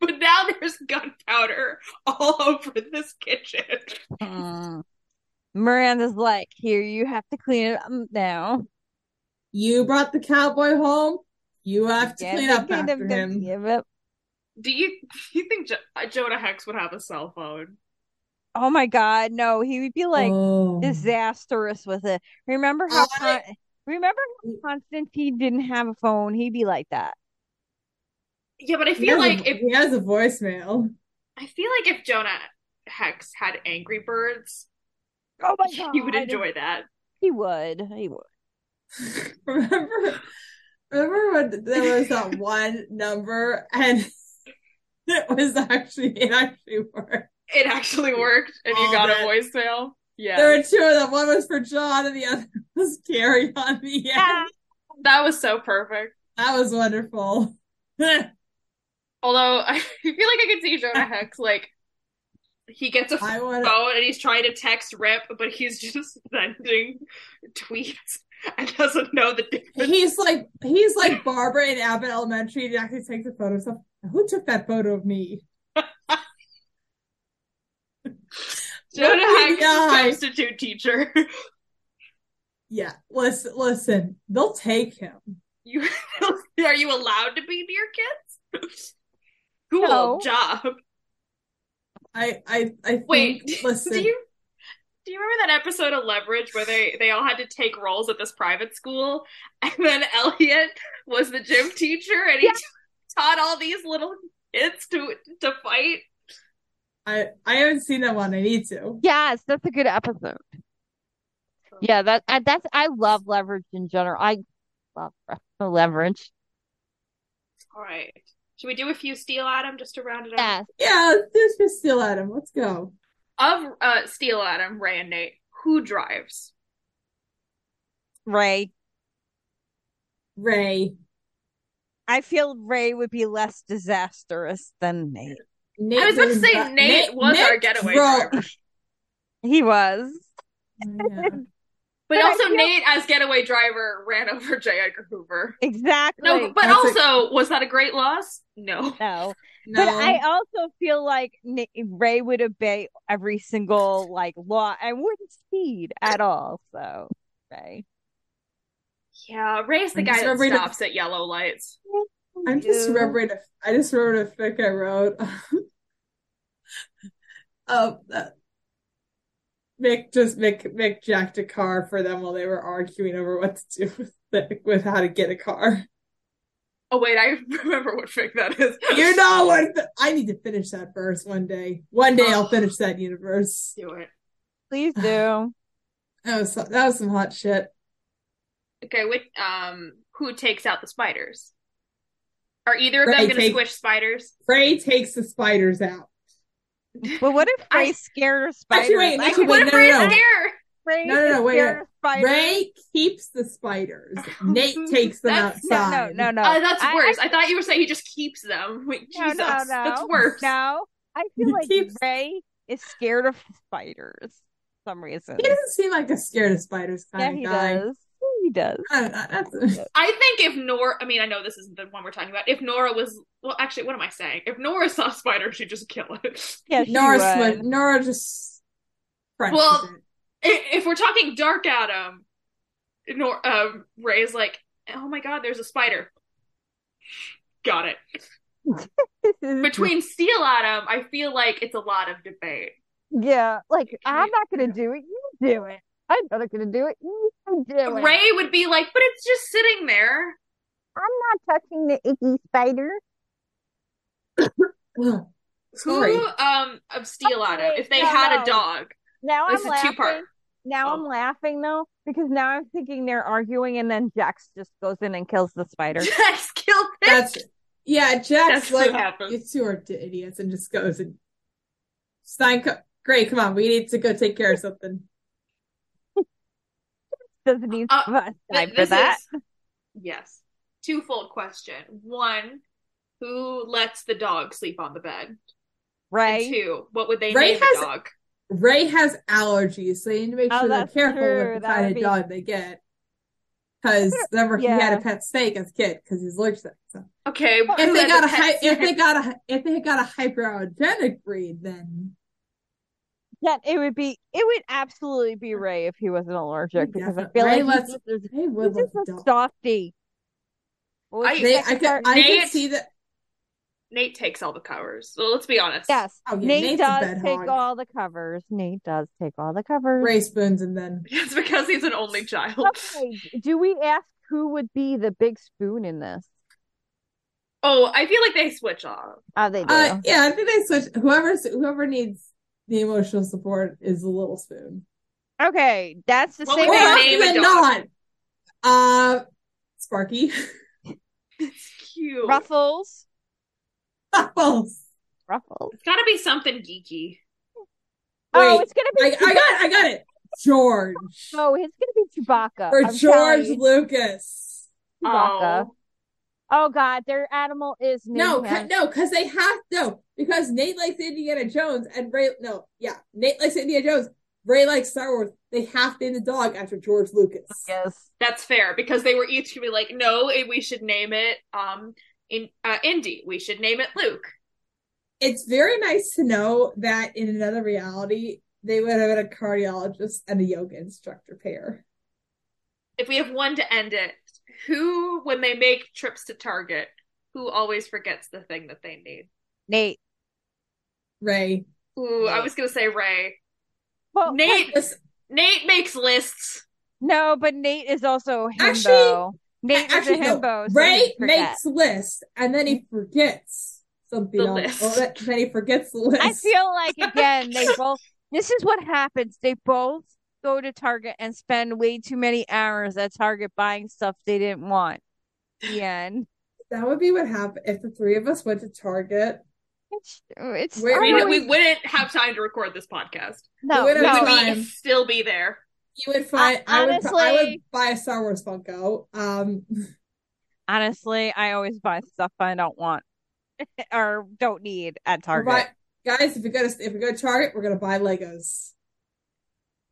S2: But now there's gunpowder all over this kitchen.
S3: Mm. Miranda's like, here, you have to clean it up now.
S1: You brought the cowboy home. You have to
S3: Yes,
S1: clean
S3: I
S1: up
S3: kind of
S1: after
S3: don't
S1: him.
S3: give up.
S2: Do you do you think jo- uh, Jonah Hex would have a cell phone?
S3: Oh my God, no, he would be like
S1: Oh.
S3: disastrous with it. Remember
S1: I-
S3: how
S1: Mm.
S3: Con- remember how Constantine didn't have a phone? He'd be like that.
S2: Yeah, but I
S1: He
S2: feel
S1: has a-
S2: like if
S1: he has a voicemail.
S2: I feel like if Jonah Hex had Angry Birds,
S3: Oh my God,
S2: he would enjoy that.
S3: He would. He would.
S1: remember remember when there was that one number and it was actually it actually worked
S2: It actually worked, and you
S1: Oh,
S2: got
S1: that-
S2: a voicemail. Yeah,
S1: there were two of them one was for john and the other was carrie on the end
S2: that was so perfect.
S1: that was wonderful i
S2: Although I feel like I could see Jonah Hex like he gets a phone
S1: want
S2: and he's trying to text Rip, but he's just sending tweets and doesn't know the difference.
S1: he's like he's like barbara in abbott elementary he actually takes a photo of himself who took that photo of me
S2: Jonah
S1: Look me in
S2: Hex
S1: the eye.
S2: substitute teacher.
S1: yeah listen listen they'll take him
S2: You are you allowed to be near kids? Cool
S3: No.
S2: job.
S1: i i i think,
S2: Wait,
S1: listen
S2: do you Do you remember that episode of Leverage where they they all had to take roles at this private school, and then Elliot was the gym teacher, and he
S3: Yeah.
S2: taught all these little kids to to fight.
S1: I I haven't seen that one. I need to.
S3: Yes, that's a good episode. Yeah, that I, that's I love leverage in general. I love leverage.
S2: All right. Should we do a few Steel Adam just to round it up?
S3: Yes.
S1: Yeah, this is still Adam. Let's go.
S2: Of uh, Steel Adam, Ray and Nate, who drives?
S3: Ray.
S1: Ray.
S3: I feel Ray would be less disastrous than Nate.
S1: Nate
S2: I was about to
S1: doesn't
S2: say
S1: dri-
S2: Nate, was our getaway
S1: drove-
S2: driver,
S3: He was.
S1: Yeah.
S2: but
S3: But I
S2: also
S3: feel-
S2: Nate as getaway driver ran over J. Edgar Hoover.
S3: Exactly.
S2: No, but
S1: That's a-
S2: also was that a great loss? No.
S3: No.
S1: No.
S3: But I also feel like Na- Ray would obey every single like law and wouldn't speed at all. So Ray.
S2: Yeah, Ray's the
S1: I'm
S2: guy
S1: just
S2: that
S1: worried if-
S2: stops at yellow lights.
S1: I'm just
S3: Ew.
S1: remembering. A, I just remembered a fic I wrote. um, uh, Mick just Mick Mick jacked a car for them while they were arguing over what to do with the, with how to get a car.
S2: Oh wait, I remember what fic that is.
S1: You know what? the- I need to finish that verse one day. One day I'll
S2: Oh.
S1: finish that universe.
S2: do it.
S3: Please do.
S1: That was so- that was some hot shit.
S2: Okay, which um who takes out the spiders? Are either of them
S1: Ray
S2: gonna
S1: take-
S2: squish spiders?
S1: Frey takes the spiders out.
S3: But what if
S2: I-
S3: Ray scared a spider?
S1: Actually, wait,
S3: Like,
S1: actually,
S2: What
S1: wait,
S2: if
S1: no,
S2: Ray's
S1: no, no.
S2: there?
S3: Ray
S1: No, no, no,
S3: is
S1: wait,
S3: scared of spiders.
S1: Ray keeps the spiders. Nate takes them
S2: That's-
S3: No,
S1: outside.
S3: no, no, no.
S2: Uh, that's
S3: I-
S2: worse. I, thought you were saying he just keeps them. Wait,
S3: No, no,
S2: Jesus, that's
S3: no.
S2: worse.
S3: No, I feel
S1: He
S3: like
S1: keeps-
S3: Ray is scared of spiders for some reason.
S1: He doesn't seem like a scared of spiders kind
S3: Yeah,
S1: of
S3: he
S1: guy.
S3: does. He does.
S1: I don't know, that's-
S2: I think if Nora, I mean, I know this isn't the one we're talking about. If Nora was, well, actually, what am I saying? If Nora saw a spider, she'd just kill it.
S3: Yeah, she
S1: Nora
S3: would.
S1: Swift. Nora just. French is
S2: Well-
S1: it.
S2: I- If we're talking Dark Adam, Nor- um, Ray's like, oh my god, there's a spider. Got it. Between Steel Adam, I feel like it's a lot of debate.
S3: Yeah, like I'm not gonna do it. You do it. I'm not gonna do it. You do it.
S2: Ray would be like, but it's just sitting there.
S3: I'm not touching the icky spider.
S1: Ugh, sorry.
S2: Who um of Steel
S3: Okay,
S2: Adam? If they
S3: no,
S2: had
S1: um,
S3: no.
S2: a dog,
S3: Now
S2: this
S3: I'm
S2: is a two part.
S3: laughing. Now
S2: Oh.
S3: I'm laughing though because now I'm thinking they're arguing, and then Jax just goes in and kills the spider.
S2: Yes, killed it.
S1: That's yeah. Jack's
S2: That's what
S1: like
S2: happened.
S1: you two are d- idiots, and just goes and Stein. Co- Great, come on, we need to go take care of something.
S3: Doesn't need
S2: Uh,
S3: time
S2: Th-
S3: for
S2: this
S3: that.
S2: is- yes. Twofold question. One, who lets the dog sleep on the bed?
S3: Ray.
S2: And two, what would they
S1: Ray
S2: name the
S1: has-
S2: dog?
S1: Ray has allergies, so they need to make
S3: Oh,
S1: sure they're
S3: that's
S1: careful
S3: true.
S1: with the
S3: That
S1: kind
S3: would
S1: of
S3: be-
S1: dog they get. Because remember, he had
S3: Yeah. Oh,
S1: a pet snake as a kid because he's allergic. to it, So.
S2: Okay,
S3: If
S2: who
S1: If they
S2: has
S1: got a
S2: pet
S1: hy- if
S2: snake?
S1: they got a if they got a hyperallergenic breed, then
S3: Yeah, it would be. It would absolutely be Ray if he wasn't allergic because I
S1: Definitely.
S3: feel
S1: Ray
S3: like
S1: lets-
S3: he's just,
S1: they
S3: he's
S1: would
S3: just
S1: love
S3: a
S1: dogs.
S3: softy. Well,
S2: I-
S3: it's
S1: They,
S3: like
S1: I
S3: her-
S1: could, I could
S2: Nate-
S1: see that.
S2: Nate takes all the covers. So let's be honest.
S3: yes,
S1: Oh, yeah,
S3: Nate
S1: Nate's a
S3: does
S1: bed
S3: take
S1: hog.
S3: all the covers. Nate does take all the covers.
S1: Ray spoons, and then
S2: It's because he's an only child.
S3: Okay, do we ask who would be the big spoon in this?
S2: Oh, I feel like they switch off.
S3: Oh, they do.
S1: uh, yeah, I think they switch. Whoever's whoever needs the emotional support is a little spoon,
S3: okay, that's the
S2: What
S3: same.
S2: would
S1: or
S2: they
S3: as-
S2: name
S1: often
S2: a
S1: than
S2: dog?
S1: not, uh, Sparky
S2: It's cute.
S3: Ruffles.
S1: Ruffles.
S3: Ruffles.
S2: It's gotta be something geeky.
S3: Oh,
S1: Wait,
S3: it's gonna
S1: I,
S3: be.
S1: I got, I got it. George
S3: Oh, it's gonna be Chewbacca.
S1: or
S3: I'm telling
S1: George
S3: you,
S1: Lucas.
S3: Chewbacca.
S2: Oh.
S3: Oh God, their animal is named
S1: No,
S3: him.
S1: ca- no, because they have no. Because Nate likes Indiana Jones and Ray. No, yeah, Nate likes Indiana Jones. Ray likes Star Wars. They have to name the dog after George Lucas.
S3: Yes.
S2: That's fair because they were each gonna be like, no, it- we should name it um in uh, Indy. We should name it Luke.
S1: It's very nice to know that in another reality, they would have had a cardiologist and a yoga instructor pair.
S2: if we have one to end it, who, when they make trips to Target, who always forgets the thing that they need?
S3: Nate.
S1: Ray,
S2: Ooh, I
S3: Right.
S2: was gonna say Ray.
S3: Well,
S2: Nate Nate makes lists.
S3: no, but Nate is also a himbo.
S1: Actually-
S3: Nate
S1: Actually,
S3: is a
S1: no.
S3: himbo. so
S1: Ray
S3: he'd forget.
S1: makes list, and then he forgets something
S2: The
S1: else.
S2: list.
S1: Oh, that- then he forgets the list.
S3: I feel like again they both. This is what happens. They both go to Target and spend way too many hours at Target buying stuff they didn't want. The end.
S1: that would be what happened if the three of us went to Target.
S3: It's, it's
S1: Wait,
S2: We,
S1: wait,
S3: always-
S2: we wouldn't have time to record this podcast.
S3: no,
S1: wait, wait,
S3: no.
S1: wait,
S2: We
S1: wait.
S2: would
S1: Time.
S2: still be there.
S1: You would find I, would
S3: honestly-
S1: I would buy a Star Wars Funko. Um,
S3: Honestly, I always buy stuff I don't want or don't need at
S1: we're
S3: Target.
S1: buy- guys, if we go to if we go to Target, we're gonna buy Legos.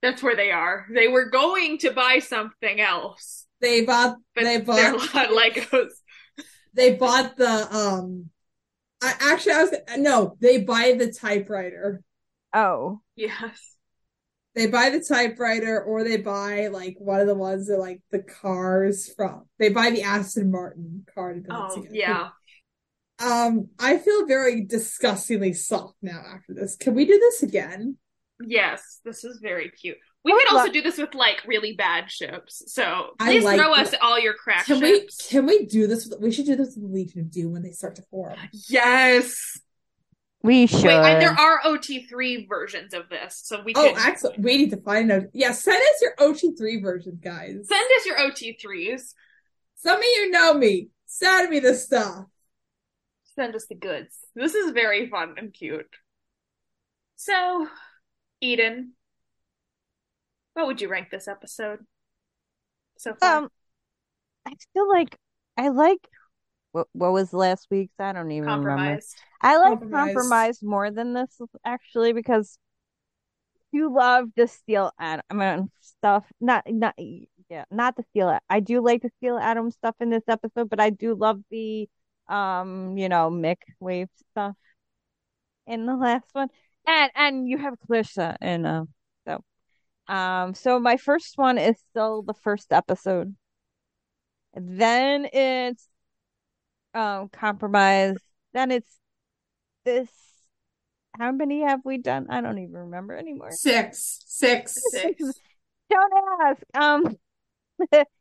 S2: That's where they are. They were going to buy something else,
S1: They bought
S2: but
S1: they
S2: they
S1: bought
S2: are not Legos.
S1: they bought the um. I actually I was no they buy the typewriter.
S3: Oh,
S2: Yes.
S1: They buy the typewriter, or they buy like one of the ones that like the cars from. They buy the Aston Martin car. To build
S2: Oh
S1: together.
S2: yeah.
S1: Um, I feel very disgustingly soft now after this. Can we do this again?
S2: Yes. This is very cute. We
S3: I
S2: could also
S3: love-
S2: do this with like really bad ships. So
S1: I
S2: please
S1: like
S2: throw
S1: it.
S2: us all your crack
S1: Can we
S2: ships.
S1: can we do this? With, we should do this with the Legion of Doom when they start to form.
S2: Yes.
S3: we should.
S2: Wait, I, there are OT3 versions of this, so we
S1: Oh,
S2: could
S1: actually, we need to find out. Yeah, send us your OT3 version, guys.
S2: send us your OT3s.
S1: Some of you know me. Send me the stuff.
S2: Send us the goods. This is very fun and cute. So, Eden, what would you rank this episode so far?
S3: um, I feel like I like what what was last week's? I don't even remember.
S2: Compromised.
S3: I like
S1: Compromise.
S3: compromise. more than this actually because you love to steal Adam I mean, stuff. Not not yeah, not to steal it. I do like to steal Adam stuff in this episode, but I do love the um, you know, Mick wave stuff in the last one. And and you have Clarissa in uh so um so my first one is still the first episode. Then it's um compromise. Then it's this how many have we done? I don't even remember anymore.
S1: Six, six.
S2: Six.
S3: Don't ask. Um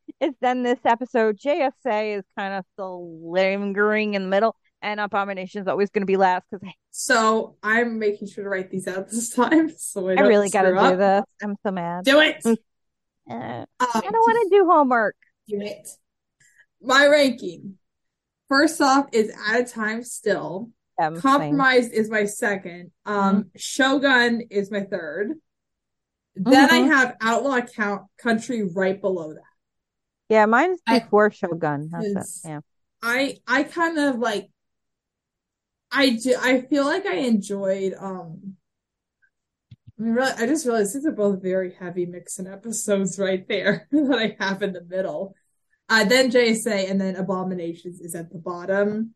S3: it's then this episode JSA is kind of still lingering in the middle and Abomination's always gonna be last because I,
S1: So I'm making sure to write these out this time. So I,
S3: I
S1: don't
S3: really gotta
S1: screw
S3: do
S1: up.
S3: this. I'm so mad.
S1: Do it.
S3: Mm. Uh,
S1: Um,
S3: I don't wanna do homework.
S1: do it. My ranking. First off is out of time still.
S3: Um, same.
S1: Compromised is my second. Um, Shogun is my third. Then I
S3: Mhm.
S1: have Outlaw Count Country right below that.
S3: Yeah, mine's
S1: I-
S3: before Shogun. That's
S1: It's-
S3: it. Yeah.
S1: I I kind of like I do I feel like I enjoyed um I mean really I just realized these are both very heavy mixing episodes right there that I have in the middle. Uh then JSA and then Abominations is at the bottom.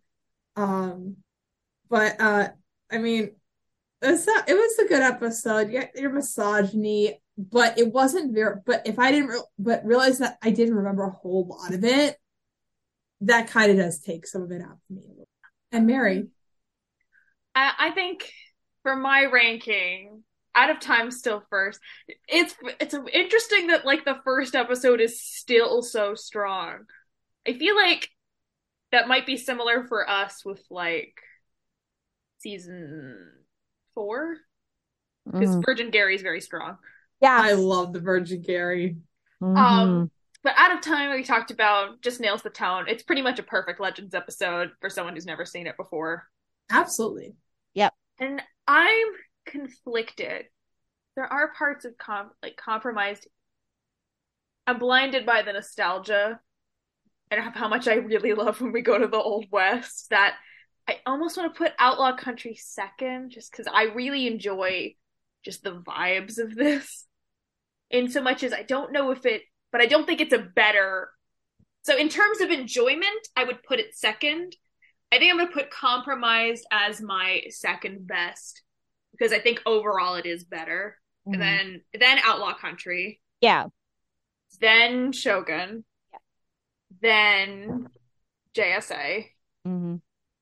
S1: Um but uh I mean it's not, it was a good episode. You got your misogyny, but it wasn't very but if I didn't re- but realize that I didn't remember a whole lot of it that kind of does take some of it out of me. And Mary,
S2: I, I think for my ranking, out of time still first. It's it's interesting that like the first episode is still so strong. I feel like that might be similar for us with like season four because
S3: Mhm.
S2: Virgin Gary's very strong.
S3: Yeah.
S1: I love the Virgin Gary.
S3: Mm-hmm.
S2: Um, but out of time, we talked about just nails the tone. It's pretty much a perfect Legends episode for someone who's never seen it before.
S1: Absolutely.
S2: And I'm conflicted. There are parts of com like compromised. I'm blinded by the nostalgia and of how much I really love when we go to the old west that I almost want to put Outlaw Country second just because I really enjoy just the vibes of this. In so much as I don't know if it, but I don't think it's a better. So in terms of enjoyment, I would put it second. I think I'm gonna put compromised as my second best because I think overall it is better.
S3: Mhm.
S1: Mm-hmm.
S2: And then then Outlaw Country,
S3: yeah.
S2: then Shogun, then JSA,
S1: Mm-hmm.
S3: hmm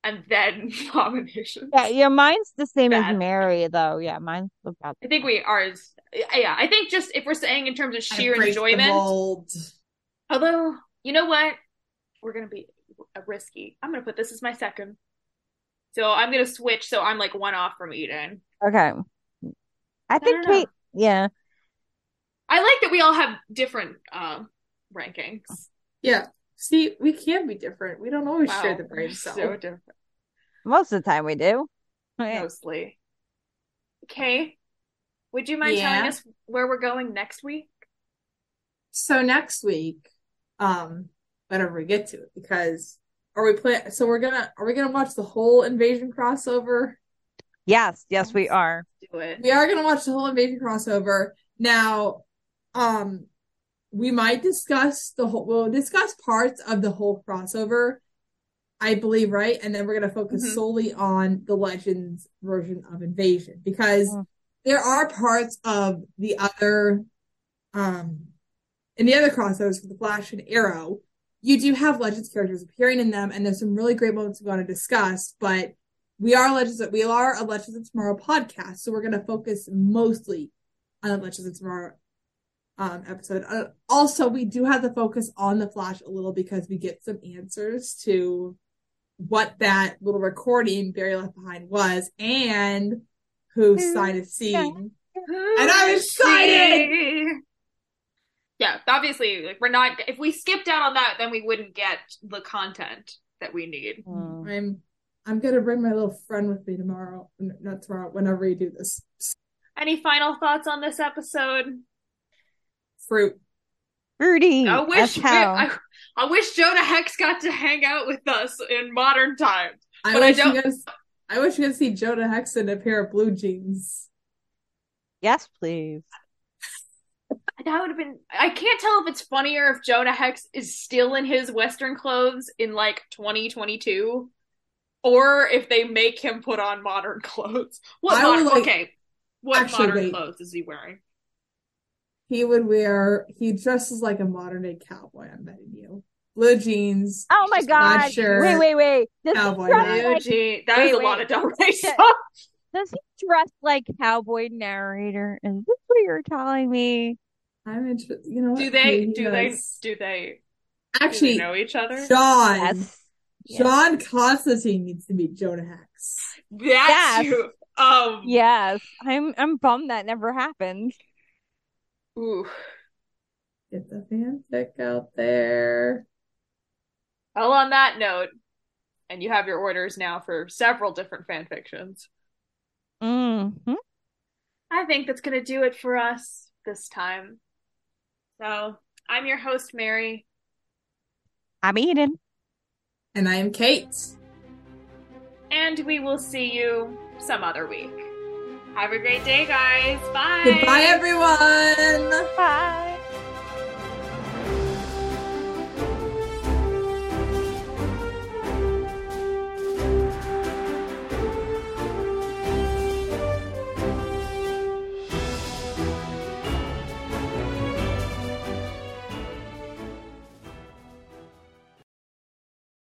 S2: and then Abomination.
S3: Yeah, yeah, mine's the same
S2: Bad.
S3: as Mary though. Yeah, mine's about
S2: I think we are yeah, I think just if we're saying in terms of
S1: I
S2: sheer
S1: break the
S2: enjoyment,
S1: mold.
S2: although you know what, we're gonna be risky. I'm gonna put this as my second. So I'm gonna switch. So I'm like one off from Eden.
S3: Okay. I
S2: don't
S3: think
S2: know.
S3: Kate. Yeah.
S2: I like that we all have different um rankings.
S1: Yeah. See, we can be different. We don't always share
S2: Wow,
S1: the brain
S2: we're
S1: cell.
S2: so different
S3: Most of the time we do.
S2: Oh,
S3: Yeah.
S2: mostly. Okay, would you mind
S1: Yeah.
S2: telling us where we're going next week?
S1: So next week, um, whenever we get to it, because are we play? So we're gonna are we gonna watch the whole invasion crossover?
S3: Yes. Yes, we are.
S2: Do it.
S1: We are gonna watch the whole invasion crossover. Now, um, we might discuss the whole. We'll discuss parts of the whole crossover, I believe, right? And then we're gonna focus
S2: Mhm.
S1: solely on the Legends version of Invasion because
S3: Mm.
S1: there are parts of the other, um, in the other crossovers for the Flash and Arrow, you do have Legends characters appearing in them, and there's some really great moments we want to discuss, but. We are Legends. Of, we are a Legends of Tomorrow podcast, so we're going to focus mostly on the Legends of Tomorrow um, episode. Uh, also, we do have to focus on the Flash a little because we get some answers to what that little recording Barry left behind was and who
S3: Who
S1: side is seeing.
S2: And
S1: I'm excited!
S2: Yeah, obviously, like we're not. If we skipped out on that, then we wouldn't get the content that we need.
S3: Mm.
S1: I'm I'm gonna bring my little friend with me tomorrow. N- Not tomorrow. Whenever you do this,
S2: Any final thoughts on this episode?
S1: fruit. Hmm,
S3: Rudy.
S2: I
S3: that's
S2: wish we,
S3: how.
S2: I, I wish Jonah Hex got to hang out with us in modern times.
S1: I
S2: But I
S1: wish you
S2: don't-
S1: guys. I wish you could see Jonah Hex in a pair of blue jeans.
S3: Yes, please.
S2: That would have been. I can't tell if it's funnier if Jonah Hex is still in his Western clothes in like 2022, or if they make him put on modern clothes. What
S1: I would
S2: modern?
S1: like-
S2: okay, what
S1: Actually,
S2: modern
S1: wait.
S2: clothes is he wearing?
S1: He would wear. He dresses like a modern day cowboy. I'm betting you. Blue jeans.
S3: Oh my
S1: just plaid
S3: god.
S1: shirt,
S3: Wait, wait, wait. Does he
S1: Cowboy
S3: dress
S1: hat.
S2: Oh,
S3: like
S2: gee, that
S3: wait,
S2: is a
S3: wait.
S2: lot of double
S3: Yeah. does he dress like cowboy narrator? Is this what you're telling me?
S1: I'm interested. You know,
S2: Do
S1: what?
S2: they?
S1: Maybe he
S2: Do they?
S1: does.
S2: Do they?
S1: Actually,
S2: do they know each other?
S1: Sean,
S3: Yes.
S1: Sean Constantine needs to meet Jonah Hex.
S2: That's
S3: Yes.
S2: you. Um.
S3: Yes. I'm I'm bummed that never happened.
S2: ooh.
S1: Get the fanfic out there.
S2: Well, on that note, and you have your orders now for several different fan fictions.
S3: Mm-hmm.
S2: I think that's going to do it for us this time. So I'm your host, Mary.
S3: I'm eating.
S1: And I am Kate.
S2: and we will see you some other week. Have a great day, guys. Bye.
S1: Goodbye, everyone.
S3: Bye.